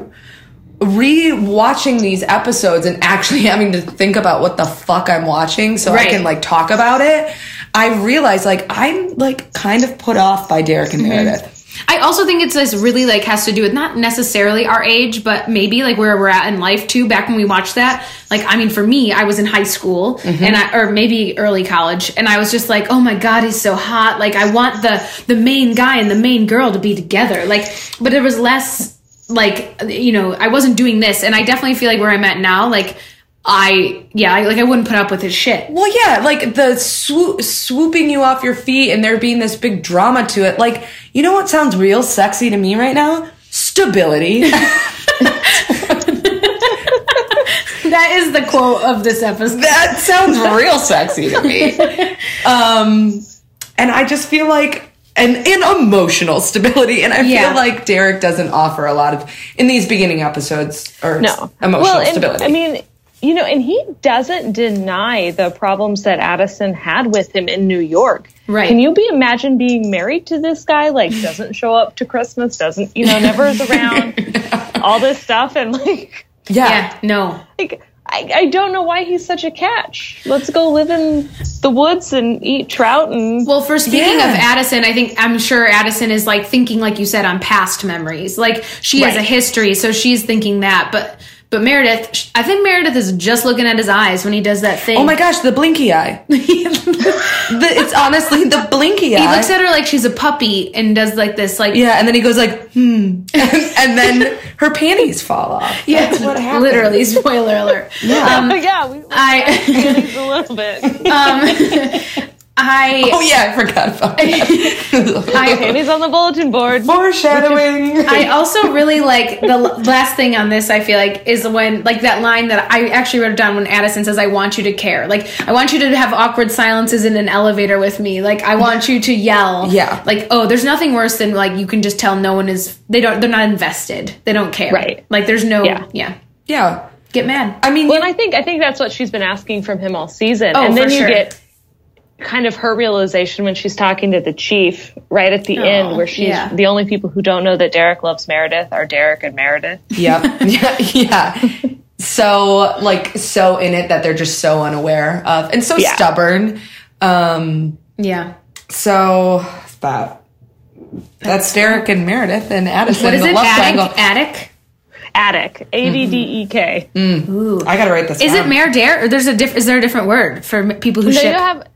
[SPEAKER 2] re-watching these episodes and actually having to think about what the fuck I'm watching so
[SPEAKER 1] Right.
[SPEAKER 2] I can like talk about it. I realized like I'm like kind of put off by Derek and Meredith.
[SPEAKER 1] I also think it's this really like has to do with not necessarily our age, but maybe like where we're at in life too. Back when we watched that, like I mean, for me, I was in high school and I or maybe early college, and I was just like, oh my god, he's so hot. Like I want the the main guy and the main girl to be together. Like, but there was less like you know I wasn't doing this, and I definitely feel like where I'm at now, like. I yeah, I, like I wouldn't put up with his shit.
[SPEAKER 2] Well, yeah, like the swoo- swooping you off your feet and there being this big drama to it. Like, you know what sounds real sexy to me right now? Stability.
[SPEAKER 1] That is the quote of this episode.
[SPEAKER 2] that sounds real sexy to me. Um, and I just feel like and, and emotional stability. And I
[SPEAKER 1] Yeah.
[SPEAKER 2] feel like Derek doesn't offer a lot of in these beginning episodes or
[SPEAKER 4] no
[SPEAKER 2] emotional
[SPEAKER 4] well, and,
[SPEAKER 2] stability.
[SPEAKER 4] I mean, you know, and he doesn't deny the problems that Addison had with him in New York.
[SPEAKER 1] Right.
[SPEAKER 4] Can you be imagine being married to this guy? Like, doesn't show up to Christmas, doesn't you know, never is around, all this stuff, and like,
[SPEAKER 1] Yeah, no.
[SPEAKER 4] like. I, I don't know why he's such a catch. Let's go live in the woods and eat trout and
[SPEAKER 1] Well, for speaking
[SPEAKER 2] Yeah.
[SPEAKER 1] of Addison, I think I'm sure Addison is like thinking, like you said, on past memories. Like she has a
[SPEAKER 4] Right.
[SPEAKER 1] history, so she's thinking that. But but Meredith, sh- I think Meredith is just looking at his eyes when he does that thing.
[SPEAKER 2] Oh my gosh, the blinky eye. the, it's honestly the blinky eye.
[SPEAKER 1] He looks at her like she's a puppy and does like this, like
[SPEAKER 2] yeah, and then he goes like, hmm, and, and then her panties fall off.
[SPEAKER 1] yeah, literally. Spoiler alert.
[SPEAKER 2] Yeah.
[SPEAKER 4] yeah, we
[SPEAKER 1] Uh, I um,
[SPEAKER 4] it's a little bit.
[SPEAKER 1] I
[SPEAKER 2] oh yeah, I forgot about that.
[SPEAKER 1] I
[SPEAKER 4] Panties on the bulletin board.
[SPEAKER 2] Foreshadowing.
[SPEAKER 1] I also really like the l- last thing on this. I feel like is when like that line that I actually wrote it down when Addison says, "I want you to care." Like I want you to have awkward silences in an elevator with me. Like I want you to yell.
[SPEAKER 2] Yeah.
[SPEAKER 1] Like oh, there's nothing worse than like you can just tell no one is they don't they're not invested. They don't care.
[SPEAKER 4] Right.
[SPEAKER 1] Like there's no
[SPEAKER 4] Yeah.
[SPEAKER 1] yeah.
[SPEAKER 2] yeah,
[SPEAKER 1] Get mad.
[SPEAKER 2] I mean,
[SPEAKER 4] Well, and I think I think that's what she's been asking from him all season,
[SPEAKER 1] Oh,
[SPEAKER 4] and then
[SPEAKER 1] for
[SPEAKER 4] you
[SPEAKER 1] sure.
[SPEAKER 4] get kind of her realization when she's talking to the chief right at the end, where she's
[SPEAKER 1] Oh, yeah.
[SPEAKER 4] the only people who don't know that Derek loves Meredith are Derek and Meredith.
[SPEAKER 2] yep, yeah, yeah. So like so in it that they're just so unaware of and so
[SPEAKER 4] Yeah.
[SPEAKER 2] stubborn. Um,
[SPEAKER 1] Yeah.
[SPEAKER 2] so that that's Derek and Meredith and Addison.
[SPEAKER 1] What is
[SPEAKER 2] the
[SPEAKER 1] it?
[SPEAKER 2] love
[SPEAKER 1] Attic.
[SPEAKER 2] triangle.
[SPEAKER 1] Attic.
[SPEAKER 4] Attic, A D D E K.
[SPEAKER 1] Mm-hmm.
[SPEAKER 2] I gotta write this.
[SPEAKER 1] Is it
[SPEAKER 2] down.
[SPEAKER 1] mare dare or there's a diff- is there a different word for m- people who
[SPEAKER 4] They
[SPEAKER 1] ship?
[SPEAKER 4] don't have.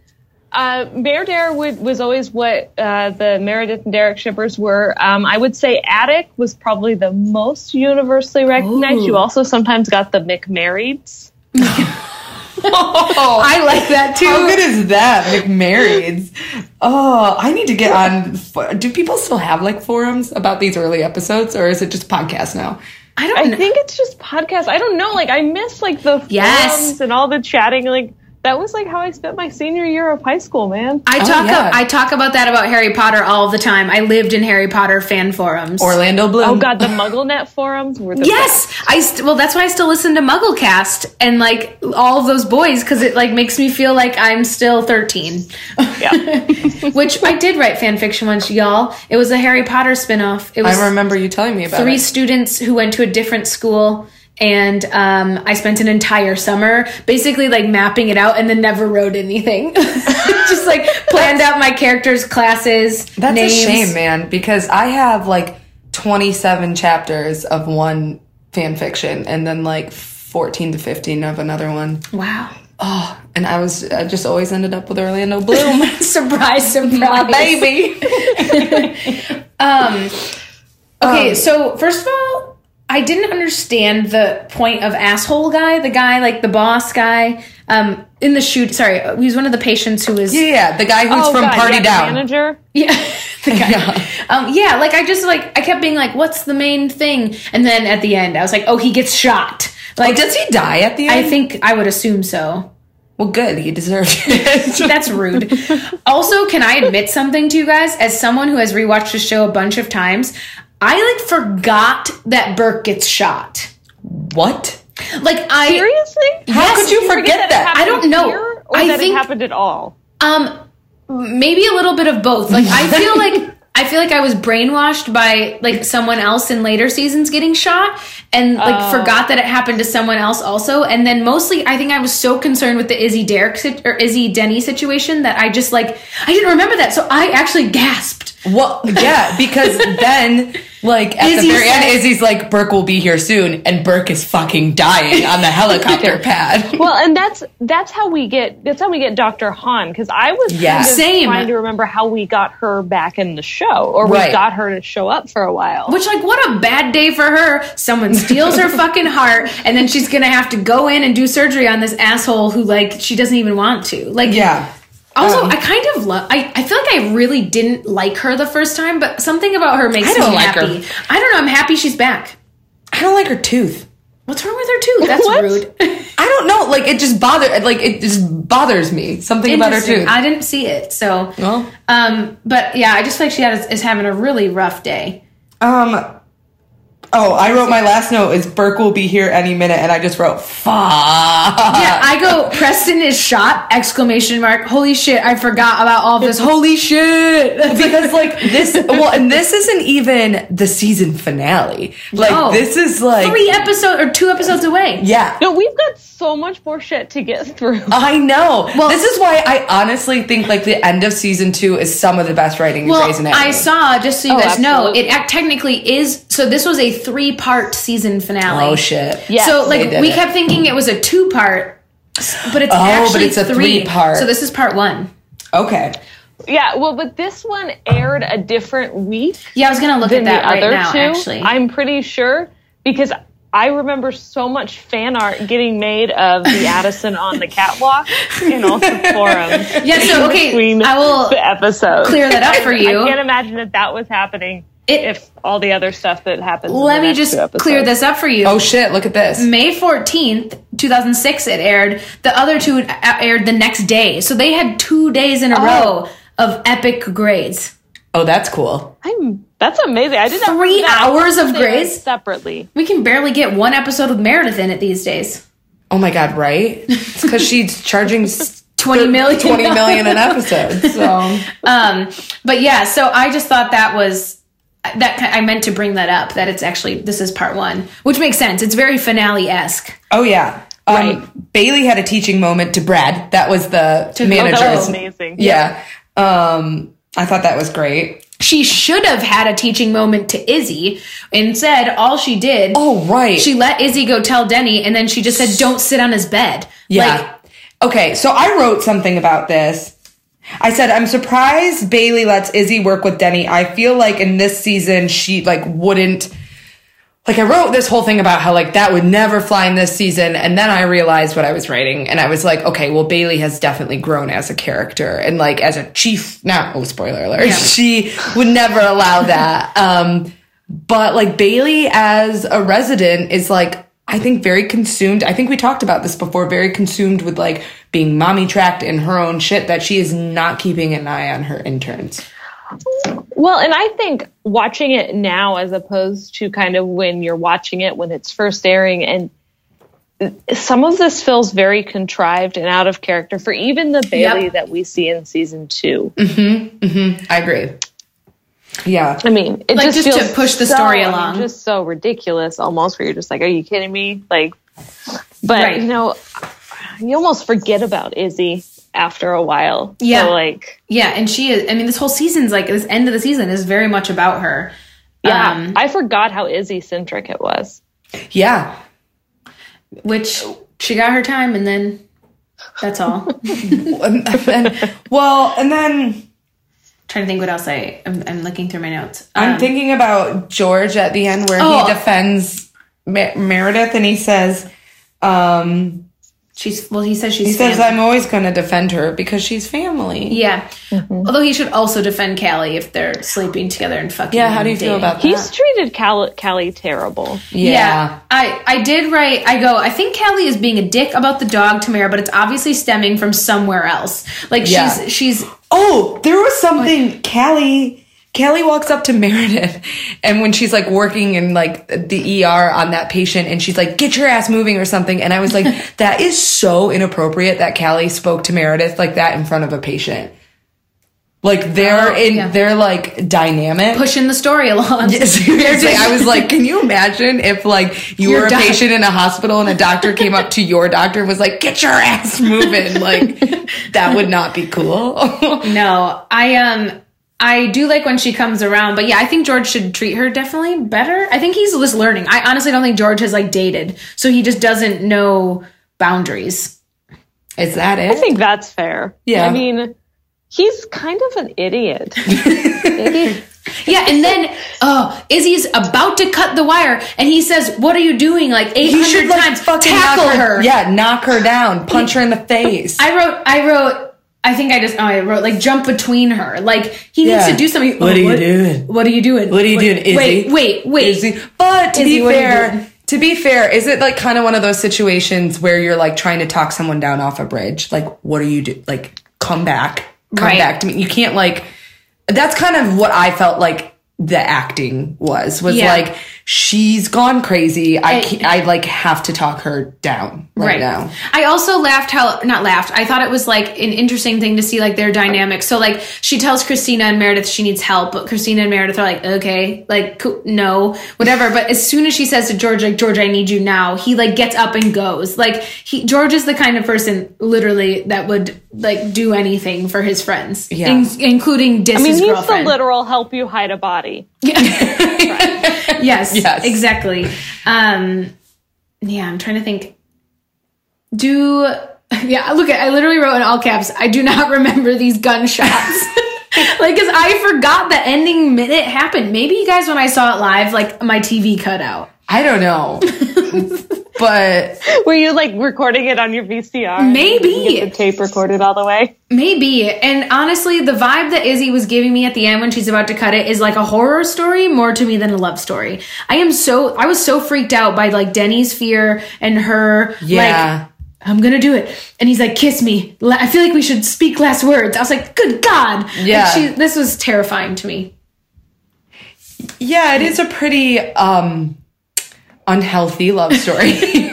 [SPEAKER 4] Uh, Bear Dare would, was always what uh, the Meredith and Derek shippers were. Um, I would say Attic was probably the most universally recognized.
[SPEAKER 1] Ooh.
[SPEAKER 4] You also sometimes got the McMarrieds.
[SPEAKER 2] Oh.
[SPEAKER 1] I like that too.
[SPEAKER 2] How good is that? McMarrieds. Oh, I need to get on. for- Do people still have like forums about these early episodes, or is it just podcasts now?
[SPEAKER 1] I don't.
[SPEAKER 4] I
[SPEAKER 1] know.
[SPEAKER 4] think it's just podcasts. I don't know. Like I miss like the
[SPEAKER 1] Yes.
[SPEAKER 4] forums and all the chatting. Like that was like how I spent my senior year of high school, man.
[SPEAKER 1] I talk
[SPEAKER 2] Oh, yeah.
[SPEAKER 1] I talk about that about Harry Potter all the time. I lived in Harry Potter fan forums.
[SPEAKER 2] Orlando Bloom.
[SPEAKER 4] Oh god, the MuggleNet forums were the
[SPEAKER 1] yes, I st- well that's why I still listen to MuggleCast and like all of those boys because it like makes me feel like I'm still thirteen.
[SPEAKER 4] best. Yeah.
[SPEAKER 1] Which I did write fan fiction once, y'all. It was a Harry Potter spinoff. It was
[SPEAKER 2] I remember you telling me about
[SPEAKER 1] three
[SPEAKER 2] it.
[SPEAKER 1] students who went to a different school. And um, I spent an entire summer basically like mapping it out, and then never wrote anything. Just like planned out my characters' classes.
[SPEAKER 2] That's
[SPEAKER 1] names.
[SPEAKER 2] a shame, man, because I have like 27 chapters of one fan fiction, and then like 14 to 15 of another one.
[SPEAKER 1] Wow.
[SPEAKER 2] Oh, and I was I just always ended up with Orlando Bloom,
[SPEAKER 1] surprise, surprise.
[SPEAKER 2] baby.
[SPEAKER 1] Um, Okay,
[SPEAKER 2] Um,
[SPEAKER 1] so first of all, I didn't understand the point of asshole guy, the guy like the boss guy um in the shoot. Sorry, he was one of the patients who was
[SPEAKER 2] Yeah, yeah, the guy who's
[SPEAKER 4] Oh,
[SPEAKER 2] from
[SPEAKER 4] God,
[SPEAKER 2] Party
[SPEAKER 4] yeah, the
[SPEAKER 2] Down.
[SPEAKER 4] manager.
[SPEAKER 1] Yeah, the guy.
[SPEAKER 2] Yeah.
[SPEAKER 1] Um, yeah, like I just like I kept being like, what's the main thing? And then at the end, I was like, oh, he gets shot.
[SPEAKER 2] Like,
[SPEAKER 1] Like,
[SPEAKER 2] Oh, does he die at the end?
[SPEAKER 1] I think I would assume so.
[SPEAKER 2] Well, good. He deserved it.
[SPEAKER 1] That's rude. also, can I admit something to you guys? As someone who has rewatched the show a bunch of times, I like forgot that Burke gets shot.
[SPEAKER 2] what?
[SPEAKER 1] Like I
[SPEAKER 4] Seriously?
[SPEAKER 2] How
[SPEAKER 1] Yes,
[SPEAKER 2] could you
[SPEAKER 1] you
[SPEAKER 2] forget,
[SPEAKER 4] Forget
[SPEAKER 2] that?
[SPEAKER 4] it
[SPEAKER 1] I don't
[SPEAKER 4] happened
[SPEAKER 1] know.
[SPEAKER 4] here, or
[SPEAKER 1] I
[SPEAKER 4] that
[SPEAKER 1] think-
[SPEAKER 4] it happened at all.
[SPEAKER 1] um maybe a little bit of both. Like I feel like I feel like I was brainwashed by like someone else in later seasons getting shot and like forgot that it happened to someone else also. And then mostly I think I was so concerned with the Izzy Derek sit- or Izzy Denny situation that I just like I didn't remember that. So I actually gasped.
[SPEAKER 2] well, yeah, because then, like, at
[SPEAKER 1] Izzy
[SPEAKER 2] the very end,
[SPEAKER 1] said-
[SPEAKER 2] Izzy's like, Burke will be here soon, and Burke is fucking dying on the helicopter pad.
[SPEAKER 4] Well, and that's that's how we get that's how we get Dr. Han because I was
[SPEAKER 2] Yeah.
[SPEAKER 4] kind of
[SPEAKER 1] Same.
[SPEAKER 4] trying to remember how we got her back in the show or
[SPEAKER 2] Right.
[SPEAKER 4] we got her to show up for a while.
[SPEAKER 1] Which like what a bad day for her. Someone steals her fucking heart and then she's going to have to go in and do surgery on this asshole who like she doesn't even want to. Like
[SPEAKER 2] Yeah.
[SPEAKER 1] Also,
[SPEAKER 2] Um,
[SPEAKER 1] I kind of love. I, I feel like I really didn't like her the first time, but something about her makes
[SPEAKER 2] I don't
[SPEAKER 1] me
[SPEAKER 2] like
[SPEAKER 1] happy.
[SPEAKER 2] her.
[SPEAKER 1] I don't know. I'm happy she's back.
[SPEAKER 2] I don't like her tooth.
[SPEAKER 1] What's wrong with her too? That's
[SPEAKER 4] What?
[SPEAKER 1] rude.
[SPEAKER 2] I don't know. Like it just bother. Like it just bothers me. Something about her
[SPEAKER 1] Interesting.
[SPEAKER 2] too.
[SPEAKER 1] I didn't see it, so.
[SPEAKER 2] well,
[SPEAKER 1] Um, but yeah, I just feel like she had, is, is having a really rough day.
[SPEAKER 2] um. Oh, I wrote my last note is Burke will be here any minute, and I just wrote fuck. Uh,
[SPEAKER 1] Yeah, I go. Preston is shot! Exclamation mark! Holy shit! I forgot about all this. Holy shit!
[SPEAKER 2] because like this well and this isn't even the season finale like
[SPEAKER 1] No.
[SPEAKER 2] this is like
[SPEAKER 1] three episodes or two episodes away.
[SPEAKER 2] yeah
[SPEAKER 4] No, we've got so much more shit to get through.
[SPEAKER 2] I know.
[SPEAKER 1] Well-
[SPEAKER 2] this is why I honestly think like the end of season two is some of the best writing in Grey's
[SPEAKER 1] Well,
[SPEAKER 2] Anatomy.
[SPEAKER 1] I saw just so you
[SPEAKER 4] Oh,
[SPEAKER 1] guys know,
[SPEAKER 4] absolutely.
[SPEAKER 1] it act- technically is. So this was a three-part season finale.
[SPEAKER 2] Oh shit!
[SPEAKER 4] Yes,
[SPEAKER 1] so
[SPEAKER 2] they
[SPEAKER 1] like
[SPEAKER 2] did
[SPEAKER 1] we
[SPEAKER 2] it.
[SPEAKER 1] kept thinking it was a two-part, but it's
[SPEAKER 2] Oh, but
[SPEAKER 1] actually
[SPEAKER 2] it's a
[SPEAKER 1] three.
[SPEAKER 2] three-part.
[SPEAKER 1] So this is part one.
[SPEAKER 2] Okay.
[SPEAKER 4] Yeah, well, but this one aired a different week
[SPEAKER 1] Yeah, I was gonna look
[SPEAKER 4] than
[SPEAKER 1] at that
[SPEAKER 4] the
[SPEAKER 1] right
[SPEAKER 4] other
[SPEAKER 1] now.
[SPEAKER 4] two.
[SPEAKER 1] Actually,
[SPEAKER 4] I'm pretty sure because I remember so much fan art getting made of the Addison on the catwalk and also forums
[SPEAKER 1] yeah. So okay,
[SPEAKER 4] between
[SPEAKER 1] I will
[SPEAKER 4] the episodes.
[SPEAKER 1] clear that up for you.
[SPEAKER 4] I can't imagine that that was happening
[SPEAKER 1] It-
[SPEAKER 4] if all the other stuff that happened.
[SPEAKER 1] Let me just clear this up for you.
[SPEAKER 2] Oh shit! Look at this.
[SPEAKER 1] May 14th, 2006, it aired. The other two a- aired the next day. So they had two days in a
[SPEAKER 4] Oh.
[SPEAKER 1] row of epic grades.
[SPEAKER 2] Oh, that's cool.
[SPEAKER 4] I'm, that's amazing. I did not
[SPEAKER 1] Three
[SPEAKER 4] know that. I
[SPEAKER 1] hours
[SPEAKER 4] thought
[SPEAKER 1] of
[SPEAKER 4] they were
[SPEAKER 1] Grey's?
[SPEAKER 4] separately.
[SPEAKER 1] We can barely get one episode with Meredith in it these days.
[SPEAKER 2] Oh my god! Right? It's because she's charging s-
[SPEAKER 1] 20 million.
[SPEAKER 2] twenty million an episode. So
[SPEAKER 1] Um, but yeah, so I just thought that was that ki- I meant to bring that up that it's actually this is part 1, which makes sense. It's very finale-esque.
[SPEAKER 2] oh yeah. Um, Bailey had a teaching moment to Brad. That was the
[SPEAKER 4] That
[SPEAKER 2] manager's
[SPEAKER 4] was amazing.
[SPEAKER 2] Yeah. Um, I thought that was great.
[SPEAKER 1] She should have had a teaching moment to Izzy. Instead, all she did
[SPEAKER 2] Oh, right.
[SPEAKER 1] she let Izzy go tell Denny, and then she just said, "Don't sit on his bed."
[SPEAKER 2] yeah. okay, so I wrote something about this. I said, I'm surprised Bailey lets Izzy work with Denny. I feel like in this season, she like wouldn't. Like I wrote this whole thing about how like that would never fly in this season, and then I realized what I was writing, and I was like, okay, well Bailey has definitely grown as a character, and like as a chief. Now, oh spoiler alert, she would never allow that. Um, but like Bailey as a resident is like I think very consumed. I think we talked about this before, very consumed with like being mommy tracked in her own shit that she is not keeping an eye on her interns.
[SPEAKER 4] Well, and I think watching it now as opposed to kind of when you're watching it when it's first airing and some of this feels very contrived and out of character for even the Bailey that we see in season 2.
[SPEAKER 1] Mm-hmm.
[SPEAKER 2] I agree. Yeah.
[SPEAKER 4] I mean, it
[SPEAKER 1] Like,
[SPEAKER 4] just,
[SPEAKER 1] just to
[SPEAKER 4] feels
[SPEAKER 1] push the
[SPEAKER 4] so-
[SPEAKER 1] story
[SPEAKER 4] I mean,
[SPEAKER 1] along.
[SPEAKER 4] just so ridiculous almost where you're just like, are you kidding me? Like but
[SPEAKER 1] Right.
[SPEAKER 4] you know, you almost forget about Izzy after a while.
[SPEAKER 1] Yeah.
[SPEAKER 4] So like
[SPEAKER 1] yeah, and she is. I mean, this whole season's like this end of the season is very much about her.
[SPEAKER 4] yeah,
[SPEAKER 1] Um,
[SPEAKER 4] I forgot how Izzy centric it was.
[SPEAKER 2] Yeah.
[SPEAKER 1] which she got her time, and then that's all.
[SPEAKER 2] Um, And, and- well, and then
[SPEAKER 1] trying to think what else I I'm, I'm looking through my notes.
[SPEAKER 2] I'm
[SPEAKER 1] Um,
[SPEAKER 2] thinking about George at the end where
[SPEAKER 1] Oh.
[SPEAKER 2] he defends Mer- Meredith and he says, um,
[SPEAKER 1] she's well. He says she's
[SPEAKER 2] he says,
[SPEAKER 1] family.
[SPEAKER 2] I'm always going to defend her because she's family.
[SPEAKER 1] yeah.
[SPEAKER 2] Mm-hmm.
[SPEAKER 1] Although he should also defend Callie if they're sleeping together and fucking.
[SPEAKER 2] Yeah. How do you feel
[SPEAKER 1] dating.
[SPEAKER 2] about that?
[SPEAKER 4] He's treated Callie, Callie terrible.
[SPEAKER 1] Yeah. I, I did write, I go, I think Callie is being a dick about the dog Tamara, but it's obviously stemming from somewhere else. Like
[SPEAKER 2] Yeah.
[SPEAKER 1] she's she's
[SPEAKER 2] Oh, there was something. Callie, Callie walks up to Meredith, and when she's like working in like the ER on that patient, and she's like, "Get your ass moving" or something, and I was like, "That is so inappropriate that Callie spoke to Meredith like that in front of a patient." Like they're
[SPEAKER 1] Oh,
[SPEAKER 2] in,
[SPEAKER 1] yeah.
[SPEAKER 2] they're like dynamic.
[SPEAKER 1] pushing the story along.
[SPEAKER 2] Seriously, I was like, can you imagine if like you
[SPEAKER 1] Your
[SPEAKER 2] were a
[SPEAKER 1] doc-
[SPEAKER 2] patient in a hospital and a doctor came up to your doctor and was like, "Get your ass moving," like that would not be cool.
[SPEAKER 1] No, I um I do like when she comes around, but yeah, I think George should treat her definitely better. I think he's just learning. I honestly don't think George has like dated, so he just doesn't know boundaries.
[SPEAKER 2] Is that
[SPEAKER 4] I
[SPEAKER 2] it?
[SPEAKER 4] think that's fair.
[SPEAKER 2] Yeah.
[SPEAKER 4] I mean, he's kind of an idiot.
[SPEAKER 1] Yeah, and then oh, Izzy's about to cut the wire, and he says, "What are you doing?" Like eight hundred times, tackle
[SPEAKER 2] knock
[SPEAKER 1] her.
[SPEAKER 2] Yeah, knock her down, punch her in the face.
[SPEAKER 1] I wrote, I wrote, I think I just, oh, I wrote like jump between her. Like he needs
[SPEAKER 2] Yeah.
[SPEAKER 1] to do something.
[SPEAKER 2] What
[SPEAKER 1] Oh,
[SPEAKER 2] are you doing?
[SPEAKER 1] What are you doing?
[SPEAKER 2] What are you doing, Izzy?
[SPEAKER 1] Wait, wait, wait.
[SPEAKER 2] Izzy- But to
[SPEAKER 1] Izzy,
[SPEAKER 2] be
[SPEAKER 1] what are you
[SPEAKER 2] fair,
[SPEAKER 1] doing?
[SPEAKER 2] To be fair, is it like kind of one of those situations where you're like trying to talk someone down off a bridge? Like, what do you do? Like, come back, come
[SPEAKER 1] Right.
[SPEAKER 2] back to me. You can't like. That's kind of what I felt like the acting was. Was
[SPEAKER 1] Yeah.
[SPEAKER 2] like she's gone crazy. I
[SPEAKER 1] I-
[SPEAKER 2] can't, I like have to talk her down right, now.
[SPEAKER 1] I also laughed how not laughed. I thought it was like an interesting thing to see like their dynamic. So like she tells Christina and Meredith she needs help, but Christina and Meredith are like, okay, like coo- no, whatever. But as soon as she says to George, like George, I need you now, he like gets up and goes. Like he George is the kind of person literally that would like do anything for his friends,
[SPEAKER 2] Yeah.
[SPEAKER 1] in- including dis
[SPEAKER 4] I mean,
[SPEAKER 1] his
[SPEAKER 4] he's
[SPEAKER 1] girlfriend.
[SPEAKER 4] the literal help you hide a body.
[SPEAKER 1] yes,
[SPEAKER 2] Yes.
[SPEAKER 1] exactly. Um, yeah, I'm trying to think. Do yeah? Look, I literally wrote in all caps. I do not remember these gunshots. like, cause I forgot the ending minute happened. Maybe you guys, when I saw it live, like my TV cut out.
[SPEAKER 2] I don't know, but
[SPEAKER 4] Were you like recording it on your VCR?
[SPEAKER 1] Maybe.
[SPEAKER 4] You didn't get the tape recorded all the way.
[SPEAKER 1] Maybe. And honestly, the vibe that Izzy was giving me at the end when she's about to cut it is like a horror story more to me than a love story. I am so I was so freaked out by like Denny's fear and her
[SPEAKER 2] Yeah.
[SPEAKER 1] like I'm gonna do it. And he's like, kiss me. La- I feel like we should speak last words. I was like, good God. Like,
[SPEAKER 2] Yeah.
[SPEAKER 1] she, this was terrifying to me.
[SPEAKER 2] yeah, it is a pretty um unhealthy love story.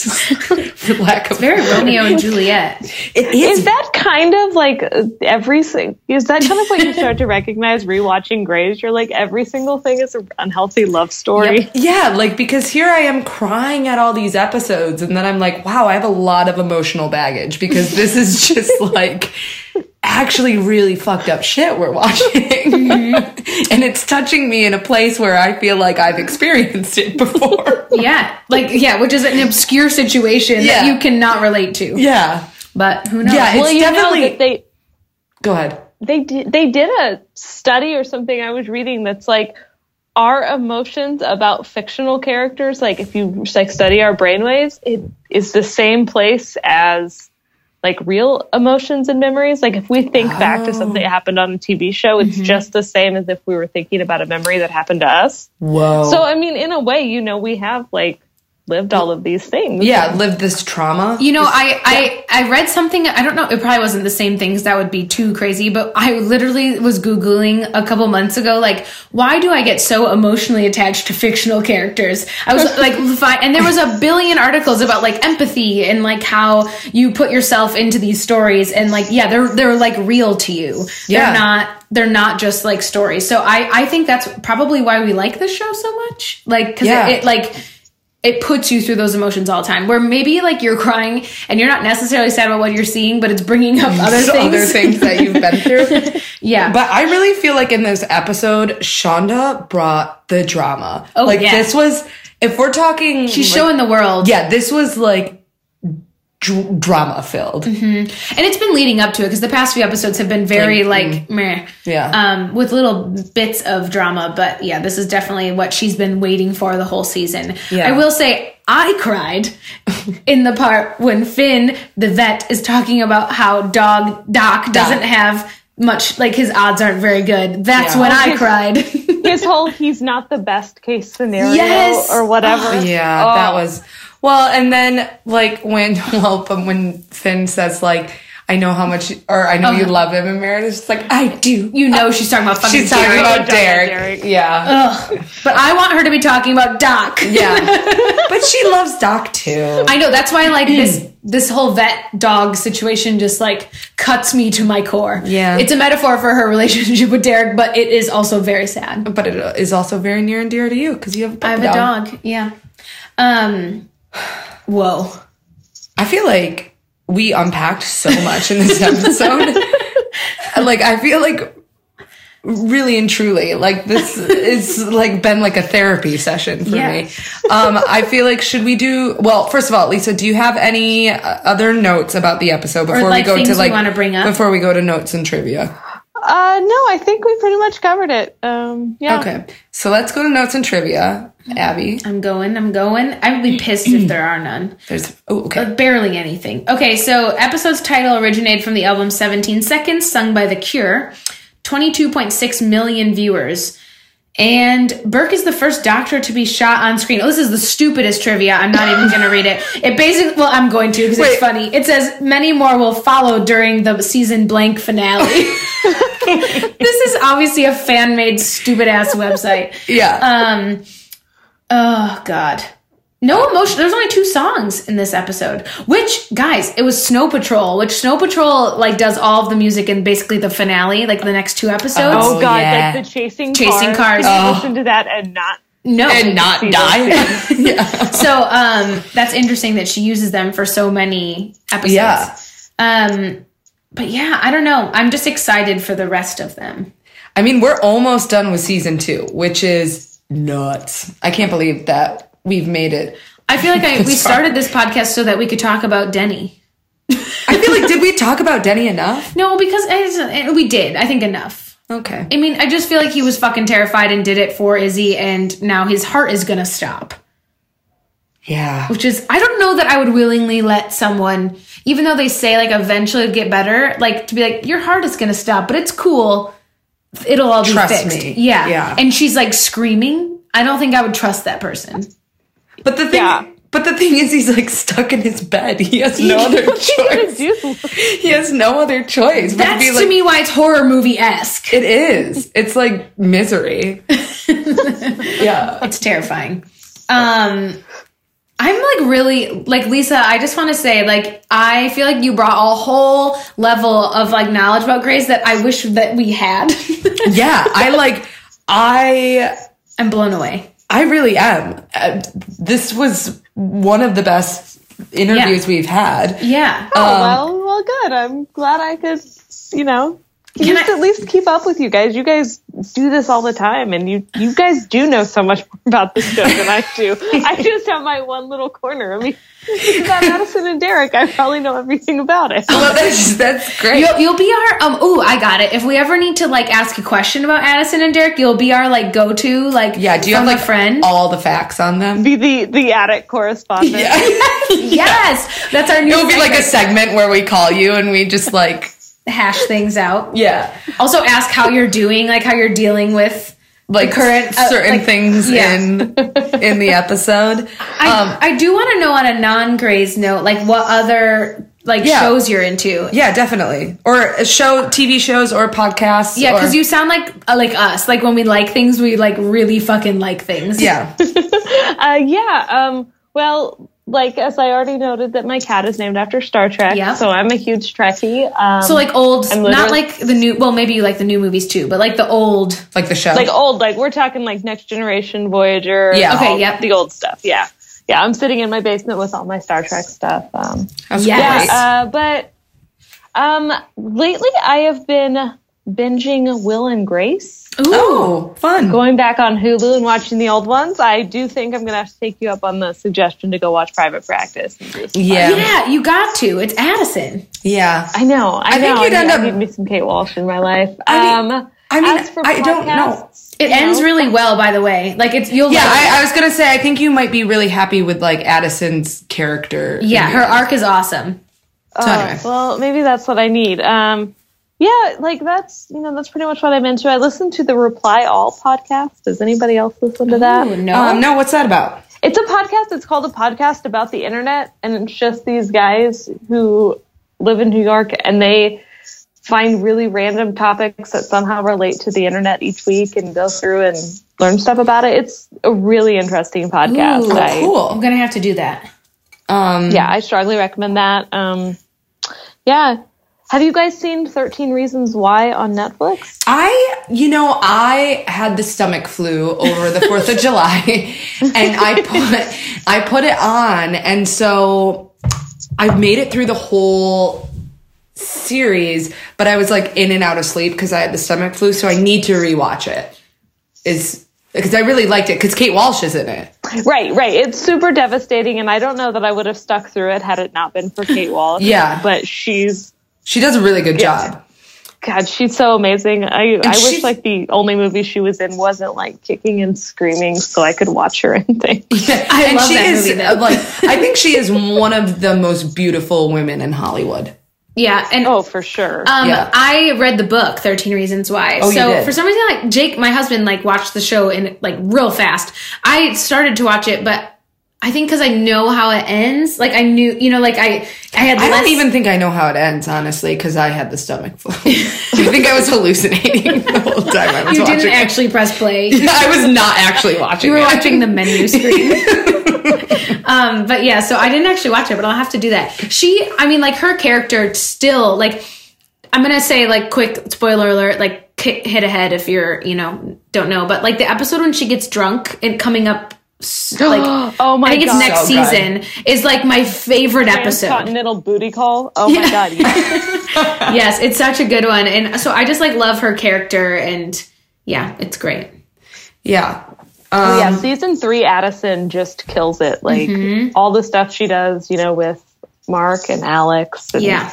[SPEAKER 2] For lack of
[SPEAKER 1] Very Romeo and Juliet.
[SPEAKER 2] It is.
[SPEAKER 4] Is that kind of like uh, every sing- Is that kind of what you start to recognize rewatching Grays? You're like every single thing is an unhealthy love story.
[SPEAKER 2] yeah, like because here I am crying at all these episodes, and then I'm like, wow, I have a lot of emotional baggage because this is just like actually really fucked up shit we're watching.
[SPEAKER 4] Mm-hmm.
[SPEAKER 2] and it's touching me in a place where I feel like I've experienced it before.
[SPEAKER 1] Yeah. Like, yeah, which is an obscure situation that
[SPEAKER 2] Yeah.
[SPEAKER 1] you cannot relate to.
[SPEAKER 2] yeah.
[SPEAKER 1] But who knows?
[SPEAKER 2] Yeah,
[SPEAKER 4] Well,
[SPEAKER 2] it's
[SPEAKER 4] you
[SPEAKER 2] definitely.
[SPEAKER 4] know that they
[SPEAKER 2] go ahead.
[SPEAKER 4] they did, they did a study or something I was reading that's like our emotions about fictional characters like if you like study our brainwaves it is the same place as like real emotions and memories like if we think back to something that
[SPEAKER 2] Oh.
[SPEAKER 4] happened on a TV show it's
[SPEAKER 2] Mm-hmm.
[SPEAKER 4] just the same as if we were thinking about a memory that happened to us
[SPEAKER 2] Whoa.
[SPEAKER 4] so I mean in a way you know we have like lived all of these things
[SPEAKER 2] yeah, lived this trauma.
[SPEAKER 1] You know, I, I I read something. I don't know. It probably wasn't the same thing. 'cause That would be too crazy. But I literally was googling a couple months ago, like, why do I get so emotionally attached to fictional characters? I was like, fi- and there was a billion articles about like empathy and like how you put yourself into these stories, and like, yeah, they're they're like real to you.
[SPEAKER 2] Yeah.
[SPEAKER 1] They're not they're not just like stories. So I I think that's probably why we like this show so much. Like, because
[SPEAKER 2] Yeah.
[SPEAKER 1] it like it puts you through those emotions all the time where maybe like you're crying and you're not necessarily sad about what you're seeing but it's bringing up other
[SPEAKER 2] So
[SPEAKER 1] things
[SPEAKER 2] other things that you've been through.
[SPEAKER 1] yeah
[SPEAKER 2] But I really feel like in this episode, Shonda brought the drama.
[SPEAKER 1] Oh,
[SPEAKER 2] like
[SPEAKER 1] yeah.
[SPEAKER 2] this was, if we're talking,
[SPEAKER 1] she's
[SPEAKER 2] like-
[SPEAKER 1] showing the world
[SPEAKER 2] Yeah, this was like dr- drama filled.
[SPEAKER 1] and it's been leading up to it because the past few episodes have been very like meh
[SPEAKER 2] mm. Yeah.
[SPEAKER 1] um with little bits of drama but yeah this is definitely what she's been waiting for the whole season
[SPEAKER 2] Yeah.
[SPEAKER 1] i will say i cried in the part when finn the vet is talking about how dog doc doesn't have much like his odds aren't very good that's
[SPEAKER 2] Yeah.
[SPEAKER 1] when i cried
[SPEAKER 4] his whole he's not the best case scenario
[SPEAKER 1] Yes.
[SPEAKER 4] or whatever
[SPEAKER 2] Ah, Yeah,
[SPEAKER 4] Oh.
[SPEAKER 2] that was well. And then like when well, but when Finn says like, "I know how much," or "I know you love him," and Meredith's just like, "I do."
[SPEAKER 1] you know she's talking about fucking
[SPEAKER 2] She's talking
[SPEAKER 1] Derek.
[SPEAKER 2] about
[SPEAKER 4] Oh, Derek.
[SPEAKER 2] Derek. Oh. Yeah,
[SPEAKER 1] But I want her to be talking about Doc.
[SPEAKER 2] yeah. but she loves Doc too.
[SPEAKER 1] I know that's why like this this whole vet dog situation just like cuts me to my core.
[SPEAKER 2] Yeah.
[SPEAKER 1] It's a metaphor for her relationship with Derek, but it is also very sad.
[SPEAKER 2] but it is also very near and dear to you because you have a
[SPEAKER 1] I have a dog. Yeah. Um whoa.
[SPEAKER 2] I feel like we unpacked so much in this episode. like I feel like really and truly like this is like been like a therapy session for
[SPEAKER 1] Yeah.
[SPEAKER 2] me. Um I feel like should we do well first of all Lisa do you have any uh, other notes about the episode before
[SPEAKER 1] like,
[SPEAKER 2] we go
[SPEAKER 1] things
[SPEAKER 2] to
[SPEAKER 1] we
[SPEAKER 2] like
[SPEAKER 1] wanna bring up?
[SPEAKER 2] before we go to notes and trivia.
[SPEAKER 4] Uh, no, I think we pretty much covered it. Um, yeah.
[SPEAKER 2] Okay. So let's go to notes and trivia. Abby,
[SPEAKER 1] I'm going, I'm going. I would be pissed if there are none.
[SPEAKER 2] there's oh okay.
[SPEAKER 1] Barely anything. Okay, so episode's title originated from the album 17 Seconds, sung by The Cure. 22.6 million viewers. And Burke is the first doctor to be shot on screen. Oh, this is the stupidest trivia. I'm not even going to read it. It basically, well, I'm going to because it's
[SPEAKER 2] Wait.
[SPEAKER 1] funny. It says many more will follow during the season blank finale. this is obviously a fan made stupid ass website.
[SPEAKER 2] Yeah.
[SPEAKER 1] Um, oh God. No emotion. There's only two songs in this episode. Which, guys, it was Snow Patrol, which Snow Patrol like does all of the music in basically the finale, like the next two episodes.
[SPEAKER 4] Oh,
[SPEAKER 2] Oh,
[SPEAKER 4] god,
[SPEAKER 2] yeah.
[SPEAKER 4] like the chasing
[SPEAKER 1] Chasing cars.
[SPEAKER 4] cars. Can you
[SPEAKER 2] Oh.
[SPEAKER 4] listen to that and not
[SPEAKER 1] no.
[SPEAKER 2] and not die. yeah.
[SPEAKER 1] so um that's interesting that she uses them for so many episodes.
[SPEAKER 2] Yeah.
[SPEAKER 1] Um but yeah, I don't know. I'm just excited for the rest of them.
[SPEAKER 2] I mean, we're almost done with season two, which is nuts. I can't believe that we've made it.
[SPEAKER 1] I feel like I, we started this podcast so that we could talk about Denny.
[SPEAKER 2] I feel like did we talk about Denny enough?
[SPEAKER 1] No, because I- I- we did. I think enough.
[SPEAKER 2] Okay.
[SPEAKER 1] I mean, I just feel like he was fucking terrified and did it for Izzy, and now his heart is gonna stop.
[SPEAKER 2] Yeah.
[SPEAKER 1] Which is, I don't know that I would willingly let someone, even though they say like eventually it'll get better, like to be like, your heart is gonna stop, but it's cool. It'll all
[SPEAKER 2] Trust
[SPEAKER 1] be fixed.
[SPEAKER 2] me.
[SPEAKER 1] Yeah.
[SPEAKER 2] Yeah.
[SPEAKER 1] And she's like screaming. I don't think I would trust that person.
[SPEAKER 2] But the thing
[SPEAKER 4] Yeah.
[SPEAKER 2] but the thing is he's like stuck in his bed. He has no other
[SPEAKER 4] What's he gonna
[SPEAKER 2] choice.
[SPEAKER 4] do?
[SPEAKER 2] He has no other choice. but
[SPEAKER 1] That's
[SPEAKER 2] be
[SPEAKER 1] to
[SPEAKER 2] like-
[SPEAKER 1] me why it's horror movie esque.
[SPEAKER 2] It is. It's like misery. yeah.
[SPEAKER 1] It's terrifying. Um, I'm like really like Lisa. I just want to say like I feel like you brought a whole level of like knowledge about Grace that I wish that we had.
[SPEAKER 2] Yeah. I like I
[SPEAKER 1] I'm blown away.
[SPEAKER 2] I really am. Uh, this was one of the best interviews
[SPEAKER 1] Yeah.
[SPEAKER 2] we've had.
[SPEAKER 1] Yeah.
[SPEAKER 4] Oh, well, well, good. I'm glad I could, you know,
[SPEAKER 1] Can
[SPEAKER 4] just
[SPEAKER 1] I-
[SPEAKER 4] at least keep up with you guys. You guys do this all the time, and you you guys do know so much more about this show than I do. I just have my one little corner. I mean, about Madison and Derek, I probably know everything about it.
[SPEAKER 2] Well, that's that's great.
[SPEAKER 1] You'll, you'll be our um ooh I got it. If we ever need to like ask a question about Addison and Derek, you'll be our like go to like
[SPEAKER 2] yeah. Do you
[SPEAKER 1] from
[SPEAKER 2] have like
[SPEAKER 1] a friend?
[SPEAKER 2] all the facts on them?
[SPEAKER 4] Be the the attic correspondent.
[SPEAKER 1] yes, that's our new.
[SPEAKER 2] It would be like a
[SPEAKER 1] segment.
[SPEAKER 2] segment where we call you and we just like
[SPEAKER 1] hash things out.
[SPEAKER 2] yeah,
[SPEAKER 1] Also ask how you're doing, like how you're dealing with
[SPEAKER 2] like
[SPEAKER 1] current, uh,
[SPEAKER 2] certain
[SPEAKER 1] like-
[SPEAKER 2] things
[SPEAKER 1] yeah.
[SPEAKER 2] in in the episode. Um,
[SPEAKER 1] I, I do want to know on a non Grays note, like what other like
[SPEAKER 2] Yeah.
[SPEAKER 1] shows you're into.
[SPEAKER 2] Yeah, definitely. Or a show, TV shows, or podcasts.
[SPEAKER 1] Yeah, because
[SPEAKER 2] or-
[SPEAKER 1] you sound like uh, like us. Like when we like things, we like really fucking like things.
[SPEAKER 2] Yeah,
[SPEAKER 4] Uh, yeah. Um, well, like as I already noted, that my cat is named after Star Trek.
[SPEAKER 1] Yeah.
[SPEAKER 4] So I'm a huge Trekkie. Um,
[SPEAKER 1] So like old,
[SPEAKER 4] I'm
[SPEAKER 1] not
[SPEAKER 4] literally-
[SPEAKER 1] like the new. Well, maybe you like the new movies too, but like the old.
[SPEAKER 2] like the show.
[SPEAKER 4] like old like we're talking like next generation voyager
[SPEAKER 2] Yeah.
[SPEAKER 1] Okay,
[SPEAKER 4] all
[SPEAKER 1] yep.
[SPEAKER 4] the old stuff yeah yeah i'm sitting in my basement with all my star trek stuff um,
[SPEAKER 2] That's
[SPEAKER 1] Yes.
[SPEAKER 2] great.
[SPEAKER 4] uh, but um lately i have been binging will and grace
[SPEAKER 1] Ooh,
[SPEAKER 2] oh, fun.
[SPEAKER 4] going back on hulu and watching the old ones i do think i'm gonna have to take you up on the suggestion to go watch private practice and do some-
[SPEAKER 2] yeah, yeah.
[SPEAKER 1] yeah, you got to. It's Addison.
[SPEAKER 4] I know. I,
[SPEAKER 2] I think
[SPEAKER 4] know.
[SPEAKER 2] you'd
[SPEAKER 4] I
[SPEAKER 2] end
[SPEAKER 4] need,
[SPEAKER 2] up-
[SPEAKER 4] I need me some Kate Walsh in my life.
[SPEAKER 2] I mean-
[SPEAKER 4] um,
[SPEAKER 2] I mean,
[SPEAKER 4] as for
[SPEAKER 2] I don't know.
[SPEAKER 4] podcasts,
[SPEAKER 1] It
[SPEAKER 4] you
[SPEAKER 1] ends
[SPEAKER 4] know,
[SPEAKER 1] really well, by the way. Like it's you'll.
[SPEAKER 2] Yeah,
[SPEAKER 1] like-
[SPEAKER 2] I, I was gonna say I think you might be really happy with like Addison's character.
[SPEAKER 1] yeah, her arc is awesome.
[SPEAKER 2] So
[SPEAKER 4] Oh,
[SPEAKER 2] anyway.
[SPEAKER 4] well, maybe that's what I need. Um, yeah, like that's you know that's pretty much what I'm into. I listen to the Reply All podcast. Does anybody else listen to that?
[SPEAKER 1] Ooh, no,
[SPEAKER 2] Um, no, what's that about?
[SPEAKER 4] It's a podcast. It's called a podcast about the internet, and it's just these guys who live in New York and they find really random topics that somehow relate to the internet each week and go through and learn stuff about it. It's a really interesting podcast.
[SPEAKER 1] Ooh,
[SPEAKER 4] I-
[SPEAKER 1] I'm
[SPEAKER 2] Oh, Cool.
[SPEAKER 1] gonna have to do that.
[SPEAKER 2] Um,
[SPEAKER 4] yeah, I strongly recommend that. Um, yeah. Have you guys seen 13 Reasons Why on Netflix?
[SPEAKER 2] I, you know, I had the stomach flu over the Fourth of July, and I put I put it on, and so I made it through the whole series, but I was like in and out of sleep because I had the stomach flu, so I need to rewatch it. Is because I really liked it because Kate Walsh is in it.
[SPEAKER 4] Right, right. It's super devastating, and I don't know that I would have stuck through it had it not been for Kate Walsh.
[SPEAKER 2] Yeah.
[SPEAKER 4] But she's,
[SPEAKER 2] She does a really good
[SPEAKER 4] Yes.
[SPEAKER 2] job.
[SPEAKER 4] God, she's so amazing. I, I
[SPEAKER 2] she's-
[SPEAKER 4] wish, like, the only movie she was in wasn't, like, kicking and screaming so I could watch her and things.
[SPEAKER 1] I
[SPEAKER 2] and
[SPEAKER 1] love
[SPEAKER 2] she
[SPEAKER 1] that
[SPEAKER 2] is
[SPEAKER 1] movie, though.
[SPEAKER 2] uh, like I think she is one of the most beautiful women in Hollywood.
[SPEAKER 1] Yeah, and
[SPEAKER 4] Oh, for sure.
[SPEAKER 1] Um,
[SPEAKER 2] Yeah.
[SPEAKER 1] I read the book Thirteen Reasons Why.
[SPEAKER 2] Oh, you
[SPEAKER 1] so
[SPEAKER 2] did.
[SPEAKER 1] for some reason, like Jake, my husband, like watched the show and like real fast. I started to watch it, but I think because I know how it ends, like I knew, you know, like I I had
[SPEAKER 2] I
[SPEAKER 1] less
[SPEAKER 2] don't even think I know how it ends, honestly, because I had the stomach flu. I think I was hallucinating the whole time I was
[SPEAKER 1] You
[SPEAKER 2] watching.
[SPEAKER 1] didn't
[SPEAKER 2] it.
[SPEAKER 1] actually press play.
[SPEAKER 2] I was not actually watching.
[SPEAKER 1] You were
[SPEAKER 2] it.
[SPEAKER 1] watching the menu screen. um, but yeah, so I didn't actually watch it, but I'll have to do that. She, I mean, like her character still, like, I'm gonna say, like, quick spoiler alert, like, k- hit ahead if you're, you know, don't know, but like the episode when she gets drunk and coming up, s- like,
[SPEAKER 4] oh my
[SPEAKER 1] I think it's
[SPEAKER 4] god.
[SPEAKER 1] next
[SPEAKER 2] So good.
[SPEAKER 1] season is like my favorite episode.
[SPEAKER 4] Continental booty call. Oh my god. yeah.
[SPEAKER 1] Yes, it's such a good one, and so I just like love her character, and yeah, it's great.
[SPEAKER 2] Yeah.
[SPEAKER 4] Oh,
[SPEAKER 2] Um,
[SPEAKER 4] yeah, season three, Addison just kills it. Like all the stuff she does, you know, with Mark and Alex. And
[SPEAKER 1] Yeah,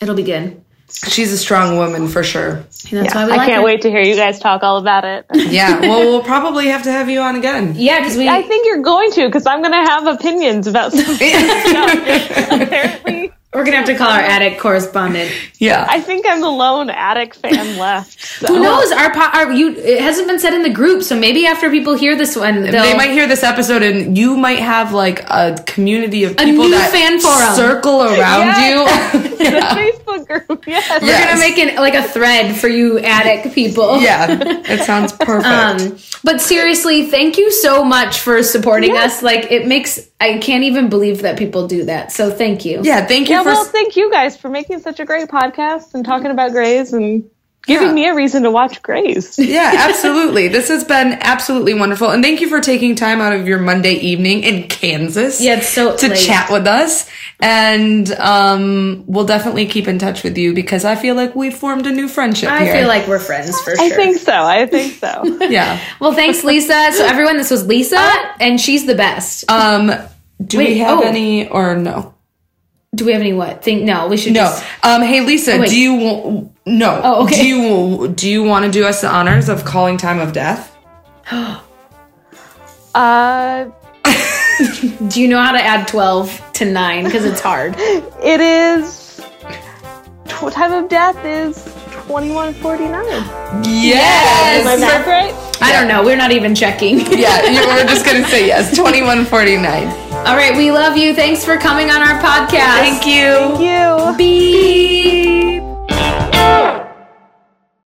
[SPEAKER 1] it'll be good.
[SPEAKER 2] She's a strong woman for sure.
[SPEAKER 1] And that's
[SPEAKER 4] Yeah.
[SPEAKER 1] why we
[SPEAKER 4] I
[SPEAKER 1] like
[SPEAKER 4] can't
[SPEAKER 1] her.
[SPEAKER 4] wait to hear you guys talk all about it.
[SPEAKER 2] Yeah. Well, we'll probably have to have you on again.
[SPEAKER 1] Yeah, because we.
[SPEAKER 4] I think you're going to because I'm going to have opinions about some Apparently,
[SPEAKER 1] We're gonna have to call our attic correspondent.
[SPEAKER 2] yeah.
[SPEAKER 4] I think I'm the lone attic fan left. So.
[SPEAKER 1] Who knows? Our, po- our you it hasn't been said in the group, so maybe after people hear this one, they'll,
[SPEAKER 2] they might hear this episode, and you might have like a community of people
[SPEAKER 1] new
[SPEAKER 2] that
[SPEAKER 1] fan forum.
[SPEAKER 2] circle around
[SPEAKER 4] Yes.
[SPEAKER 2] you.
[SPEAKER 4] The Facebook group, yes.
[SPEAKER 1] We're
[SPEAKER 2] Yes.
[SPEAKER 1] gonna make an like a thread for you attic people.
[SPEAKER 2] yeah, it sounds perfect.
[SPEAKER 1] Um, but seriously, thank you so much for supporting us. Like it makes I can't even believe that people do that. So thank you.
[SPEAKER 2] yeah, thank you
[SPEAKER 4] Yeah,
[SPEAKER 2] for.
[SPEAKER 4] well, thank you guys for making such a great podcast and talking about Grays and giving
[SPEAKER 2] Yeah.
[SPEAKER 4] me a reason to watch Grays.
[SPEAKER 2] yeah, absolutely. This has been absolutely wonderful, and thank you for taking time out of your Monday evening in Kansas.
[SPEAKER 1] Yeah, it's so
[SPEAKER 2] to
[SPEAKER 1] late.
[SPEAKER 2] chat with us, and um, we'll definitely keep in touch with you because I feel like we formed a new friendship.
[SPEAKER 1] I
[SPEAKER 2] here.
[SPEAKER 1] feel like we're friends for sure.
[SPEAKER 4] I think so. I think so.
[SPEAKER 2] yeah.
[SPEAKER 1] well, thanks, Lisa. So everyone, this was Lisa,
[SPEAKER 2] Uh,
[SPEAKER 1] and she's the best. Uh,
[SPEAKER 2] Um, do
[SPEAKER 1] Wait,
[SPEAKER 2] we have
[SPEAKER 1] oh.
[SPEAKER 2] any or no?
[SPEAKER 1] do we have any what? Think no. We should
[SPEAKER 2] No.
[SPEAKER 1] Just,
[SPEAKER 2] Um, hey, Lisa,
[SPEAKER 1] Oh, wait.
[SPEAKER 2] do you wa- no?
[SPEAKER 1] Oh, okay.
[SPEAKER 2] Do you do you want to do us the honors of calling time of death?
[SPEAKER 4] Uh,
[SPEAKER 1] do you know how to add twelve to nine? Because it's hard.
[SPEAKER 4] it is. Tw- time of death is 2149. Is my
[SPEAKER 2] Yes.
[SPEAKER 4] math right?
[SPEAKER 1] I don't know. We're not even checking.
[SPEAKER 2] yeah, you were just gonna say yes. Twenty one forty nine.
[SPEAKER 1] All right, we love you. Thanks for coming on our podcast.
[SPEAKER 2] you.
[SPEAKER 4] You.
[SPEAKER 1] Beep.